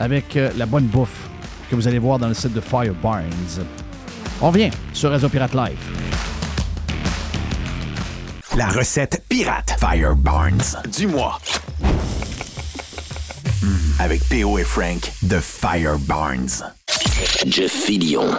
avec euh, la bonne bouffe que vous allez voir dans le site de Firebarns. On vient sur Réseau Pirate Live.
La recette pirate Fire Barnes du mois. Mm, Avec PO et Frank de Fire Barnes.
Jeff Fillion.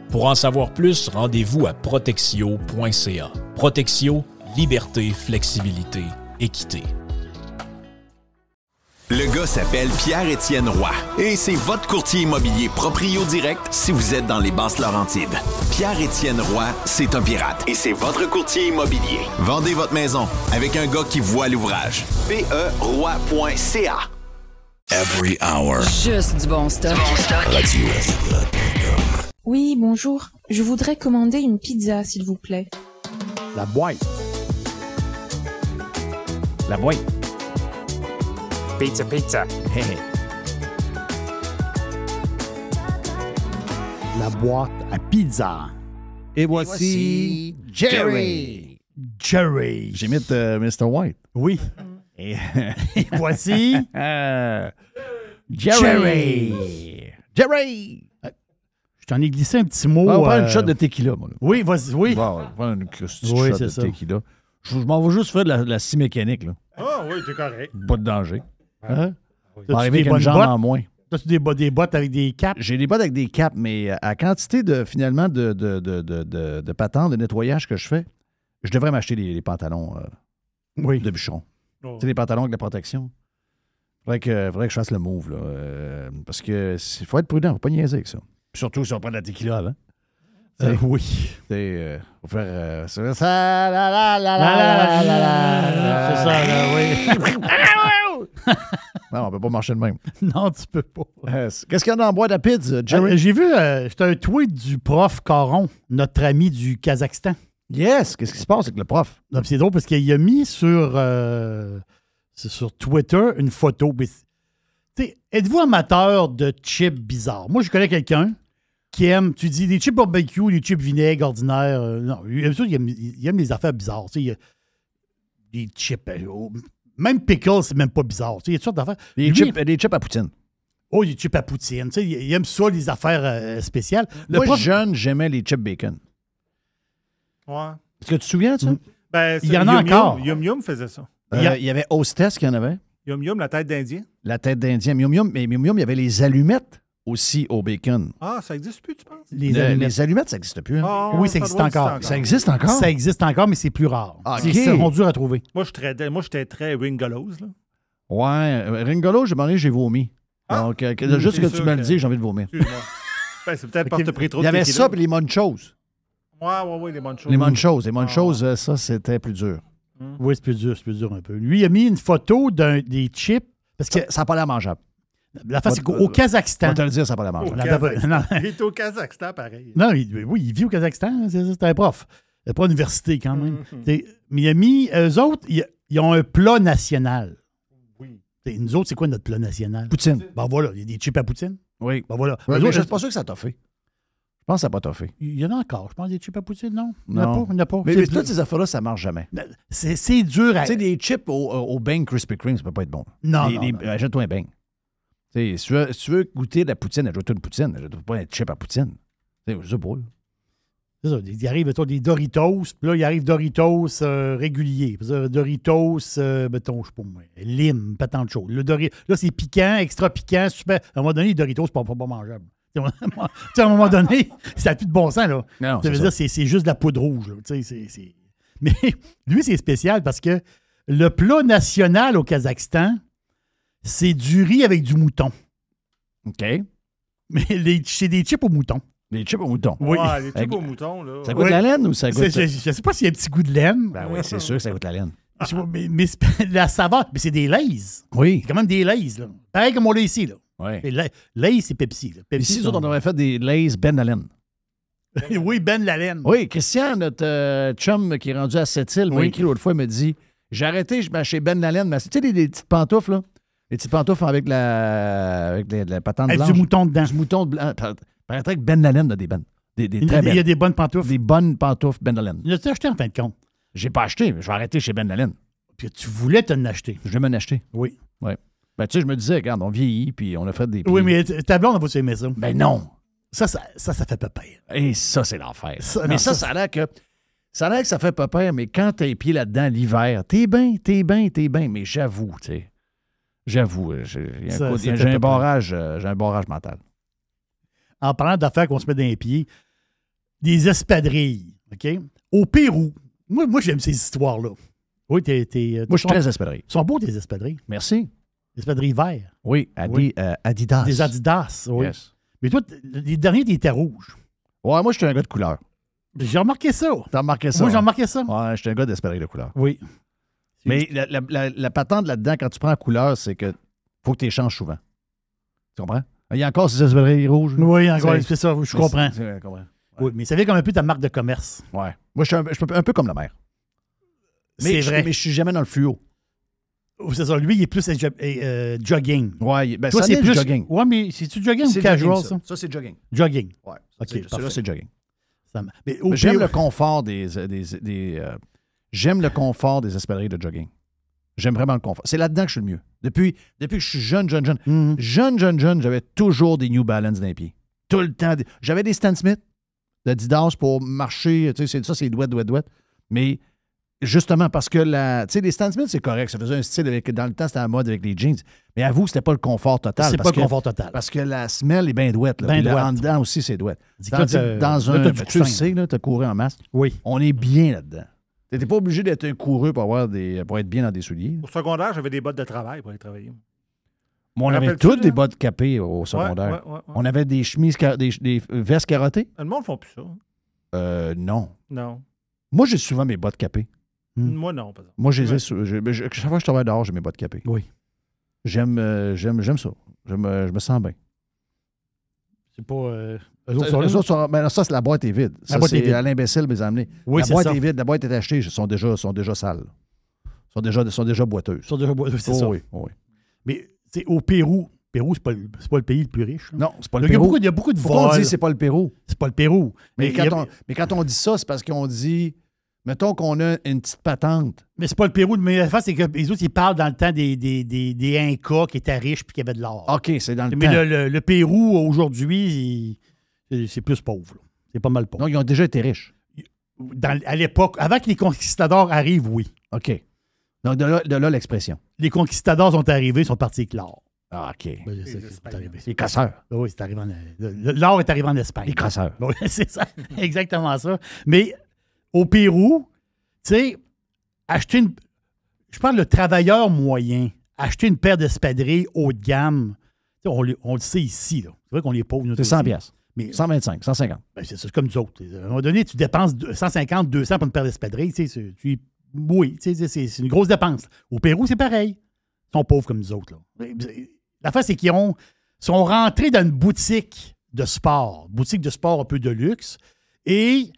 Pour en savoir plus, rendez-vous à protexio.ca. Protexio, liberté, flexibilité, équité.
Le gars s'appelle Pierre-Étienne Roy et c'est votre courtier immobilier proprio direct si vous êtes dans les basses Laurentides. Pierre-Étienne Roy, c'est un pirate et c'est votre courtier immobilier. Vendez votre maison avec un gars qui voit l'ouvrage. E PERoy.ca.
Every hour.
Juste du bon stock.
Radio.
Oui, bonjour. Je voudrais commander une pizza, s'il vous plaît.
La boîte. La boîte.
Pizza,
[LAUGHS]
pizza.
La boîte à pizza.
Et voici Jerry.
Jerry.
J'imite euh, Mr. White. Mm.
Oui. [LAUGHS]
Et, [LAUGHS]
voici
Euh, Jerry.
Jerry.
Jerry.
Je t'en ai glissé un petit mot.
Ah, on prend une
euh,
shot de tequila, moi. là.
Oui, vas-y, oui.
Bon, on prend une petite
Oui,
shot
c'est
de
ça.
tequila. Je, je m'en vais juste faire de la, de la scie mécanique, là.
Ah oui, t'es correct.
Pas de danger. Hein?
Oui.
Va
T'as-tu
arriver
des
avec une
bonnes
jambe
bottes?
en moins.
T'as-tu des, bo- des bottes avec des capes?
J'ai des bottes avec des capes, mais à quantité de finalement de, de, de, de, de, de patentes, de nettoyage que je fais, je devrais m'acheter les, les pantalons euh, de bûcheron.
Oh.
Tu sais, les pantalons avec la protection. Faudrait que, faudrait que je fasse le move, là. euh, parce que il faut être prudent, faut pas niaiser avec ça. Puis surtout si on prend de la tequila avant.
Euh,
oui. faut faire. euh, ça, ça- Ah,
C'est ça, là, [LAUGHS] oui.
[LAUGHS] non, on peut pas marcher de même.
[LAUGHS] non, tu peux pas.
[LAUGHS] Euh, Qu'est-ce qu'il y a dans la boîte à pizza, Jerry?
Euh, J'ai vu, euh, c'était un tweet du prof Caron, notre ami du Kazakhstan.
Yes, qu'est-ce qui se passe avec le prof?
Non, puis c'est drôle parce qu'il a mis sur, euh, c'est sur Twitter une photo. Puis c'est- tu sais, Êtes-vous amateur de chips bizarres? Moi, je connais quelqu'un qui aime, tu dis des chips barbecue, des chips vinaigre ordinaires. euh, non, lui, d'habitude, il aime, il aime les affaires bizarres. tu sais, il y a des chips. euh, au- même pickles, c'est même pas bizarre. tu sais, Il y a toutes sortes d'affaires.
Des,
Lui,
chips, des chips à poutine.
Oh, des chips à poutine. tu sais, Il il aime ça, les affaires euh, spéciales. Le
Moi,
prof-
jeune, j'aimais les chips bacon.
Ouais.
Est-ce que tu te souviens de
Mm.
ça?
Ben,
Il
c'est
y en a
Yum Yum.
encore.
Yum Yum faisait ça.
Euh, Il y avait Hostess qui en avait.
Yum Yum, la tête d'Indien.
La tête d'Indien, Mium Mium. Mais Mium Mium, il y avait les allumettes aussi au bacon.
Ah, ça existe plus, tu penses?
Les
Le-
allumettes.
les allumettes, ça n'existe plus. hein?
Ah,
Oui, ça
doit
existe
exister
encore.
Ça existe encore?
Ça existe encore, mais c'est plus rare.
Ah,
C'est
ok.
Ils seront durs à trouver.
Moi, je traitais- moi, j'étais très Ringolos. Là.
Ouais. euh, Ringolo, j'ai mangé, j'ai vomi.
Ah.
Donc, euh, que-
Hmm.
Mm,
juste
c'est
que tu
sûr
me le
que-
dis, j'ai envie de vomir. [LAUGHS]
Excuse-moi. ben, c'est peut-être parce que t'as pris trop
Il y
de
avait
tequila.
ça et les munchos.
Ouais, ouais, ouais, les bonnes choses.
Les munchos. Les munchos, euh, ça, c'était plus dur.
Ah.
Hmm.
Oui, c'est plus dur, c'est plus dur un peu. Lui, il a mis une photo d'un des chips. Parce que
ça n'a pas l'air mangeable.
La face, c'est qu'au au
On
Kazakhstan.
va te le dire, ça n'a pas l'air mangeable.
La- la- non,
Il est au Kazakhstan, pareil.
non, il- oui, il vit au Kazakhstan, hein, c'est ça, c'est un prof. C'est pas université quand même. C'est- Mais il a mis, eux autres, ils, ils ont un plat national. Oui. Nous autres, c'est quoi notre plat national?
Poutine.
Ben voilà, il y a des chips à poutine.
Oui.
Ben voilà.
Ouais,
Eux
mais
autres,
je suis pas sûr que ça t'a fait. Je pense que ça n'a pas t'a fait.
Il y en a encore, je pense, des chips à poutine, non? Il n'y en a
Non.
pas, il n'y en a pas.
Mais,
C'est
mais
plus-
toutes ces affaires-là, ça marche jamais.
C'est c'est dur à...
Tu sais, des chips au, au bang Krispy Kreme, ça peut pas être bon.
Non,
Des-
non,
des-
non.
Achète-toi un bang. Tu sais, si tu veux- si tu veux goûter de la poutine, achète-toi une poutine. Achète-toi pas un chip à poutine. Tu sais, je sais pas, là.
C'est ça, il arrive, mettons, des Doritos, puis là, il arrive Doritos euh, régulier. Puis ça, Doritos, euh, mettons, je sais pas moi, lime, pas tant de choses. Le Dori- là, c'est piquant, extra piquant, super. À un moment donné, les Doritos, c'est pas, pas, pas mangeable. Tu sais, [LAUGHS] à un moment donné, [LAUGHS] ça n'a plus de bon sens, là.
Non,
ça
c'est
veut
ça.
dire, c'est c'est juste de la poudre rouge, là. Tu sais, c'est- c'est- [LAUGHS] Mais lui, c'est spécial parce que le plat national au Kazakhstan, c'est du riz avec du mouton.
OK.
Mais les- c'est des chips au mouton.
Des chips au mouton.
Oui.
Ouais, les
Avec-
chips aux moutons, là.
Ça goûte la laine ou ça goûte-
C'est- Je, je sais pas s'il y a un petit goût de laine.
Ben oui, c'est sûr que ça goûte la laine.
Je sais pas, [LAUGHS] mais, mais c'est- la saveur, mais c'est des Lays.
Oui.
C'est quand même des Lays, là. Pareil comme on l'a ici, là.
Ouais.
Mais La- Lays, c'est Pepsi, là. Pepsi,
Ici, nous
c'est-
autres, on aurait fait des Lays Ben Allen.
oui, Ben Lalaine.
Oui, Christian, notre euh, chum qui est rendu à Sept-Îles, m'a
Oui.
écrit l'autre fois, il me dit J'ai arrêté je- ben, chez Ben Lalaine, mais tu sais, les, les petites pantoufles, là. Les petites pantoufles avec la, avec les- la patente
Avec du
blanche. mouton dedans. Du mouton blanc. Par- Paraîtrait que Ben Lalaine a des bonnes. Des, des
Il y a
très
des- il y a des bonnes pantoufles.
Des bonnes pantoufles Ben Lalaine.
L'as-tu acheté en fin de compte
J'ai pas acheté, mais je vais arrêter chez Ben Lalaine.
Puis tu voulais t'en acheter.
Je vais m'en acheter.
Oui.
Oui. Ben, tu sais, je me disais, regarde, on vieillit, puis on a fait des.
Oui, mais ta blonde, elle va s'aimer ça.
Ben non.
Ça, ça, ça, ça fait papaye.
Et ça, c'est l'enfer.
Ça,
mais
non,
ça,
ça,
ça a l'air que. Ça a l'air que ça fait pas peur, mais quand t'as les pieds là-dedans l'hiver, t'es bien, t'es bien, t'es bien, mais j'avoue, tu sais. J'avoue, euh, j'ai il y a un
Ça,
coup-
ça
j'ai
fait
un,
pas
barrage, euh, j'ai un barrage mental.
en parlant d'affaires qu'on se met dans les pieds, des espadrilles, OK? Au Pérou. Moi, moi j'aime ces histoires-là. Oui, t'es. t'es-
Moi, je suis
sont-
très espadrille.
Sont beaux, tes espadrilles.
Merci.
Des espadrilles verts.
Oui, Adi-
Oui.
euh, Adidas.
Des Adidas, oui.
Yes.
Mais toi, t- les derniers, t'étais rouge.
Ouais, moi, je suis un gars de couleur.
J'ai remarqué ça.
T'as remarqué ça?
Moi, j'ai
hein?
remarqué ça.
Ouais, je suis un gars d'espadrille de couleur.
Oui.
Mais la, la- la- la patente là-dedans, quand tu prends la couleur, c'est que faut que tu changes souvent. Tu comprends? Il y a encore ces espadrilles rouges.
Oui, encore,
C'est-
c'est ça, je
c'est-
comprends.
c'est- c'est- je comprends.
Oui, mais ça vient comme un peu ta marque de commerce.
Ouais. Moi, je suis un, je suis un peu comme le maire. Mais
C'est
je-
vrai.
Mais je suis jamais dans le fluo.
Oh, C'est ça, lui, il est plus euh, euh, jogging.
Ouais, ben, ça n'est le jogging.
Ouais, mais c'est-tu jogging ou
C'est
casual,
jogging,
ça?
ça. Ça, c'est jogging.
Jogging.
Ouais.
OK,
C'est- celui-là,
parfait.
c'est jogging.
Ça marche. Mais au
J'aime
pire-
le confort des. euh, des, des, euh, J'aime le confort des espadrilles de jogging. J'aime vraiment le confort. C'est là-dedans que je suis le mieux. Depuis, depuis que je suis jeune, jeune, jeune.
Mm-hmm.
Jeune, jeune, jeune, j'avais toujours des New Balance dans les pieds. Tout le temps. des- J'avais des Stan Smith d'Adidas pour marcher. Tu sais, c'est- ça, c'est douette, douette, douette. Mais justement, parce que la. Tu sais, les Stan Smith, c'est correct. Ça faisait un style avec. Dans le temps, c'était la mode avec les jeans. Mais avoue, c'était pas le confort total.
C'est
parce
pas le
que-
confort total.
Parce que la semelle est bien douette. Là.
Ben
Puis là,
douette.
en dedans aussi, c'est douette.
Dis-toi
Tandis
que,
que dans
là,
un.
t'as
ben,
du
tu le
coussin.
sais, là, t'as couru en masse.
Oui.
On est bien là-dedans. T'étais pas obligé d'être un coureux pour, avoir des, pour être bien dans des souliers.
Au secondaire, j'avais des bottes de travail pour aller travailler.
Mais on avait
Rappelles-tu,
toutes
là?
des bottes capées au secondaire.
ouais, ouais, ouais.
On avait des chemises, car- des, des vestes carottées?
Le monde ne font plus ça.
Euh, non.
Non.
Moi, j'ai souvent mes bottes capées. Hmm.
Moi, non. par exemple.
Moi, j'ai, chaque fois que je travaille dehors, j'ai mes bottes capées.
Oui.
J'aime, euh, j'aime, j'aime ça. J'aime, euh, je me sens bien.
C'est pas. euh, eux autres
Ça,
sont là.
eux autres sont- ben, ça, c'est la boîte est vide.
La
Ça,
boîte est
c'est
vide.
à l'imbécile les amener.
Oui,
la
c'est
boîte
ça.
est vide, la boîte est achetée, elles sont déjà, sont déjà sales. Elles sont déjà, sont déjà boiteuses.
Sont déjà boiteuses, c'est
Oh
ça.
Oui, oh oui.
Mais tu sais, au Pérou, Pérou, c'est pas, le- c'est pas le pays le plus riche. là.
Non, c'est pas le
Il y a
Pérou.
beaucoup- Il y a beaucoup de
Pourquoi on
vols.
dit c'est pas le Pérou?
C'est pas le Pérou.
Mais,
Mais il y
quand,
a-
on, mais quand on dit ça, c'est parce qu'on dit, mettons qu'on a une petite patente.
Mais c'est pas le Pérou. Mais la face, c'est que les autres, ils parlent dans le temps des, des, des, des Incas qui étaient riches puis qui avaient de l'or.
OK, c'est dans le
Mais
temps.
le, le- le Pérou, aujourd'hui, il- c'est plus pauvre. là. C'est pas mal pauvre.
Donc, ils ont déjà été riches.
Dans- à l'époque, avant que les conquistadors arrivent, oui.
OK. Donc, de là, de là l'expression.
Les conquistadors sont arrivés, ils sont partis avec l'or.
Ah, OK.
Ben, c'est- c'est- c'est arrivé.
Les casseurs.
Ben oui, c'est arrivé en- le- L'or est arrivé en Espagne.
Les casseurs.
Ben oui, [LAUGHS] c'est ça, exactement ça. Mais au Pérou, tu sais, acheter une. Je parle le travailleur moyen, acheter une paire d'espadrilles haut de gamme, tu sais, on, le- on le sait ici, là. C'est vrai qu'on est pauvres, nous
C'est
aussi.
100 piastres.
Mais-
125, 150.
Ben, c'est ça, c'est comme nous autres. À un moment donné, tu dépenses deux- 150, 200 pour une paire d'espadrilles, tu sais, c'est- tu- oui, tu sais, c'est- c'est c'est une grosse dépense. Au Pérou, c'est pareil. Ils sont pauvres comme nous autres, là. L'affaire, c'est qu'ils ont- sont rentrés dans une boutique de sport, boutique de sport un peu de luxe, et ils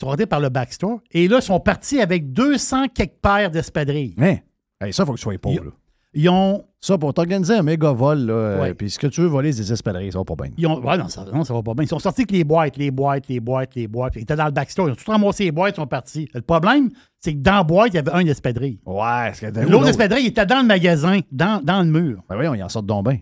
sont rentrés par le backstore, et là, ils sont partis avec 200 quelques paires d'espadrilles.
Mais, Hein? hey, ça, il faut que tu sois pauvre. là.
Ils ont...
Ça, pour t'organiser un méga vol, là, euh,
Ouais.
puis ce que tu veux voler, c'est des espadrilles, ça va pas bien.
Ils ont- ouais, non, ça, non, ça va pas bien. Ils sont sortis avec les boîtes, les boîtes, les boîtes, les boîtes. Ils étaient dans le backstore. Ils ont tout ramassé les boîtes, ils sont partis. Le problème, c'est que dans la boîte, il y avait un espadrille.
Ouais, est-ce que t'as-
L'autre espadrille, il était dans le magasin, dans, dans le mur.
Ben voyons, ils en sortent donc bien.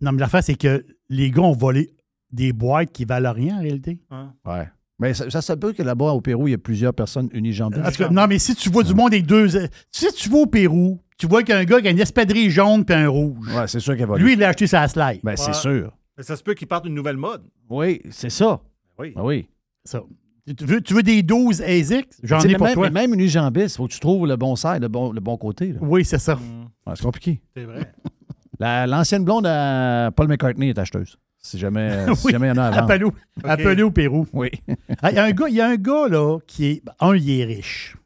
Non, mais l'affaire, c'est que les gars ont volé des boîtes qui valent rien en réalité.
Ouais. Mais ça, ça se peut que là-bas, au Pérou, il y a plusieurs personnes unijambées.
Parce que- non, mais si tu vois du monde avec deux. euh, Tu sais, tu vas au Pérou, tu vois qu'un gars qui a une espadrille jaune puis un rouge.
Ouais, c'est sûr qu'elle va
Lui, il l'a acheté sa slide.
Ben, c'est sûr.
Mais ça se peut qu'ils partent d'une nouvelle mode.
Oui, c'est ça.
Oui.
Ben oui.
Ça. Tu veux, tu veux des 12 ASICs? J'en
Tu sais,
ai pour
même,
toi.
mais Même unijambiste, il faut que tu trouves le bon side, le bon, le bon côté. là.
Oui, c'est ça.
Ouais, c'est compliqué.
C'est vrai.
Hmm. La- L'ancienne blonde à Paul McCartney est acheteuse. Si jamais,
[LAUGHS]
euh, si
Oui,
jamais il y en a avant.
appelez-nous. Appelez au Pérou.
[LAUGHS] Oui.
Ah, Il y a un gars, il y a un gars là, qui est. ben, Un, il est riche.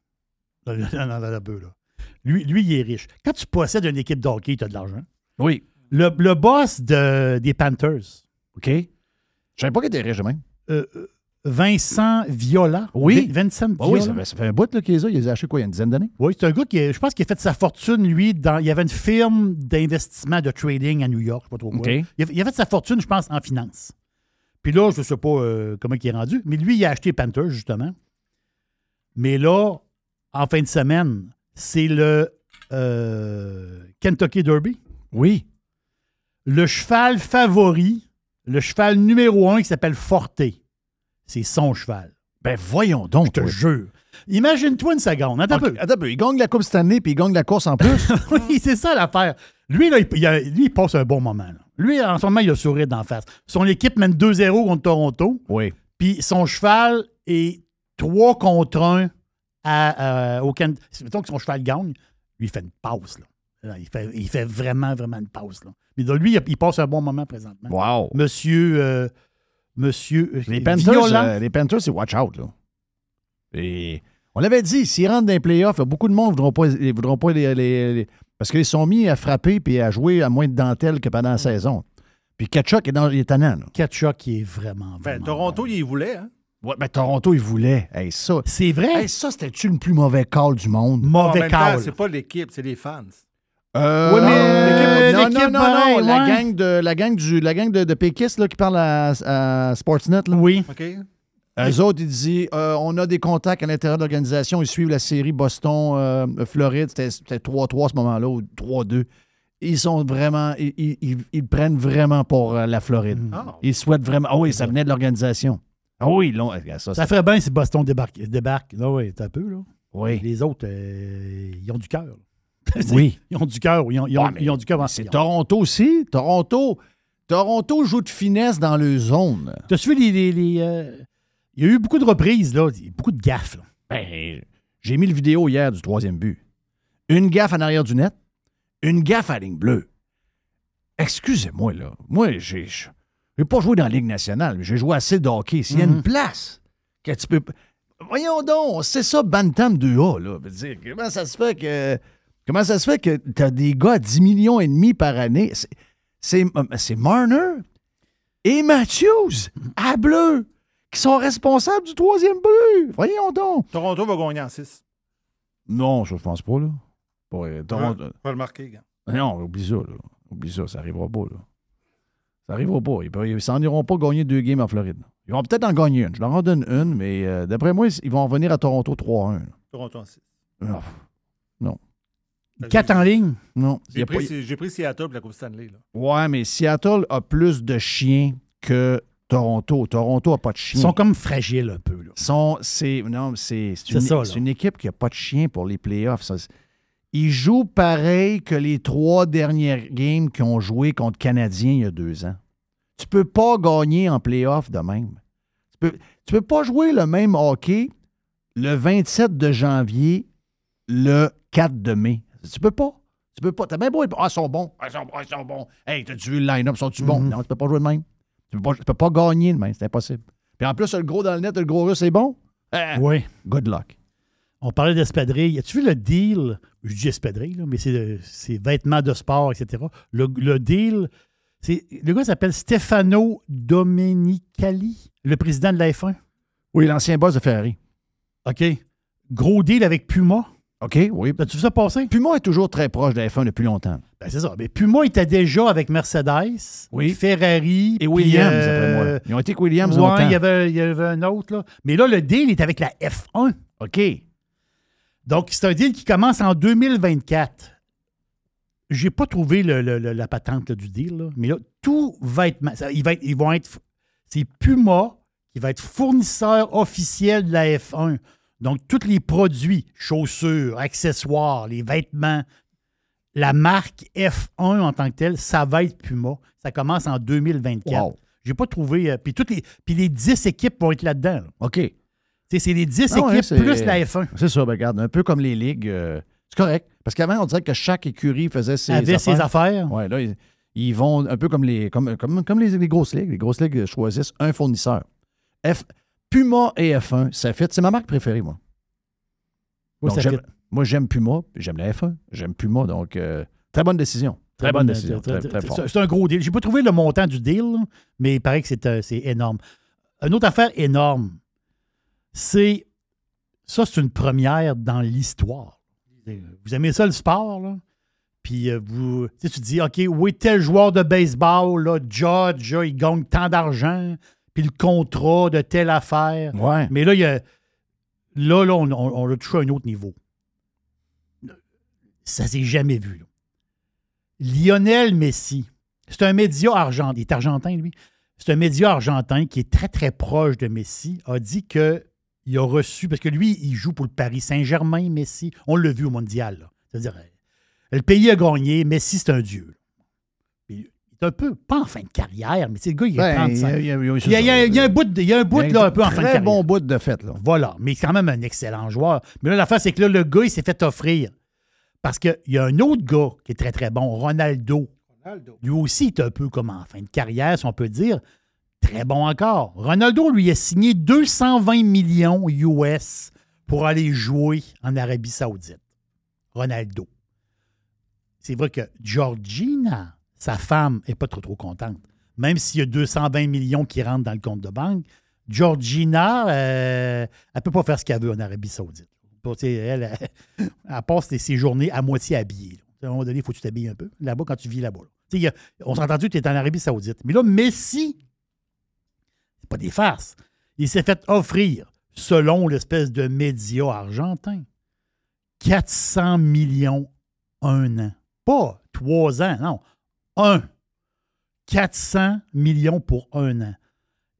Non, non, non, non, non, peu, là. Lui, lui, il est riche. Quand tu possèdes une équipe d'hockey, tu as de l'argent.
Oui.
Le, le boss de- euh, des Panthers.
OK. Je savais pas qu'il était riche de même.
euh, Vincent Viola.
Oui.
Vi- Vincent
Ah oui,
Viola.
ça fait, ça fait un bout là, qu'ils ont. Ils les ont achetés quoi, il y a une dizaine d'années?
Oui, c'est un gars qui, est- je pense qu'il a fait sa fortune, lui, dans, il avait une firme d'investissement de trading à New York, je sais pas trop quoi.
OK.
Il, a, il a fait sa fortune, je pense, en finance. Puis là, je sais pas euh, comment il est rendu, mais lui, il a acheté Panthers, justement. Mais là, en fin de semaine, c'est le euh, Kentucky Derby.
Oui.
Le cheval favori, le cheval numéro un qui s'appelle Forte. C'est son cheval.
Ben voyons donc.
Je te jure. Imagine-toi une seconde. Attends un peu.
Attends un peu. Il gagne la Coupe cette année, puis il gagne la course en plus.
[LAUGHS] oui, c'est ça l'affaire. Lui, là, il, il a- lui, il passe un bon moment. là. Lui, en ce moment, il a le sourire d'en face. Son équipe mène 2-0 contre Toronto.
Oui.
Puis son cheval est 3 contre 1 à, euh, au Can- Mettons que son cheval gagne, lui, il fait une pause. Là. Là, Il, fait, il fait vraiment, vraiment une pause. Là. Mais là, lui, il, il passe un bon moment présentement.
Wow.
Monsieur. euh, Monsieur. euh,
Les Panthers,
Viola.
euh, les Panthers, c'est watch out, là. Et on l'avait dit, s'ils rentrent dans les playoffs, beaucoup de monde ne voudront pas, ils voudront pas les, les- les- Parce qu'ils sont mis à frapper puis à jouer à moins de dentelles que
Mm.
pendant la saison. Puis Kachuk est, dans, il est tannant, là.
Kachuk, il est vraiment,
Ben, Toronto, il voulait. Hein?
Ouais, mais Ben, Toronto, il voulait. Hey, ça.
C'est vrai.
Hey, ça, c'était-tu le plus mauvais call du monde?
En même temps, c'est
Oui,
pas l'équipe, c'est les fans.
mais.
mais l'équipe-
Euh, non,
l'équipe
non, non, non,
pareil,
La
ouais.
gang de, la gang du, la gang de, de péquistes, là, qui parle à, à Sportsnet. Là.
Oui.
OK?
Eux autres, ils disaient euh, on a des contacts à l'intérieur de l'organisation, ils suivent la série Boston-Floride, c'était c'était 3-3 à ce moment-là, ou 3-2. Ils sont vraiment, ils, ils- ils- ils prennent vraiment pour euh, la Floride. Ils souhaitent vraiment. Ah oui, ça venait de l'organisation. Ah oui, ils l'ont. regarde Ça,
Ça
ça-
ferait bien si Boston débarque. débarque. Là, oui, t'as un peu, là.
Oui.
Les autres, euh, ils ont du cœur. là. [LAUGHS]
Oui.
Ils ont du cœur. Ils ont, ils ont-
Ouais, mais
ils ont du cœur.
C'est Toronto aussi. Toronto, Toronto joue de finesse dans le zone.
T'as suivi les. les- les, euh, Il y a eu beaucoup de reprises, là. Beaucoup de gaffes, là.
Ben, j'ai mis le vidéo hier du troisième but. Une gaffe en arrière du net, une gaffe à la ligne bleue. Excusez-moi, là. Moi, j'ai j'- j'ai pas joué dans la Ligue nationale, mais j'ai joué assez de hockey. S'il y a une place que tu peux. Voyons donc, c'est ça, Bantam 2A, là. Je veux dire, comment ça se fait que. Comment ça se fait que t'as des gars à 10 millions et demi par année? C'est- C'est c'est Marner et Matthews à bleu qui sont responsables du troisième but. Voyons donc.
Toronto va gagner en 6.
Non, ça, je pense pas, là. Pour, euh, Toronto-
va le marquer, gars.
Non, oublie ça, là. Oublie ça, ça arrivera pas, là. Ça arrivera pas. Ils peuvent- Ils s'en iront pas gagner deux games en Floride. Ils vont peut-être en gagner une. Je leur en donne une, mais euh, d'après moi, ils vont revenir à Toronto 3-1. là.
Toronto en 6.
Ah, Non.
Quatre en ligne?
Non. Il y
J'ai
a pas-
pris, j'ai pris Seattle pour la Coupe Stanley. Là.
Ouais, mais Seattle a plus de chiens que Toronto. Toronto a pas de chiens.
Ils sont comme fragiles un peu, là.
Sont- c'est, non, c'est, c'est
C'est
une,
ça, là.
c'est une équipe qui n'a pas de chien pour les playoffs. ça. Ils jouent pareil que les trois dernières games qu'ils ont joué contre Canadiens il y a deux ans. Tu peux pas gagner en playoffs de même. Tu peux, tu peux pas jouer le même hockey le 27 de janvier, le 4 de mai. Tu peux pas. Tu peux pas. T'as même beau être. Ah, ils sont bons. Ah, ils sont, ah, ils sont bons. Hey, t'as-tu vu le line-up? Sont-tu
Mm-hmm.
bons? Non, tu peux pas jouer de même. Tu peux pas, tu peux pas gagner de même. C'est impossible. Puis en plus, le gros dans le net, le gros russe, c'est bon? Eh,
Oui.
Good luck.
On parlait d'espadrilles. As-tu vu le deal? Je dis espadrilles, là, mais c'est le- c'est vêtements de sport, etc. Le, le deal, c'est le gars s'appelle Stefano Domenicali, le président de la F1.
Oui, l'ancien boss de Ferrari.
OK. Gros deal avec Puma.
OK, oui.
As-tu vu ça passer?
Puma est toujours très proche de la F1 depuis longtemps.
Ben, c'est ça. Mais Puma était déjà avec Mercedes, Ferrari
Et Williams,
puis, euh,
après moi. Ils ont été avec Williams
ouais,
longtemps.
il y, avait, il y avait un autre. Là. Mais là, le deal est avec la F1.
OK.
Donc, c'est un deal qui commence en 2024. J'ai pas trouvé le- le- le- la patente là, du deal, là. mais là, tout va être. ma- ça- il va être- ils vont être. C'est Puma qui va être fournisseur officiel de la F1. Donc, tous les produits, chaussures, accessoires, les vêtements, la marque F1 en tant que telle, ça va être Puma. Ça commence en 2024.
Wow.
J'ai pas trouvé. euh, puis toutes les. Puis les 10 équipes vont être là-dedans. là.
OK. Tu
sais, C'est les 10 équipes plus la F1.
Ah C'est ça, ben, regarde, un peu comme les ligues. euh, c'est correct. Parce qu'avant, on dirait que chaque écurie faisait ses
Avait
affaires.
ses affaires.
Oui, là, ils, ils vont un peu comme les, comme, comme, comme les, les grosses ligues. Les grosses ligues choisissent un fournisseur. F- Puma et F1, ça fait. C'est ma marque préférée, moi.
Oui,
Donc,
ça
j'aime-
fit.
Moi, j'aime Puma, puis j'aime la F1, j'aime Puma, donc euh, très bonne décision. Très, bonne, décision. Très, très, fort.
C'est un gros deal. J'ai pas trouvé le montant du deal, là, mais il paraît que c'est euh, c'est énorme. Une autre affaire énorme, c'est. Ça, c'est une première dans l'histoire.
euh,
Vous aimez ça, le sport, là? Puis euh, vous, tu sais, tu dis, OK, oui, tel joueur de baseball, là, Judge, là, il gagne tant d'argent, puis le contrat de telle affaire.
Ouais.
Mais là, il y a, là, là on, on, on a touché à un autre niveau. Ça s'est jamais vu. là. Lionel Messi, c'est un média argentin, il est argentin, lui. C'est un média argentin qui est très, très proche de Messi, a dit que il a reçu, parce que lui, il joue pour le Paris Saint-Germain, Messi. On l'a vu au mondial. là. C'est-à-dire, euh, le pays a gagné, Messi, c'est un dieu. Puis, il est un peu, pas en fin de carrière, mais c'est le gars, il a
Ben,
35.
il y a- il y a-
Il y a- il y a- il y a un bout, de- il y a un bout
Il y a
là,
un
un peu en fin de
très
carrière.
bon bout de fête. Là.
Voilà, mais c'est quand même un excellent joueur. Mais là, l'affaire, c'est que là, le gars, il s'est fait offrir. Parce qu'il y a un autre gars qui est très, très bon, Ronaldo. Lui aussi, il est un peu comme en fin de carrière, si on peut dire. Très bon encore. Ronaldo lui a signé 220 millions US pour aller jouer en Arabie Saoudite. Ronaldo. C'est vrai que Georgina, sa femme, n'est pas trop, trop contente. Même s'il y a 220 millions qui rentrent dans le compte de banque, Georgina, euh, elle ne peut pas faire ce qu'elle veut en Arabie Saoudite. Pour- tu sais, Elle, elle- elle passe ses- ses journées à moitié habillée. là. À un moment donné, il faut que tu t'habilles un peu là-bas quand tu vis là-bas. là. Tu sais, il y a- On s'est entendu que tu es en Arabie Saoudite. Mais là, Messi, c'est pas des farces. Il s'est fait offrir, selon l'espèce de média argentin, 400 millions un an. Pas trois ans, non. Un. 400 millions pour un an.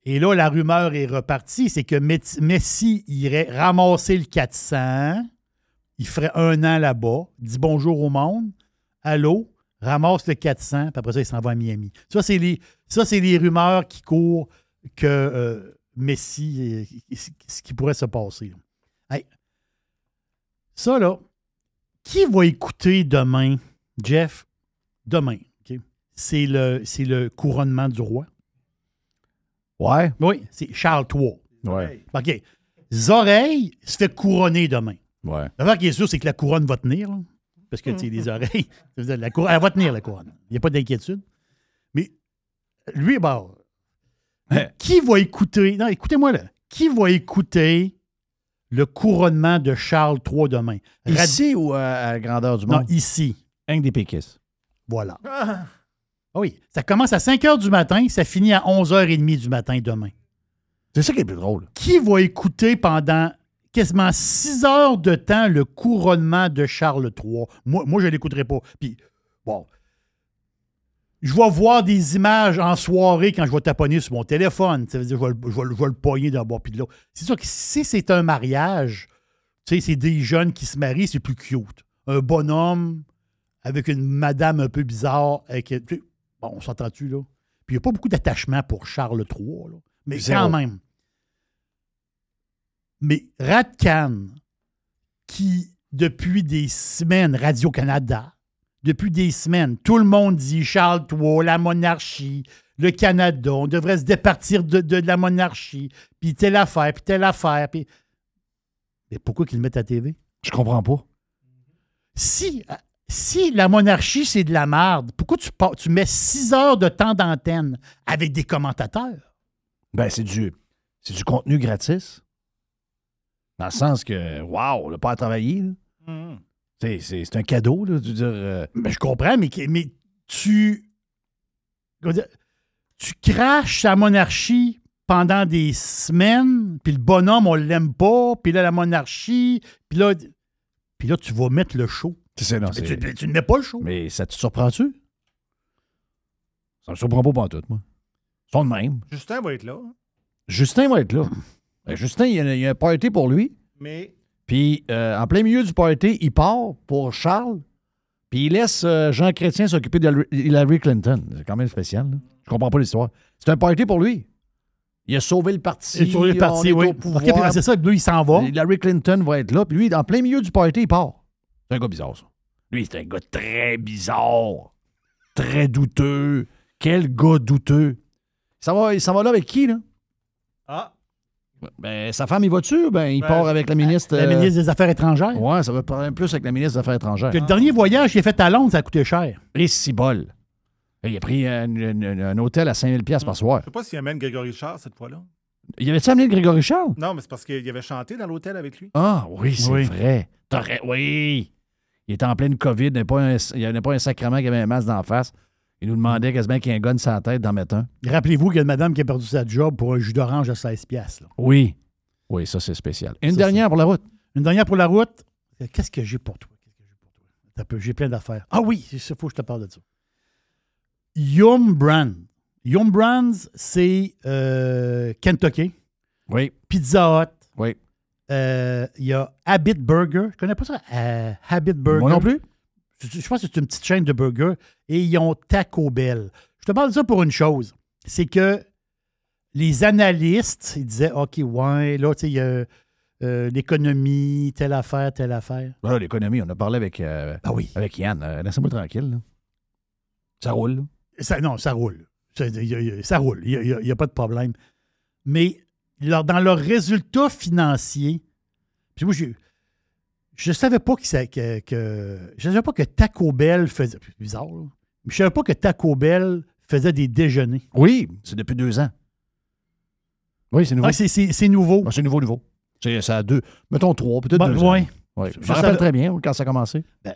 Et là, la rumeur est repartie, c'est que Met- Messi irait ramasser le 400, il ferait un an là-bas, dit bonjour au monde, allô, ramasse le 400, puis après ça, il s'en va à Miami. Ça, c'est les, ça, c'est les rumeurs qui courent que euh, Messi, euh, ce qui pourrait se passer. Hey. Ça, là, qui va écouter demain, Jeff? Demain, OK? c'est le, c'est le couronnement du roi.
Ouais.
Oui, c'est Charles III.
Ouais.
OK. Zoreille se fait couronner demain.
Ouais.
L'affaire qui est sûre, c'est que la couronne va tenir. là. parce que, tu sais, les oreilles, [LAUGHS] ça veut dire la couronne, elle va tenir, la couronne. Il n'y a pas d'inquiétude. Mais lui, bah, qui va écouter... Non, écoutez-moi, là. Qui va écouter le couronnement de Charles III demain?
Ici ou euh, à, à la grandeur du
Non,
monde?
ici.
Un des péquistes.
Voilà. Ah Oui, ça commence à 5 h du matin, ça finit à 11h30 du matin demain.
C'est ça qui est le plus drôle.
Qui va écouter pendant quasiment 6 heures de temps le couronnement de Charles III? Moi, moi je ne l'écouterai pas. Puis, bon, je vais voir des images en soirée quand je vais taponner sur mon téléphone. Ça veut dire, je vais, le- je vais le- je vais le pogner d'un bord puis de l'autre. C'est sûr que si c'est un mariage, tu sais, c'est des jeunes qui se marient, c'est plus cute. Un bonhomme avec une madame un peu bizarre. Avec, tu sais, bon, on s'entend-tu, là? Puis il n'y a pas beaucoup d'attachement pour Charles III, là. Mais
Zéro.
quand même. Mais Radcan, qui, depuis des semaines, Radio-Canada, depuis des semaines, tout le monde dit Charles III, la monarchie, le Canada, on devrait se départir de, de- de la monarchie, puis telle affaire, puis telle affaire, puis... Mais pourquoi qu'ils le mettent à TV?
Je comprends pas.
Si, si la monarchie, c'est de la merde, pourquoi tu, pa- tu mets six heures de temps d'antenne avec des commentateurs?
Ben, c'est du, c'est du contenu gratis. Dans le sens que, waouh, le pas à travailler, là. C'est- C'est c'est un cadeau, là, de dire. euh,
Ben, je comprends, mais, mais tu. comment dire, tu craches sa monarchie pendant des semaines, puis le bonhomme, on l'aime pas, puis là, la monarchie, puis là, puis là, tu vas mettre le show.
tu sais, non,
Mais
c'est-
tu- mais tu ne mets pas le show.
Mais ça te surprend-tu? Ça me surprend pas pantoute, moi. Ils sont de même.
Justin va être là.
Justin va être là. Ben, Justin, il y, a, il y a un party pour lui.
Mais
Puis, euh, en plein milieu du party, il part pour Charles. Puis, il laisse euh, Jean Chrétien s'occuper d'Hillary Hillary Clinton. C'est quand même spécial. là. Je comprends pas l'histoire. C'est un party pour lui. Il a sauvé le parti.
Et sur les partis,
on est
oui.
au pouvoir.
Ok, puis là, c'est ça, lui, il s'en va.
Hillary Clinton va être là. Puis, lui, en plein milieu du party, il part. C'est un gars bizarre, ça. Lui, c'est un gars très bizarre. Très douteux. Quel gars douteux. Ça va, il s'en va là avec qui, là?
Ah.
Ben, sa femme, il va-tu? ou Ben, il
Ben,
part avec la ministre.
La
euh,
ministre des Affaires étrangères.
Ouais, ça va parler plus avec la ministre des Affaires étrangères.
Que le dernier voyage qu'il a fait à Londres, ça a coûté cher.
Et si bol. Il a pris un, un- un- un hôtel à 5000 pièces par soir.
Je sais pas s'il amène Grégory Richard cette fois-là.
Il avait-tu amené Grégory Charles?
Non, mais c'est parce qu'il avait chanté dans l'hôtel avec lui.
Ah, oui, c'est
Oui.
vrai. T'aurais- Oui. Il était en pleine COVID. Il n'y avait pas un- il n'y avait pas un sacrement qui avait un masque d'en face. Il nous demandait quasiment qu'il y ait un gun sur la tête d'en mettre un.
Rappelez-vous qu'il y a une madame qui a perdu sa job pour un jus d'orange à 16 piastres. là.
Oui. Oui, ça, c'est spécial. Une
Ça,
dernière pour la route.
Une dernière pour la route. Qu'est-ce que j'ai pour toi? Qu'est-ce que j'ai pour toi? Attends un peu, J'ai plein d'affaires. Ah oui, il faut que je te parle de ça. Yum Brand. Yum Brands, c'est euh, Kentucky.
Oui.
Pizza Hut.
Oui.
Euh, Il y a Habit Burger. Je connais pas ça. euh, Habit Burger.
Moi non plus.
Je, je pense que c'est une petite chaîne de burgers. Et ils ont Taco Bell. Je te parle de ça pour une chose. C'est que les analystes, ils disaient, OK, ouais, là, tu sais, il y a euh, l'économie, telle affaire, telle affaire.
Voilà, l'économie, on a parlé avec, euh,
Ah
avec Yann. Euh, Laissez-moi tranquille. là. Ça roule. là.
Ça- non, ça roule. Ça, y a- y a- ça roule. Il n'y a, pas de problème. Mais leur- dans leurs résultats financiers, puis moi, j'ai- je ne savais pas que, ça- que, que- je savais pas que Taco Bell faisait. c'est Bizarre, là. Mais Je ne savais pas que Taco Bell faisait des déjeuners.
Oui, c'est depuis deux ans. Oui, c'est nouveau.
Ah, c'est- c'est nouveau.
c'est nouveau, nouveau. C'est ça a deux. Mettons trois, peut-être
Ben,
deux.
ouais.
ans. Ouais. Je
Je
me rappelle
savais-
très bien quand ça a commencé.
Ben,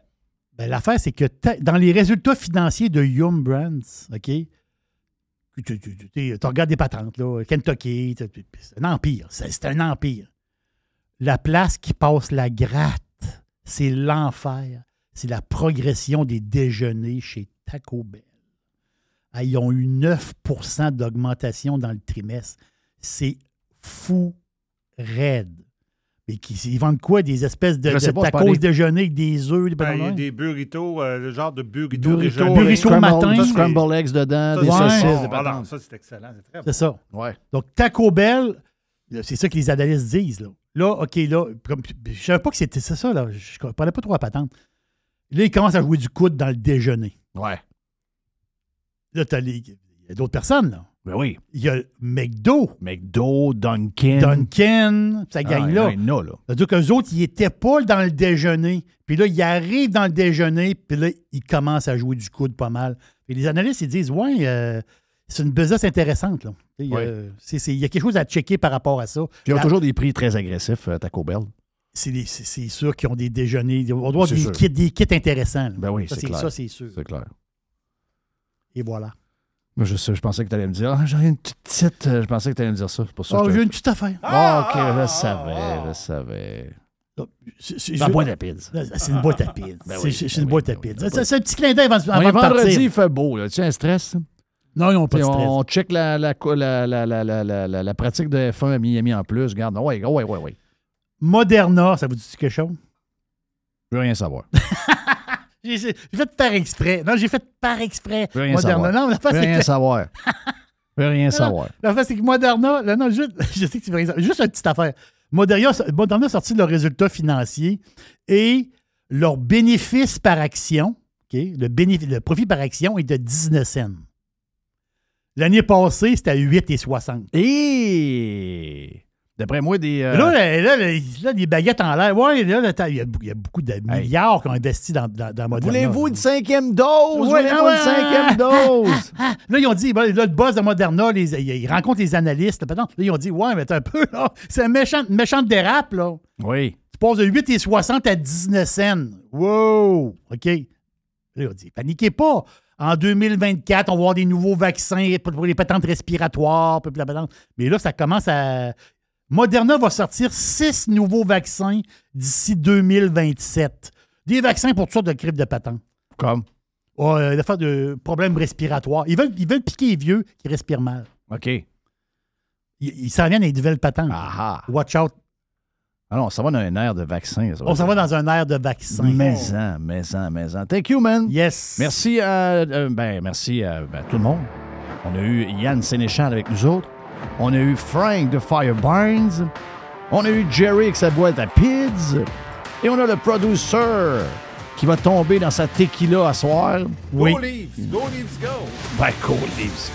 L'affaire, c'est que ta- dans les résultats financiers de Yum Brands, OK, tu, tu- tu- tu- tu regardes des patentes, là, Kentucky, tu- tu- c'est un empire. C'est c'est un empire. La place qui passe la gratte, c'est l'enfer. C'est la progression des déjeuners chez Taco Bell. Ah, ils ont eu 9 d'augmentation dans le trimestre. C'est fou raide. Mais qui- ils vendent quoi? Des espèces de,
Je sais
de
pas, je
tacos
parlais-
déjeuners avec des œufs, des
Ben, il y a
bananes?
des burritos, euh, le genre de burrito
Burrito,
déjeuner.
burrito
Scramble-
matin.
ça, c'est-
Scramble eggs dedans,
ça,
des
c'est
saucisses,
bon.
des
Alors,
patentes.
ça, c'est excellent. C'est très bon.
C'est ça.
Ouais.
Donc, Taco Bell, là, c'est ça que les analystes disent. Là, là OK, là, comme- je ne savais pas que c'était c'est ça. Là, je ne parlais pas trop à patente. Là, ils commencent à jouer du coude dans le déjeuner.
Ouais.
Là, t'as les- il y a d'autres personnes. Là.
Ben oui.
Il y a McDo.
McDo, Dunkin.
Duncan, ça gagne là.
Ah, il y en a, là.
C'est-à-dire qu'eux autres, ils n'étaient pas dans le déjeuner. Puis là, ils arrivent dans le déjeuner, puis là, ils commencent à jouer du coude pas mal. Et les analystes, ils disent Ouais, euh, c'est une business intéressante. là. Tu sais,
Oui.
euh, c'est- c'est- Il y a quelque chose à checker par rapport à ça.
Puis ils ont
La-
toujours des prix très agressifs, euh, Taco Bell.
C'est des- c'est- c'est sûr qu'ils ont des déjeuners. On doit avoir
C'est
des
sûr.
kits, des kits intéressants. là.
Ben oui,
Ça,
c'est clair.
Ça, c'est sûr.
C'est clair.
Et voilà.
Moi, je, sais- je pensais que tu allais me dire, ah, j'ai une petite petite. euh, Je pensais que tu allais me dire ça. C'est pour ça que
Oh,
je te-
j'ai une petite affaire.
Ah, ok, je le savais, je le savais.
C'est
La boîte à pizza.
C'est une boîte à pizza.
Ben
C'est-
oui,
c'est
ben
une
oui,
boîte à
ben oui,
pizza.
ben
C'est
oui.
c'est un petit clin d'œil avant,
On
avant
est
de partir.
vendredi, il fait beau. Là. Tu as un stress? ça?
Non, ils n'ont pas de
T'sais,
stress.
On, on check la, la, la, la, la, la, la, la, la pratique de F1 à Miami en plus. Regarde, ouais, ouais, ouais, ouais.
Moderna, ça vous dit quelque chose?
Je veux rien savoir.
J'ai j'ai fait par exprès. Non, j'ai fait par exprès.
Je veux rien
Moderna.
savoir.
Non, l'affaire,
je veux
c'est
rien
que- [LAUGHS]
savoir. Je veux rien
Non, non,
savoir.
L'affaire, c'est que Moderna, là, non, juste, [LAUGHS] je sais que tu veux rien savoir. Juste une petite affaire. Moderna, Moderna a sorti leurs résultats financiers et leur bénéfice par action, OK, le, bénéfice, le profit par action est de 19 cents. L'année passée, c'était à 8,60.
Et d'après moi, des. euh,
Là, là, là, là, là, des baguettes en l'air. Ouais, là, là, t'as- il y, a beaucoup- il y a beaucoup de milliards qui ont investi dans, dans, dans Moderna.
Voulez-vous une cinquième dose?
Ouais,
Voulez-vous
ah
une
ouais, [LAUGHS]
cinquième dose?
Ah, Là, ils ont dit, ben, là, le boss de Moderna, les- ils, ils rencontrent les analystes. Là, là, ils ont dit, ouais, mais t'as un peu, là, c'est une méchante, méchante dérape, là.
Oui.
Tu passes de 8,60 à 19 cents. Wow! OK. Là, ils ont dit, paniquez pas. En 2024, on va avoir des nouveaux vaccins pour pour les patentes respiratoires, puis la patente. Mais là, ça commence à. Moderna va sortir six nouveaux vaccins d'ici 2027. Des vaccins pour toutes sortes de grippes de patentes.
Comme?
Ouais, l'affaire de problèmes respiratoires. Ils veulent, ils veulent piquer les vieux qui respirent mal.
OK.
Ils ils s'en viennent à des nouvelles patentes.
Ah,
Watch out.
Alors, on s'en Ah va dans un air de vaccin.
On s'en va dans un air de vaccins.
Maison, maison, maison. Thank you, man.
Yes.
Merci à, euh, ben, merci à ben, tout le monde. On a eu Yann Sénéchal avec nous autres. On a eu Frank de Fireburns. On a eu Jerry avec sa boîte à PIDS. Et on a le producer qui va tomber dans sa tequila à soir.
Go Leafs! Go Leafs, go!
Ben, cool, Leafs.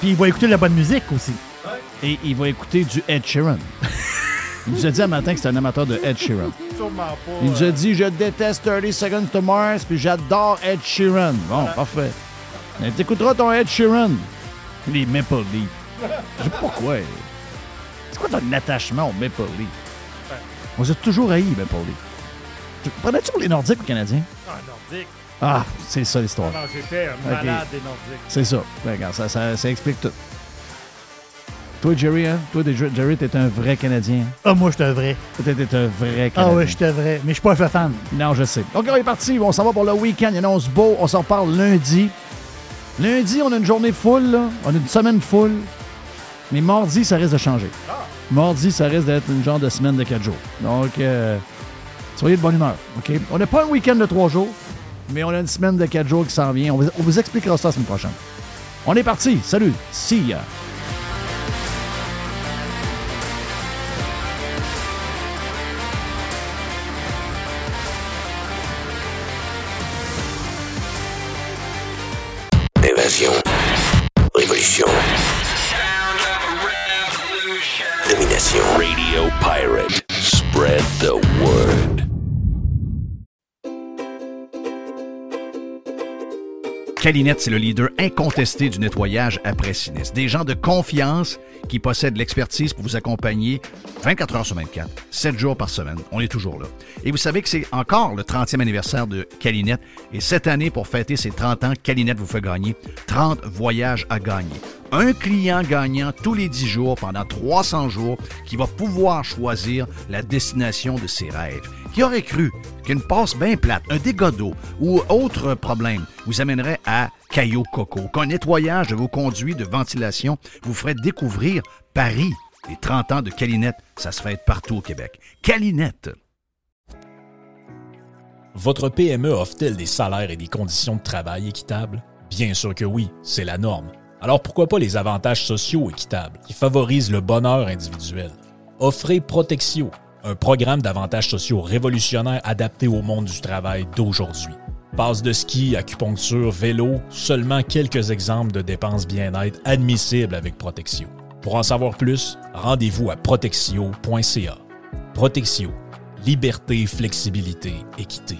Puis il va écouter de la bonne musique aussi.
Ouais.
et il va écouter du Ed
[LAUGHS]
Sheeran. Il nous a dit un matin que c'est un amateur de Ed Sheeran.
Sûrement pas.
Il nous
euh,
a dit Je déteste 30 Seconds to Mars, puis j'adore Ed Sheeran. Bon, parfait. Mais t'écouteras ton Ed Sheeran. Les Maple Leafs. Je sais pas pourquoi. C'est quoi ton attachement aux Maple Leafs On les a toujours haïs, les Maple Leafs. Tu- Prenais-tu pour les Nordiques ou les Canadiens
Ah, nordique.
Ah, c'est ça l'histoire.
Non, j'étais un
Ok.
malade des nordiques.
C'est ça. Ben, regarde, ça, ça, ça explique tout. Toi, Jerry, hein? Toi, t'es- Jerry, t'es un vrai Canadien. hein?
Ah, moi, j'étais un vrai.
Toi, t'es un vrai Canadien.
Ah ouais, j'étais vrai. Mais je suis pas un fan.
Non, je sais. OK, on est parti. On s'en va pour le week-end. Il annonce beau. On s'en reparle lundi. Lundi, on a une journée full. là. On a une semaine full. Mais mardi, ça risque de changer. Mardi, ça risque d'être une genre de semaine de quatre jours. Donc, euh, soyez de bonne humeur. OK? On n'a pas un week-end de trois jours, mais on a une semaine de quatre jours qui s'en vient. On vous, on vous expliquera ça la semaine prochaine. On est parti. Salut. See ya.
Évasion. Révolution. Domination. Radio Pirate. Spread the word.
Calinette, c'est le leader incontesté du nettoyage après sinistre. Des gens de confiance qui possèdent l'expertise pour vous accompagner 24 heures sur 24, 7 jours par semaine. On est toujours là. Et vous savez que c'est encore le 30e anniversaire de Calinette. Et cette année, pour fêter ses 30 ans, Calinette vous fait gagner 30 voyages à gagner. Un client gagnant tous les 10 jours pendant 300 jours qui va pouvoir choisir la destination de ses rêves. Qui aurait cru qu'une passe bien plate, un dégât d'eau ou autre problème vous amènerait à Caillou Coco, qu'un nettoyage de vos conduits de ventilation vous ferait découvrir Paris. Les 30 ans de Calinette, ça se fête partout au Québec. Calinette!
Votre PME offre-t-elle des salaires et des conditions de travail équitables? Bien sûr que oui, c'est la norme. Alors pourquoi pas les avantages sociaux équitables qui favorisent le bonheur individuel? Offrez Protexio, un programme d'avantages sociaux révolutionnaire adapté au monde du travail d'aujourd'hui. Passe de ski, acupuncture, vélo, seulement quelques exemples de dépenses bien-être admissibles avec Protexio. Pour en savoir plus, rendez-vous à protexio.ca. Protexio, liberté, flexibilité, équité.